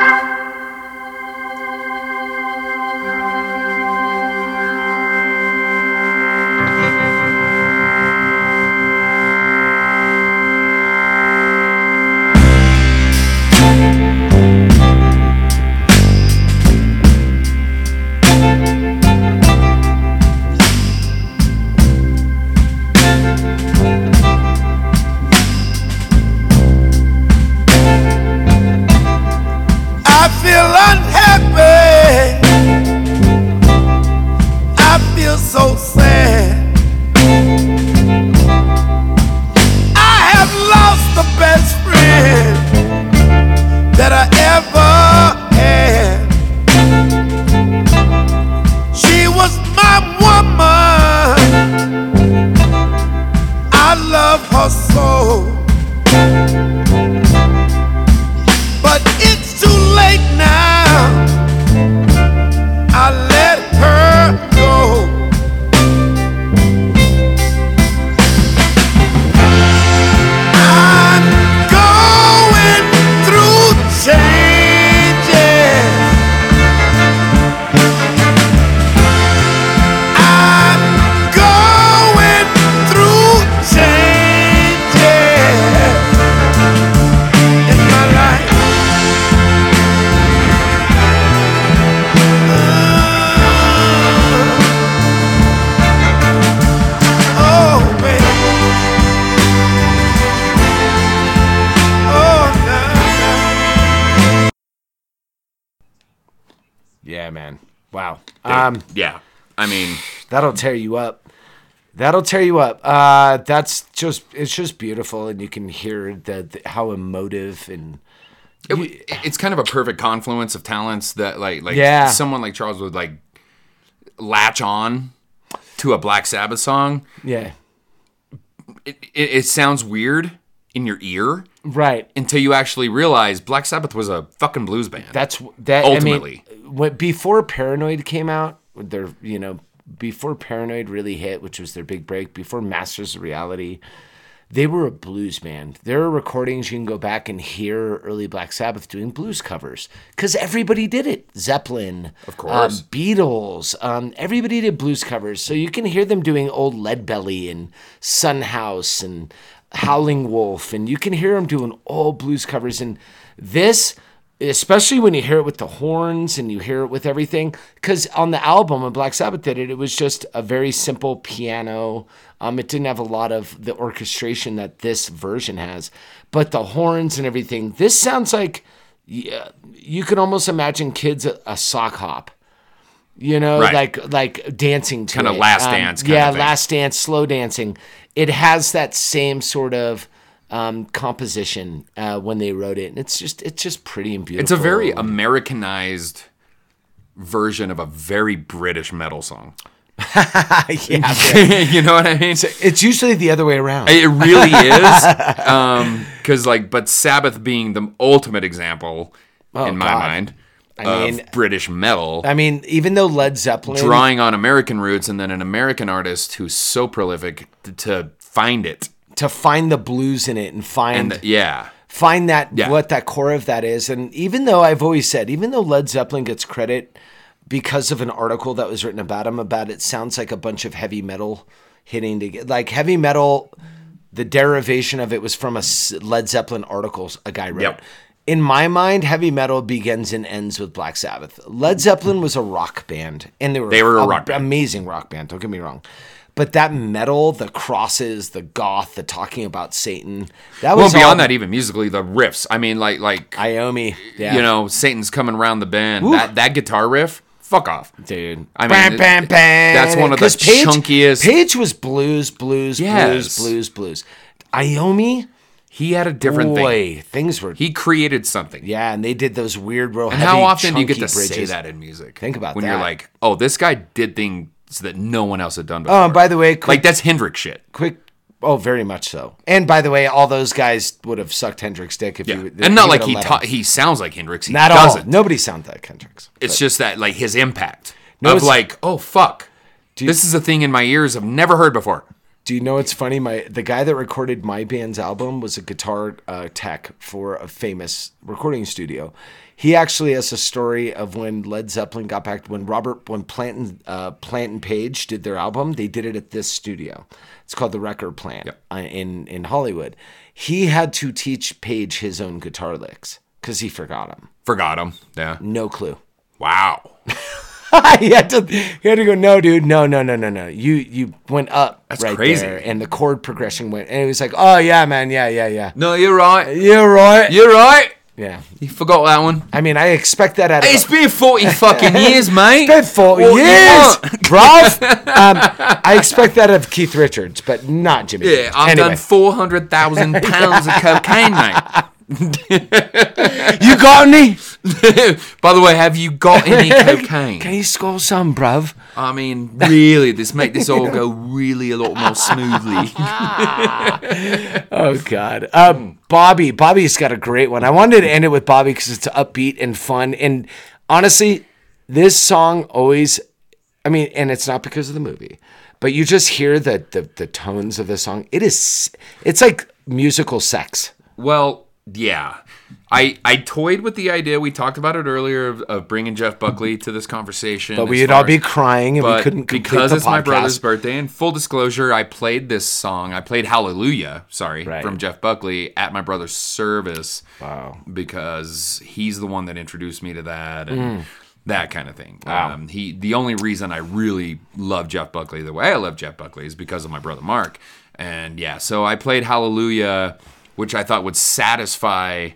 Speaker 8: I feel unhappy. I feel so sad. I have lost the best friend that I ever had. She was my woman. I love her so. but it's too late now. I let her go. I'm going through changes. I'm going through changes in my life. Oh, baby. Oh, no.
Speaker 7: yeah man wow um
Speaker 6: yeah, I mean,
Speaker 7: that'll tear you up that'll tear you up uh that's just it's just beautiful and you can hear the, the- how emotive and
Speaker 6: it, it- it's kind of a perfect confluence of talents that like like
Speaker 7: Yeah.
Speaker 6: someone like Charles would like latch on to a Black Sabbath song.
Speaker 7: yeah
Speaker 6: It, it, it sounds weird in your ear
Speaker 7: right
Speaker 6: until you actually realize Black Sabbath was a fucking blues band.
Speaker 7: that's that
Speaker 6: Ultimately.
Speaker 7: I mean, when, before paranoid came out their you know before paranoid really hit which was their big break before masters of reality they were a blues band. There are recordings you can go back and hear early Black Sabbath doing blues covers because everybody did it. Zeppelin, um, of
Speaker 6: course.
Speaker 7: Beatles, um, everybody did blues covers. So you can hear them doing Old Lead Belly and Sunhouse and Howling Wolf, and you can hear them doing all blues covers. And this especially when you hear it with the horns and you hear it with everything. Because on the album when Black Sabbath did it, it was just a very simple piano. Um, it didn't have a lot of the orchestration that this version has, but the horns and everything. This sounds like yeah, you can almost imagine kids a, a sock hop. You know,
Speaker 6: Right.
Speaker 7: like like dancing to
Speaker 6: Kinda
Speaker 7: it. um,
Speaker 6: Last Dance kinda
Speaker 7: yeah,
Speaker 6: thing.
Speaker 7: last dance, slow dancing. It has that same sort of um, composition uh, when they wrote it, and it's just it's just pretty and beautiful.
Speaker 6: It's a very Americanized version of a very British metal song. you know what I mean?
Speaker 7: it's usually the other way around.
Speaker 6: It really is. Because, like, but Sabbath being the ultimate example in my
Speaker 7: Oh, God.
Speaker 6: mind
Speaker 7: I
Speaker 6: of
Speaker 7: mean-
Speaker 6: British metal,
Speaker 7: I mean, even though Led Zeppelin,
Speaker 6: drawing on American roots and then an American artist who's so prolific t- to find it.
Speaker 7: to find the blues in it and find
Speaker 6: And th- yeah.
Speaker 7: find that
Speaker 6: Yeah.
Speaker 7: what that core of that is. And even though I've always said, even though Led Zeppelin gets credit because of an article that was written about him, about it sounds like a bunch of heavy metal hitting together. Like heavy metal, the derivation of it was from a s- Led Zeppelin article s- a guy wrote.
Speaker 6: Yep.
Speaker 7: In my mind, heavy metal begins and ends with Black Sabbath. Led Zeppelin was a rock band, and they were
Speaker 6: They were a rock band.
Speaker 7: amazing rock band. Don't get me wrong. But that metal, the crosses, the goth, the talking about Satan, that
Speaker 6: Well,
Speaker 7: was all
Speaker 6: beyond that, even musically, the riffs. I mean, like, like
Speaker 7: Iomi. Yeah.
Speaker 6: you know, Satan's coming round the bend. That that guitar riff, fuck off.
Speaker 7: dude.
Speaker 6: I mean,
Speaker 7: Bam,
Speaker 6: it-
Speaker 7: bam, bam.
Speaker 6: that's one of the
Speaker 7: 'Cause Page-
Speaker 6: chunkiest-
Speaker 7: Page was blues, blues,
Speaker 6: Yes.
Speaker 7: blues, blues, blues. Iomi,
Speaker 6: He had a different thing.
Speaker 7: boy, things were.
Speaker 6: He created something.
Speaker 7: yeah, and they did those weird, real
Speaker 6: And
Speaker 7: heavy,
Speaker 6: how often do you get to
Speaker 7: chunky
Speaker 6: say
Speaker 7: bridges.
Speaker 6: that in music?
Speaker 7: Think about
Speaker 6: when
Speaker 7: that.
Speaker 6: you're like, oh, this guy did things that no one else had done before.
Speaker 7: Oh, and by the way, quick,
Speaker 6: like that's Hendrix shit.
Speaker 7: quick. Oh, very much so. And by the way, all those guys would have sucked Hendrix' dick if
Speaker 6: Yeah,
Speaker 7: you.
Speaker 6: and not like
Speaker 7: would've
Speaker 6: he
Speaker 7: let
Speaker 6: ta-
Speaker 7: him.
Speaker 6: he sounds like Hendrix. He
Speaker 7: Not at all.
Speaker 6: doesn't.
Speaker 7: Nobody sounded like Hendrix.
Speaker 6: It's just that like his impact
Speaker 7: No,
Speaker 6: of
Speaker 7: it's-
Speaker 6: like, oh fuck,
Speaker 7: you-
Speaker 6: this is a thing in my ears I've never heard before.
Speaker 7: Do you know what's funny? My the guy that recorded my band's album was a guitar uh, tech for a famous recording studio. He actually has a story of when Led Zeppelin got back when Robert when Plant and uh, Plant and Page did their album. They did it at this studio. It's called the Record Plant uh, in in Hollywood. He had to teach Page his own guitar licks because he forgot them.
Speaker 6: Forgot him. Yeah.
Speaker 7: No clue.
Speaker 6: Wow.
Speaker 7: he had to he had to go no dude no no no no no you you went up that's right
Speaker 6: crazy.
Speaker 7: there and the chord progression went and it was like oh yeah man yeah yeah yeah
Speaker 6: No, you're right.
Speaker 7: you're right
Speaker 6: You're right.
Speaker 7: yeah
Speaker 6: You forgot that one.
Speaker 7: I mean I expect that out of
Speaker 6: It's
Speaker 7: a-
Speaker 6: been forty fucking years, mate.
Speaker 7: Been for
Speaker 6: What do you
Speaker 7: years,
Speaker 6: want?
Speaker 7: bruv. Um, I expect that of Keith Richards, but not Jimmy.
Speaker 6: Yeah,
Speaker 7: Page.
Speaker 6: I've
Speaker 7: anyway,
Speaker 6: done four hundred thousand pounds of cocaine, mate.
Speaker 7: you got any?
Speaker 6: By the way, have you got any cocaine?
Speaker 7: Can you score some, bruv?
Speaker 6: I mean, really, this make this all go really a lot more smoothly.
Speaker 7: Oh God,
Speaker 6: Hmm.
Speaker 7: um, Bobby. Bobby's got a great one. I wanted to end it with Bobby because it's upbeat and fun. And honestly, this song always. I mean, and it's not because of the movie, but you just hear the the, the tones of the song. It is. It's like musical sex.
Speaker 6: Well, yeah. I I toyed with the idea. We talked about it earlier of, of bringing Jeff Buckley to this conversation.
Speaker 7: But
Speaker 6: as
Speaker 7: we'd
Speaker 6: far
Speaker 7: all be
Speaker 6: as-
Speaker 7: crying and we
Speaker 6: but
Speaker 7: couldn't complete
Speaker 6: because
Speaker 7: the
Speaker 6: it's
Speaker 7: podcast.
Speaker 6: my brother's birthday. And full disclosure, I played this song. I played Hallelujah, sorry,
Speaker 7: Right.
Speaker 6: from Jeff Buckley at my brother's service. Wow. Because he's the one that introduced me to that
Speaker 7: Hmm.
Speaker 6: and that kind of thing. Wow. Um, he the only reason I really love Jeff Buckley the way I love Jeff Buckley is because of my brother Mark. And yeah, so I played Hallelujah, which I thought would satisfy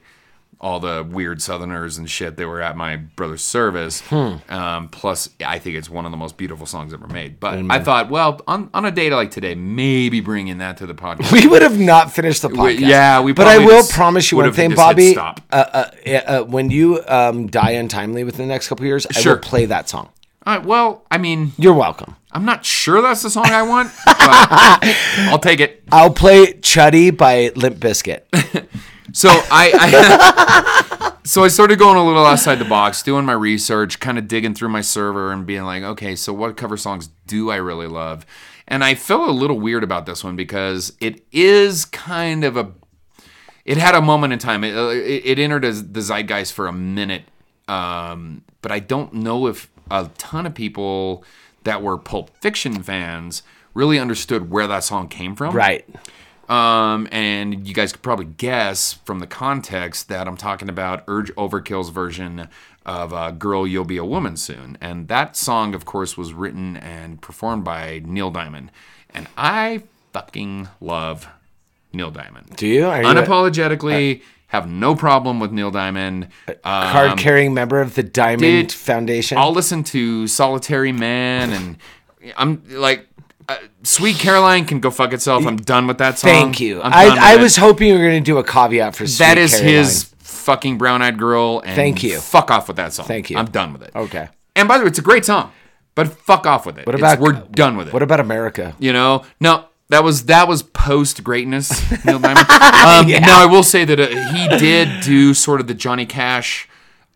Speaker 6: all the weird Southerners and shit that were at my brother's service. Um, plus, I think it's one of the most beautiful songs ever made. But I thought, well, on, on a day like today, maybe bringing that to the podcast.
Speaker 7: We would have not finished the podcast.
Speaker 6: yeah, we
Speaker 7: But I
Speaker 6: probably
Speaker 7: will
Speaker 6: just
Speaker 7: promise you
Speaker 6: would
Speaker 7: one
Speaker 6: have
Speaker 7: thing,
Speaker 6: just hit
Speaker 7: Bobby. Uh,
Speaker 6: stop.
Speaker 7: uh, uh, uh, when you um, die untimely within the next couple of years, I
Speaker 6: Sure.
Speaker 7: will play that song.
Speaker 6: All right, well, I mean,
Speaker 7: You're welcome.
Speaker 6: I'm not sure that's the song I want, but I'll take it.
Speaker 7: I'll play Chuddy by Limp Biscuit.
Speaker 6: So I, I so I started going a little outside the box, doing my research, kind of digging through my server and being like, okay, so what cover songs do I really love? And I felt a little weird about this one because it is kind of a it had a moment in time. It, uh, it, it entered as the zeitgeist for a minute, um, but I don't know if a ton of people that were Pulp Fiction fans really understood where that song came from.
Speaker 7: Right.
Speaker 6: Um, and you guys could probably guess from the context that I'm talking about Urge Overkill's version of uh, Girl, You'll Be a Woman Soon. And that song, of course, was written and performed by Neil Diamond. And I fucking love Neil Diamond.
Speaker 7: Do you? Are you a
Speaker 6: Unapologetically, have no problem with Neil Diamond. Uh,
Speaker 7: card carrying member of the Diamond
Speaker 6: did-
Speaker 7: Foundation?
Speaker 6: I'll listen to Solitary Man and I'm like, uh, Sweet Caroline can go fuck itself. I'm done with that song.
Speaker 7: Thank you.
Speaker 6: I'm done with
Speaker 7: I, I
Speaker 6: it.
Speaker 7: was hoping you were going to do a caveat for Sweet
Speaker 6: That is
Speaker 7: Caroline.
Speaker 6: his fucking brown eyed girl. And
Speaker 7: Thank you.
Speaker 6: Fuck off with that song.
Speaker 7: Thank you.
Speaker 6: I'm done with it.
Speaker 7: Okay.
Speaker 6: And by the way, it's a great song, but fuck off with it.
Speaker 7: What
Speaker 6: It's-
Speaker 7: about
Speaker 6: we're done with it?
Speaker 7: What about America?
Speaker 6: you know? No, that was that was post greatness. Neil Diamond. Um, Now I will say that uh, he did do sort of the Johnny Cash.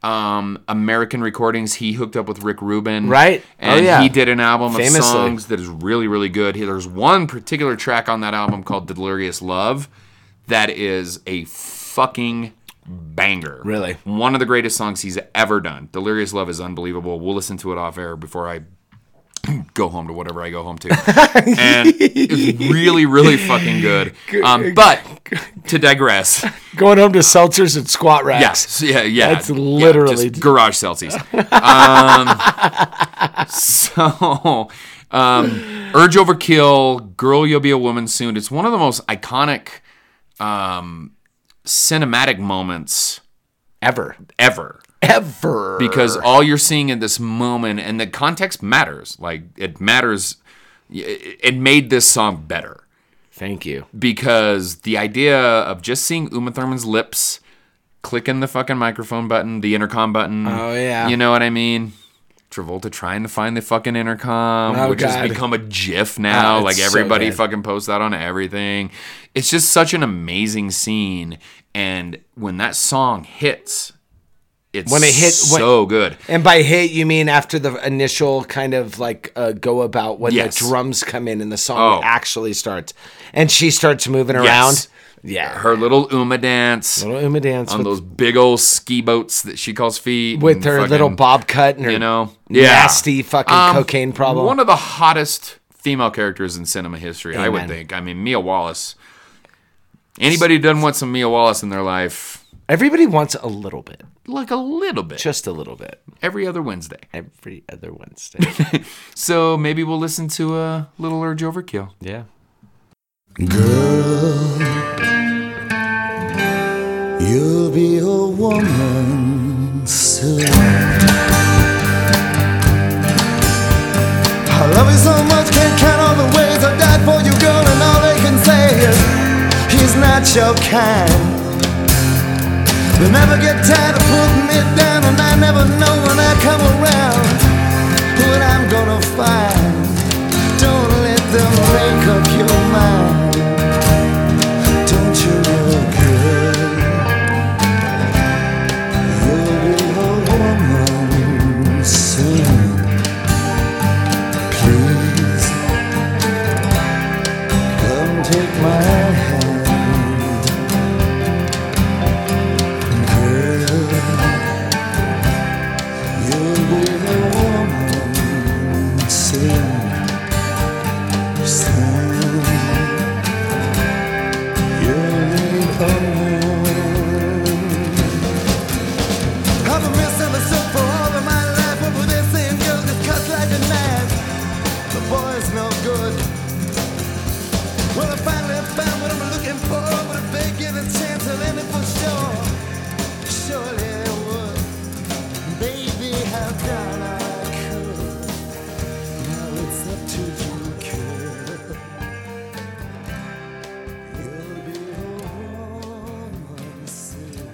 Speaker 6: Um, American recordings. He hooked up with Rick Rubin,
Speaker 7: Right. Oh,
Speaker 6: And
Speaker 7: yeah.
Speaker 6: he did an album
Speaker 7: Famously.
Speaker 6: of songs that is really, really good. He- There's one particular track on that album called "Delirious Love," that is a fucking banger.
Speaker 7: Really?
Speaker 6: One of the greatest songs he's ever done. Delirious Love is unbelievable. We'll listen to it off air before I go home to whatever I go home to. and it's really, really fucking good. Um, but to digress.
Speaker 7: Going home to seltzers and squat racks.
Speaker 6: Yes. Yeah, yeah.
Speaker 7: That's
Speaker 6: yeah,
Speaker 7: literally-
Speaker 6: just garage Celsius. Um, so, um, Urge Overkill, Girl, You'll Be a Woman Soon. It's one of the most iconic um, cinematic moments
Speaker 7: Ever.
Speaker 6: ever
Speaker 7: Ever.
Speaker 6: because all you're seeing in this moment and the context matters. Like, it matters. It it made this song better
Speaker 7: Thank you.
Speaker 6: because the idea of just seeing Uma Thurman's lips clicking the fucking microphone button, the intercom button.
Speaker 7: Oh, yeah.
Speaker 6: You know what I mean? Travolta trying to find the fucking intercom,
Speaker 7: Oh,
Speaker 6: which
Speaker 7: God.
Speaker 6: has become a gif now.
Speaker 7: Oh,
Speaker 6: like
Speaker 7: it's so
Speaker 6: everybody
Speaker 7: good.
Speaker 6: fucking posts that on everything. It's just such an amazing scene. And when that song hits, it's
Speaker 7: When it hit- when-
Speaker 6: so good.
Speaker 7: And by hit, you mean after the initial kind of like uh, go about when
Speaker 6: Yes.
Speaker 7: the drums come in and the song
Speaker 6: Oh.
Speaker 7: actually starts, and she starts moving
Speaker 6: Yes.
Speaker 7: around. Yeah,
Speaker 6: Her little Uma dance
Speaker 7: little Uma dance
Speaker 6: on
Speaker 7: with,
Speaker 6: those big old ski boats that she calls feet.
Speaker 7: with
Speaker 6: and
Speaker 7: her
Speaker 6: fucking-
Speaker 7: little bob cut and her
Speaker 6: you know,
Speaker 7: nasty fucking
Speaker 6: Um,
Speaker 7: cocaine problem.
Speaker 6: One of the hottest female characters in cinema history, I would
Speaker 7: Amen.
Speaker 6: think. I mean, Mia Wallace. Anybody who doesn't want some Mia Wallace in their life,
Speaker 7: Everybody wants a little bit,
Speaker 6: like a little bit,
Speaker 7: just a little bit,
Speaker 6: every other Wednesday.
Speaker 7: every other Wednesday.
Speaker 6: So maybe we'll listen to a little Urge Overkill.
Speaker 7: yeah.
Speaker 8: You'll be a woman soon. I love you so much, can't count all the ways I died for you, girl, and all they can say is he's not your kind. They never get tired of putting it down, and I never know when I come around what I'm gonna find. Don't let them make up your mind. Don't you look good? You'll be a woman soon. Please come take my hand, girl. You'll be a woman soon. Soon. I've been misunderstood for all of my life. What would they say? Girl, this cuts like a knife. The boy's no good. Well, I finally found what I'm looking for. But if they give a chance, I'll end it for sure. Surely they would. Baby, how done I could. Now it's up to you, kid. You'll be a woman soon.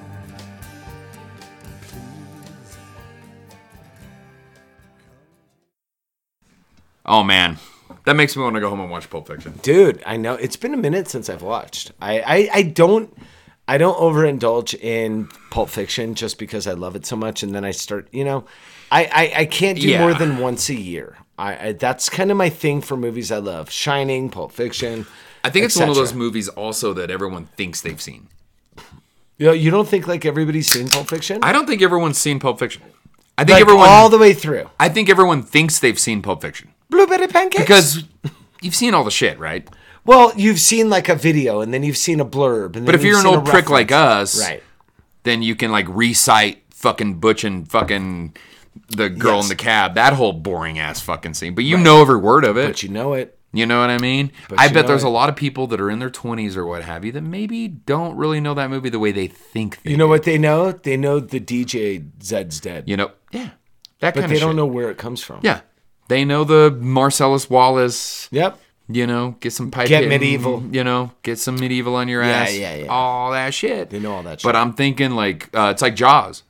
Speaker 6: Oh man, that makes me want to go home and watch Pulp Fiction.
Speaker 7: dude i know it's been a minute since i've watched i i, I don't i don't overindulge in pulp fiction just because i love it so much and then i start you know i i, I can't do
Speaker 6: Yeah.
Speaker 7: more than once a year I, I that's kind of my thing for movies i love shining pulp fiction
Speaker 6: I think it's one of
Speaker 7: etc.
Speaker 6: those movies also that everyone thinks they've seen.
Speaker 7: you, know, you don't think like everybody's seen pulp fiction
Speaker 6: I don't think everyone's seen Pulp Fiction. I think
Speaker 7: like
Speaker 6: everyone.
Speaker 7: all the way through
Speaker 6: I think everyone thinks they've seen Pulp Fiction
Speaker 7: blueberry pancakes
Speaker 6: because you've seen all the shit, right?
Speaker 7: Well, you've seen like a video, and then you've seen a blurb. And
Speaker 6: But if you're an old prick like
Speaker 7: us,
Speaker 6: us,
Speaker 7: right?
Speaker 6: then you can like recite fucking Butch and fucking the girl
Speaker 7: Yes.
Speaker 6: in the cab, that whole boring ass fucking scene. But you know every word of it.
Speaker 7: But you know it.
Speaker 6: You know what I mean? I
Speaker 7: you
Speaker 6: bet
Speaker 7: know
Speaker 6: there's
Speaker 7: it.
Speaker 6: a lot of people that are in their 20s or what have you that maybe don't really know that movie the way they think they
Speaker 7: You know what they know? They know the DJ Zed's dead,
Speaker 6: You know? Yeah. That
Speaker 7: but
Speaker 6: kind
Speaker 7: they
Speaker 6: of
Speaker 7: don't
Speaker 6: shit.
Speaker 7: know where it comes from.
Speaker 6: Yeah. They know the Marcellus Wallace,
Speaker 7: Yep.
Speaker 6: you know, get some pipe
Speaker 7: Get
Speaker 6: hitting,
Speaker 7: medieval.
Speaker 6: you know, get some medieval on your ass.
Speaker 7: yeah, yeah.
Speaker 6: All that shit.
Speaker 7: They know all that shit.
Speaker 6: But I'm thinking like uh, it's like Jaws.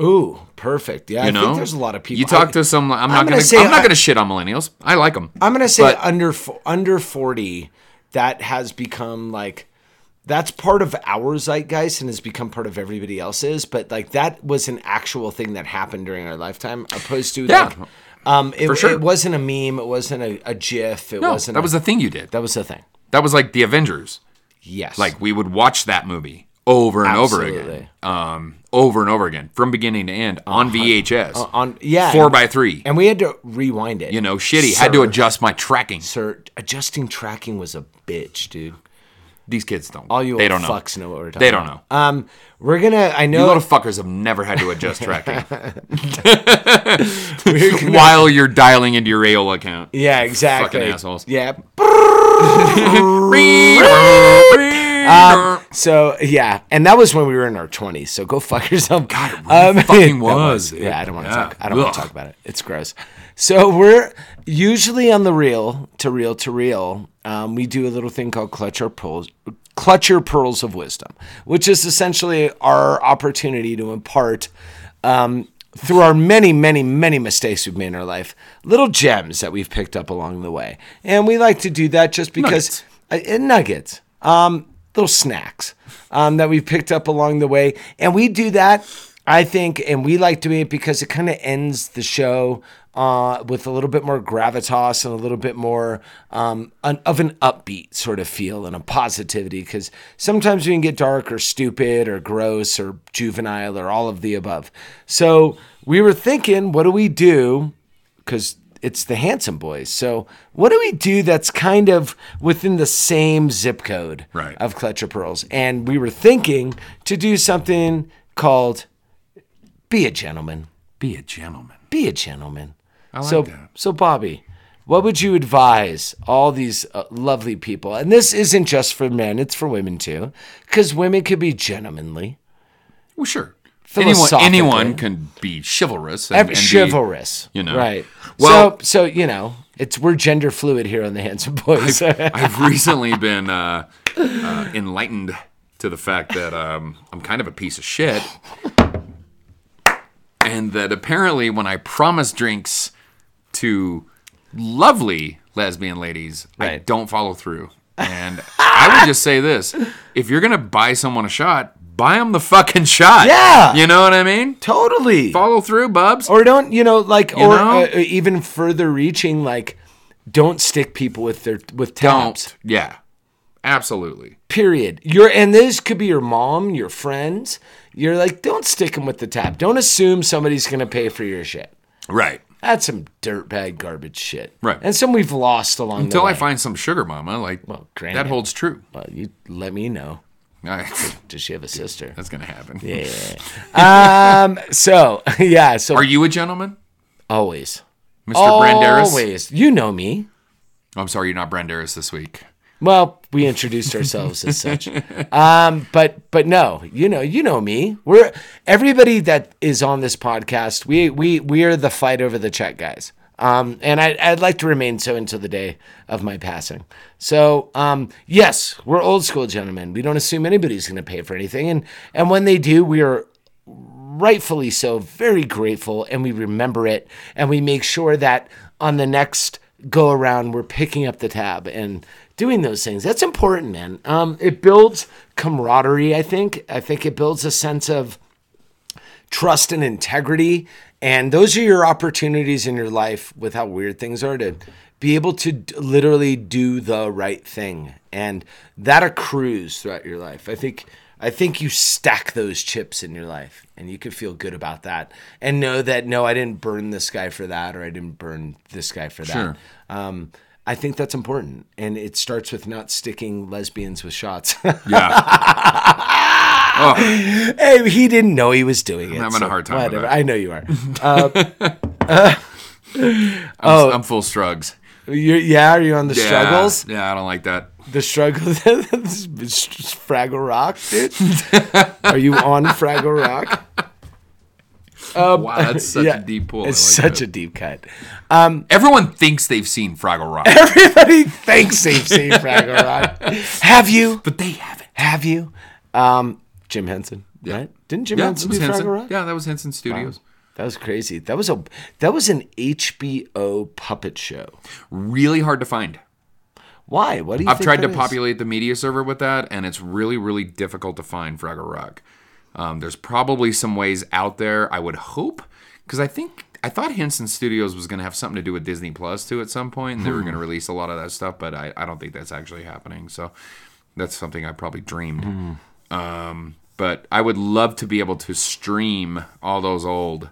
Speaker 7: Ooh, perfect. Yeah,
Speaker 6: You
Speaker 7: I
Speaker 6: know,
Speaker 7: think there's a lot of people.
Speaker 6: You talk
Speaker 7: I-
Speaker 6: to some. I'm not
Speaker 7: gonna
Speaker 6: gonna.
Speaker 7: say
Speaker 6: I'm
Speaker 7: I-
Speaker 6: not gonna shit on millennials. I like them.
Speaker 7: I'm gonna say
Speaker 6: But-
Speaker 7: under fo- under forty, that has become like that's part of our zeitgeist and has become part of everybody else's. But like that was an actual thing that happened during our lifetime, opposed to
Speaker 6: Yeah.
Speaker 7: like um, it,
Speaker 6: For sure.
Speaker 7: it wasn't a meme, it wasn't a, a GIF, it
Speaker 6: No,
Speaker 7: wasn't.
Speaker 6: that was
Speaker 7: a,
Speaker 6: the thing you did.
Speaker 7: that was the thing.
Speaker 6: That was like the Avengers.
Speaker 7: Yes,
Speaker 6: Like we would watch that movie over and over again,
Speaker 7: Absolutely. Uh-huh.
Speaker 6: um, over and over again from beginning to end on VHS,
Speaker 7: on yeah
Speaker 6: four
Speaker 7: and-
Speaker 6: by three.
Speaker 7: and we had to rewind it.
Speaker 6: you know, shitty. Had to
Speaker 7: Sir.
Speaker 6: adjust my tracking.
Speaker 7: Sir, adjusting tracking was a bitch, dude.
Speaker 6: These kids don't.
Speaker 7: All you
Speaker 6: they
Speaker 7: old
Speaker 6: don't
Speaker 7: fucks
Speaker 6: know.
Speaker 7: know. what we're talking.
Speaker 6: They don't know.
Speaker 7: about. Um, we're gonna. I
Speaker 6: you
Speaker 7: know.
Speaker 6: little fuckers have never had to adjust tracking while you're dialing into your AOL account.
Speaker 7: yeah, exactly.
Speaker 6: assholes.
Speaker 7: Yeah. Um, So yeah, and that was when we were in our twenties. So go fuck yourself. God, it
Speaker 6: really fucking was, dude.
Speaker 7: Yeah, I don't want to
Speaker 6: Yeah.
Speaker 7: talk. I don't want
Speaker 6: Ugh.
Speaker 7: to talk about it. It's gross. So we're usually on the reel to reel to reel. Um, we do a little thing called clutch our pearls, clutch your pearls of wisdom, which is essentially our opportunity to impart. Um, through our many, many, many mistakes we've made in our life, little gems that we've picked up along the way. And we like to do that just because nuggets, uh, nuggets um, little snacks um, that we picked up along the way. And we do that, I think, and we like doing it because it kind of ends the show uh, with a little bit more gravitas and a little bit more um, an, of an upbeat sort of feel and a positivity. Because sometimes we can get dark or stupid or gross or juvenile or all of the above. So we were thinking, what do we do? because it's the handsome boys. So what do we do that's kind of within the same zip code
Speaker 6: Right.
Speaker 7: of Clutch of Pearls? And we were thinking to do something called Be a Gentleman.
Speaker 6: Be a gentleman.
Speaker 7: Be a Gentleman. I
Speaker 6: like
Speaker 7: so,
Speaker 6: that.
Speaker 7: So Bobby, what would you advise all these uh, lovely people? And this isn't just for men, it's for women too, because women could be gentlemanly.
Speaker 6: Well, sure. Anyone,
Speaker 7: Philosophically.
Speaker 6: anyone can be chivalrous. And,
Speaker 7: Ev-
Speaker 6: and be-
Speaker 7: chivalrous,
Speaker 6: you know.
Speaker 7: right?
Speaker 6: Well-
Speaker 7: Well, so, so you know, it's we're gender fluid here on the Handsome Boys.
Speaker 6: I've recently been uh, uh, enlightened to the fact that um, I'm kind of a piece of shit, and that apparently when I promise drinks to lovely lesbian ladies, I
Speaker 7: Right.
Speaker 6: don't follow through. And I would just say this: if you're gonna buy someone a shot, buy them the fucking shot.
Speaker 7: Yeah.
Speaker 6: you know what I mean.
Speaker 7: Totally.
Speaker 6: Follow through, bubs.
Speaker 7: Or don't, you know, like, or
Speaker 6: know?
Speaker 7: Uh, even further reaching, like, don't stick people with their with taps.
Speaker 6: don't. Yeah, absolutely.
Speaker 7: Period. Your and this could be your mom, your friends. You're like, don't stick them with the tap. Don't assume somebody's gonna pay for your shit.
Speaker 6: Right.
Speaker 7: That's some dirtbag garbage shit.
Speaker 6: Right.
Speaker 7: And some we've lost along
Speaker 6: Until
Speaker 7: the way.
Speaker 6: I find some sugar mama, like
Speaker 7: Well, granted.
Speaker 6: that holds true.
Speaker 7: Well, you let me know.
Speaker 6: I-
Speaker 7: Does she have a sister? Um,
Speaker 6: That's gonna happen.
Speaker 7: So yeah. So
Speaker 6: Are you a gentleman,
Speaker 7: always,
Speaker 6: Mr.
Speaker 7: Oh,
Speaker 6: Branderis? Oh,
Speaker 7: always. You know me.
Speaker 6: I'm sorry, you're not Branderis this week.
Speaker 7: Well, we introduced ourselves as such. Um, but but no, you know, you know me. We're everybody that is on this podcast. We we we are the fight over the check guys. Um, and I, I'd like to remain so until the day of my passing. So um, yes, we're old school gentlemen. We don't assume anybody's going to pay for anything, and and when they do, we are rightfully so, very grateful, and we remember it, and we make sure that on the next go around, we're picking up the tab and doing those things. That's important, man. Um, it builds camaraderie. I think. I think it builds a sense of trust and integrity, and those are your opportunities in your life with how weird things are to be able to d- literally do the right thing, and that accrues throughout your life. I think. I think you stack those chips in your life and you can feel good about that and know that no, I didn't burn this guy for that or I didn't burn this guy for that.
Speaker 6: Sure.
Speaker 7: Um, I think that's important, and it starts with not sticking lesbians with shots.
Speaker 6: Yeah. oh,
Speaker 7: hey, he didn't know he was doing it.
Speaker 6: having a hard time with
Speaker 7: Whatever.
Speaker 6: that.
Speaker 7: I know you are. Uh,
Speaker 6: I'm, I'm full strugs.
Speaker 7: you're, yeah, are you on the
Speaker 6: Yeah,
Speaker 7: Oh. struggles?
Speaker 6: Yeah, I don't like that.
Speaker 7: The struggles. This is Fraggle Rock, dude. are you on Fraggle Rock?
Speaker 6: wow, that's such
Speaker 7: yeah,
Speaker 6: a deep pull.
Speaker 7: It's such a deep cut.
Speaker 6: a. Everyone thinks they've seen Fraggle Rock,
Speaker 7: Everybody thinks they've seen Fraggle Rock. Have you?
Speaker 6: but they haven't.
Speaker 7: Have you? Um, Jim Henson, right? Didn't Jim
Speaker 6: Yeah, that
Speaker 7: Henson
Speaker 6: was
Speaker 7: do Fraggle
Speaker 6: Henson.
Speaker 7: Rock?
Speaker 6: Yeah, that was Henson Studios.
Speaker 7: That was crazy. That was a that was an HBO puppet show.
Speaker 6: Really hard to find.
Speaker 7: Why? What do you?
Speaker 6: I've
Speaker 7: think
Speaker 6: tried
Speaker 7: that
Speaker 6: to
Speaker 7: is?
Speaker 6: populate the media server with that, and it's really, really difficult to find Fraggle Rock. Um, there's probably some ways out there. I would hope, because I think I thought Henson Studios was going to have something to do with Disney Plus too at some point, and they were going to release a lot of that stuff. But I, I don't think that's actually happening. So that's something I probably dreamed. Um, but I would love to be able to stream all those old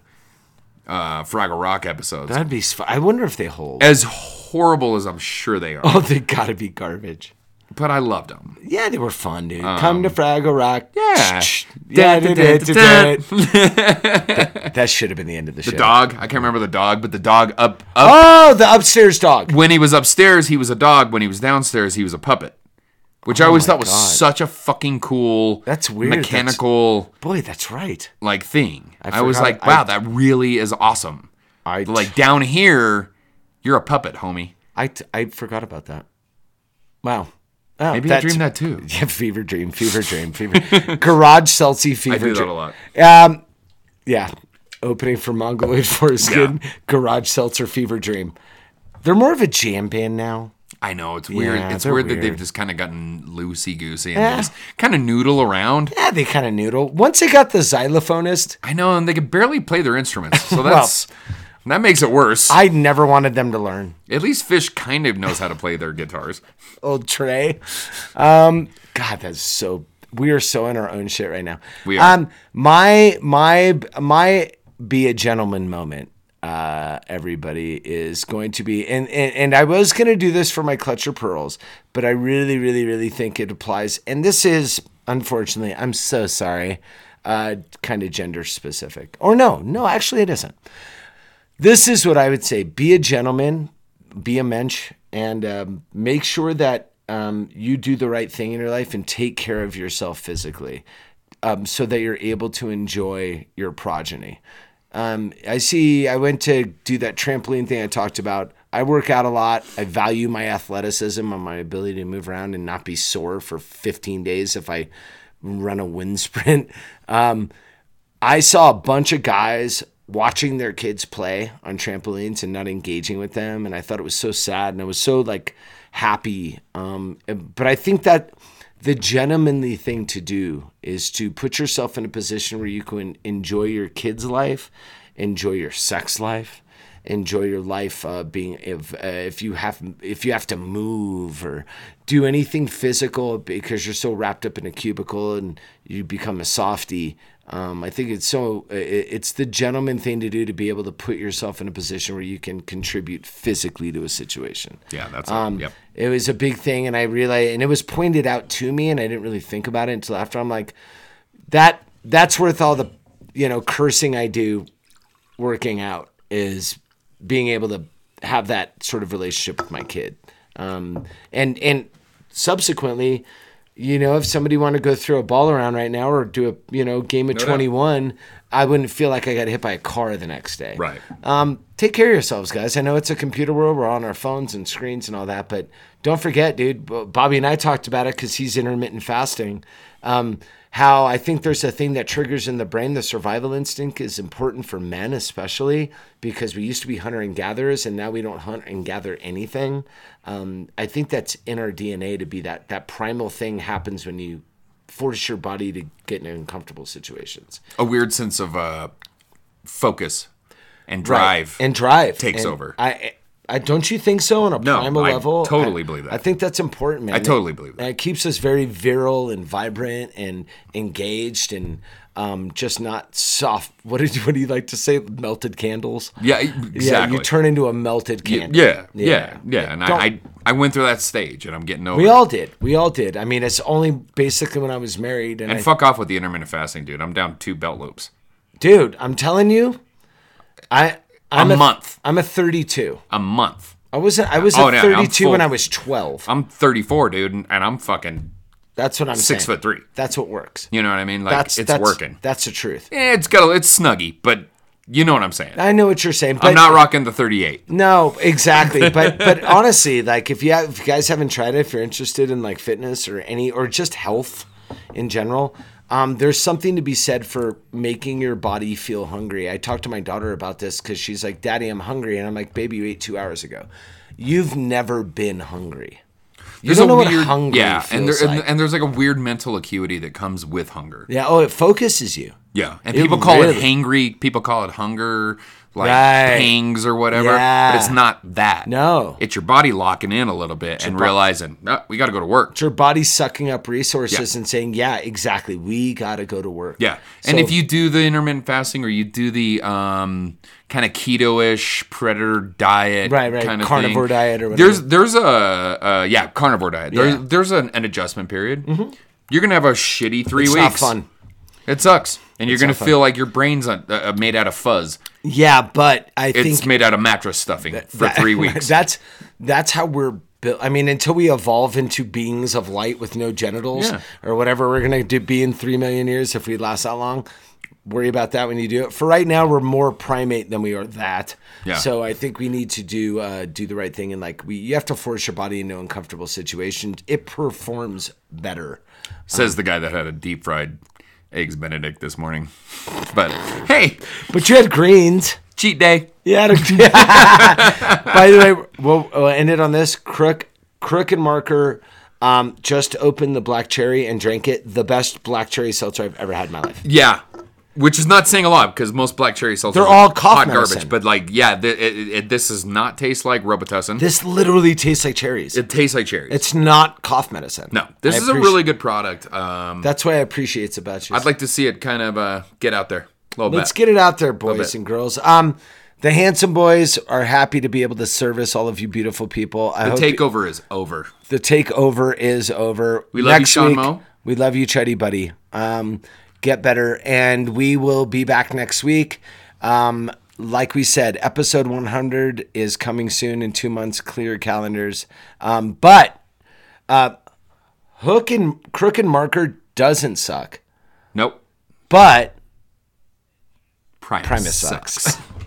Speaker 6: uh, Fraggle Rock episodes.
Speaker 7: That'd be. sp- I wonder if they hold.
Speaker 6: as horrible as I'm sure they are,
Speaker 7: Oh, they gotta be garbage.
Speaker 6: but I loved them.
Speaker 7: Yeah, they were fun, dude. Come to Fraggle Rock.
Speaker 6: Um, Yeah.
Speaker 7: Da-
Speaker 6: Yeah,
Speaker 7: da- da- da- da- That- That should have been the end of the,
Speaker 6: The
Speaker 7: show.
Speaker 6: dog. I can't remember the dog, but the dog up up
Speaker 7: Oh, the upstairs dog.
Speaker 6: when he was upstairs, he was a dog. When he was downstairs, he was a puppet. Which I always
Speaker 7: Oh my
Speaker 6: thought was
Speaker 7: God.
Speaker 6: such a fucking cool
Speaker 7: That's weird. That's-
Speaker 6: mechanical
Speaker 7: Boy, that's right.
Speaker 6: like thing.
Speaker 7: I
Speaker 6: I, was
Speaker 7: forgot-
Speaker 6: like, wow,
Speaker 7: I-
Speaker 6: that really is awesome.
Speaker 7: I
Speaker 6: But, like down here, you're a puppet, homie.
Speaker 7: I, t- I forgot about that. Wow. Oh,
Speaker 6: Maybe I
Speaker 7: that's-
Speaker 6: dreamed that too.
Speaker 7: Yeah, fever dream, fever dream, fever. Garage Celsi fever
Speaker 6: I do that
Speaker 7: dream.
Speaker 6: a lot.
Speaker 7: Um, yeah, opening for Mongoloid Foreskin, Garage Seltzer Fever Dream. They're more of a jam band now.
Speaker 6: I know it's weird.
Speaker 7: Yeah,
Speaker 6: it's
Speaker 7: they're
Speaker 6: weird, that
Speaker 7: weird.
Speaker 6: they've just kind of gotten loosey goosey and
Speaker 7: Yeah.
Speaker 6: they just kind of noodle around.
Speaker 7: Yeah, they kind of noodle. Once they got the xylophonist,
Speaker 6: I know, and they can barely play their instruments, so that's that makes it worse.
Speaker 7: I never wanted them to learn.
Speaker 6: At least Fish kind of knows how to play their guitars.
Speaker 7: Old Trey. Um, God, that's so. We are so in our own shit right now.
Speaker 6: We are.
Speaker 7: Um, my my my be a gentleman moment. Uh, everybody is going to be, and, and and I was gonna do this for my clutcher pearls, but I really, really, really think it applies. And this is unfortunately, I'm so sorry, uh, kind of gender specific. Or no, no, actually, it isn't this is what I would say: be a gentleman, be a mensch, and um, make sure that um, you do the right thing in your life and take care of yourself physically, um, so that you're able to enjoy your progeny. Um, I see. I went to do that trampoline thing I talked about. I work out a lot. I value my athleticism and my ability to move around and not be sore for 15 days if I run a wind sprint. Um, I saw a bunch of guys watching their kids play on trampolines and not engaging with them, and I thought it was so sad, and I was so like happy. Um, but I think that the gentlemanly thing to do is to put yourself in a position where you can enjoy your kids' life, enjoy your sex life, enjoy your life uh, being if uh, if you have if you have to move or do anything physical because you're so wrapped up in a cubicle and you become a softie um, I think it's so i- i- it's the gentleman thing to do to be able to put yourself in a position where you can contribute phically to a situation
Speaker 6: Yeah, that's
Speaker 7: um,
Speaker 6: yep.
Speaker 7: it was a big thing and I realized and it was pointed out to me and I didn't really think about it until after I'm like that that's worth all the you know cursing I do working out is being able to have that sort of relationship with my kid um, and and subsequently you know if somebody wanted to go throw a ball around right now or do a you know game of 21 i wouldn't feel like i got hit by a car the next day
Speaker 6: Right.
Speaker 7: um, take care of yourselves guys i know it's a computer world we're on our phones and screens and all that but don't forget dude Bo- bobby and i talked about it because he's intermittent fasting um, how i think there's a thing that triggers in the brain the survival instinct is important for men especially because we used to be hunter and gatherers and now we don't hunt and gather anything um, i think that's in our dna to be that that primal thing happens when you force your body to get in uncomfortable situations
Speaker 6: A weird sense of uh, focus and
Speaker 7: Right.
Speaker 6: drive.
Speaker 7: and drive
Speaker 6: takes
Speaker 7: And
Speaker 6: over.
Speaker 7: I, I don't you think so on a
Speaker 6: No,
Speaker 7: primal
Speaker 6: I
Speaker 7: level?
Speaker 6: totally
Speaker 7: I-
Speaker 6: believe that.
Speaker 7: I think that's important, man.
Speaker 6: I totally believe that.
Speaker 7: And it keeps us very virile and vibrant and engaged and um, just not soft. What did you, what do you like to say? Melted candles.
Speaker 6: Yeah, e- exactly.
Speaker 7: Yeah, you turn into a melted
Speaker 6: Y-
Speaker 7: candle.
Speaker 6: Yeah, yeah, yeah. And I, I,
Speaker 7: Don't-
Speaker 6: I went through that stage, and I'm getting over.
Speaker 7: we
Speaker 6: it.
Speaker 7: all did. We all did. I mean, it's only basically when I was married, and,
Speaker 6: and
Speaker 7: I,
Speaker 6: fuck off with the intermittent fasting, dude. I'm down two belt loops
Speaker 7: dude, I'm telling you, I I'm
Speaker 6: A month.
Speaker 7: I'm a 32.
Speaker 6: a month.
Speaker 7: I was a, I was
Speaker 6: Oh,
Speaker 7: a
Speaker 6: no, I'm
Speaker 7: 32 when
Speaker 6: full.
Speaker 7: I was 12.
Speaker 6: I'm 34, dude, and and I'm fucking
Speaker 7: That's what I'm
Speaker 6: six
Speaker 7: saying.
Speaker 6: foot three.
Speaker 7: That's what works.
Speaker 6: You know what I mean? Like
Speaker 7: that's
Speaker 6: it's
Speaker 7: that's,
Speaker 6: working.
Speaker 7: That's the truth.
Speaker 6: Eh, it's got a, it's snuggy, but you know what I'm saying.
Speaker 7: I know what you're saying. But
Speaker 6: I'm not rocking the 38.
Speaker 7: No, exactly. But but honestly, like if you have, if you guys haven't tried it, if you're interested in like fitness or any or just health in general, um, there's something to be said for making your body feel hungry. I talked to my daughter about this because she's like, "Daddy, I'm hungry," and I'm like, "Baby, you ate two hours ago. You've never been hungry. You
Speaker 6: There's
Speaker 7: don't know
Speaker 6: a
Speaker 7: what
Speaker 6: weird,
Speaker 7: hungry
Speaker 6: yeah,
Speaker 7: feels
Speaker 6: and, there,
Speaker 7: like."
Speaker 6: and and there's like a weird mental acuity that comes with hunger.
Speaker 7: yeah. Oh, it focuses you.
Speaker 6: Yeah, and
Speaker 7: It
Speaker 6: people call it
Speaker 7: really-
Speaker 6: hangry. People call it hunger, like
Speaker 7: Right.
Speaker 6: pangs or whatever.
Speaker 7: Yeah.
Speaker 6: But it's not that.
Speaker 7: No.
Speaker 6: it's your body locking in a little bit and realizing, "Oh, we got to go to work.
Speaker 7: It's your body sucking up resources
Speaker 6: Yeah.
Speaker 7: and saying, "Yeah, exactly. We got to go to work."
Speaker 6: Yeah, and
Speaker 7: So-
Speaker 6: if you do the intermittent fasting or you do the um, kind of keto-ish predator diet,
Speaker 7: Right, right,
Speaker 6: kinda
Speaker 7: carnivore
Speaker 6: thing,
Speaker 7: diet or whatever.
Speaker 6: There's there's a uh, yeah carnivore diet. There's
Speaker 7: Yeah. Mm-hmm.
Speaker 6: there's an, an adjustment period. You're gonna have a shitty three
Speaker 7: it's
Speaker 6: weeks.
Speaker 7: not fun.
Speaker 6: It sucks, and you're gonna
Speaker 7: not fun.
Speaker 6: feel like your brain's uh, uh, made out of fuzz.
Speaker 7: Yeah, but I think
Speaker 6: It's made out of mattress stuffing for
Speaker 7: That-
Speaker 6: three weeks.
Speaker 7: That's that's how we're built. I mean, until we evolve into beings of light with no genitals
Speaker 6: Yeah.
Speaker 7: or whatever we're gonna do, be in three million years if we last that long. Worry about that when you do it. For right now, we're more primate than we are that.
Speaker 6: Yeah.
Speaker 7: So I think we need to do uh, do the right thing and like we you have to force your body into uncomfortable situations. It performs better.
Speaker 6: Says the guy that had a deep fried eggs Benedict this morning. But hey,
Speaker 7: But you had greens.
Speaker 6: cheat day.
Speaker 7: Yeah. it'll- By the way, we'll, we'll end it on this. Crook, Crook and Marker um, just opened the black cherry and drank it. The best black cherry seltzer I've ever had in my life.
Speaker 6: Yeah. Which is not saying a lot because most black cherry seltzers
Speaker 7: They're
Speaker 6: are
Speaker 7: all cough medicine.
Speaker 6: garbage. But like, yeah, th- it, it, it- this does not taste like Robitussin.
Speaker 7: This literally tastes like cherries.
Speaker 6: it tastes like cherries.
Speaker 7: it's not cough medicine.
Speaker 6: no, this
Speaker 7: I
Speaker 6: is a
Speaker 7: appreciate-
Speaker 6: really good product. Um,
Speaker 7: That's why I appreciate it's about you.
Speaker 6: I'd like to see it kind of uh, get out there a little
Speaker 7: Let's
Speaker 6: bit.
Speaker 7: get it out there, boys
Speaker 6: bit.
Speaker 7: and girls. Um, the handsome boys are happy to be able to service all of you beautiful people. I
Speaker 6: the
Speaker 7: hope
Speaker 6: takeover is over.
Speaker 7: the takeover is over.
Speaker 6: We love you, Sean Moe.
Speaker 7: We love you, Chetty Buddy. Um, get better, and we will be back next week. Um, like we said, episode 100 is coming soon in two months. Clear your calendars, um, but uh, Hook and Crook and Marker doesn't suck,
Speaker 6: Nope.
Speaker 7: but
Speaker 6: Primus,
Speaker 7: Primus
Speaker 6: sucks.
Speaker 7: sucks.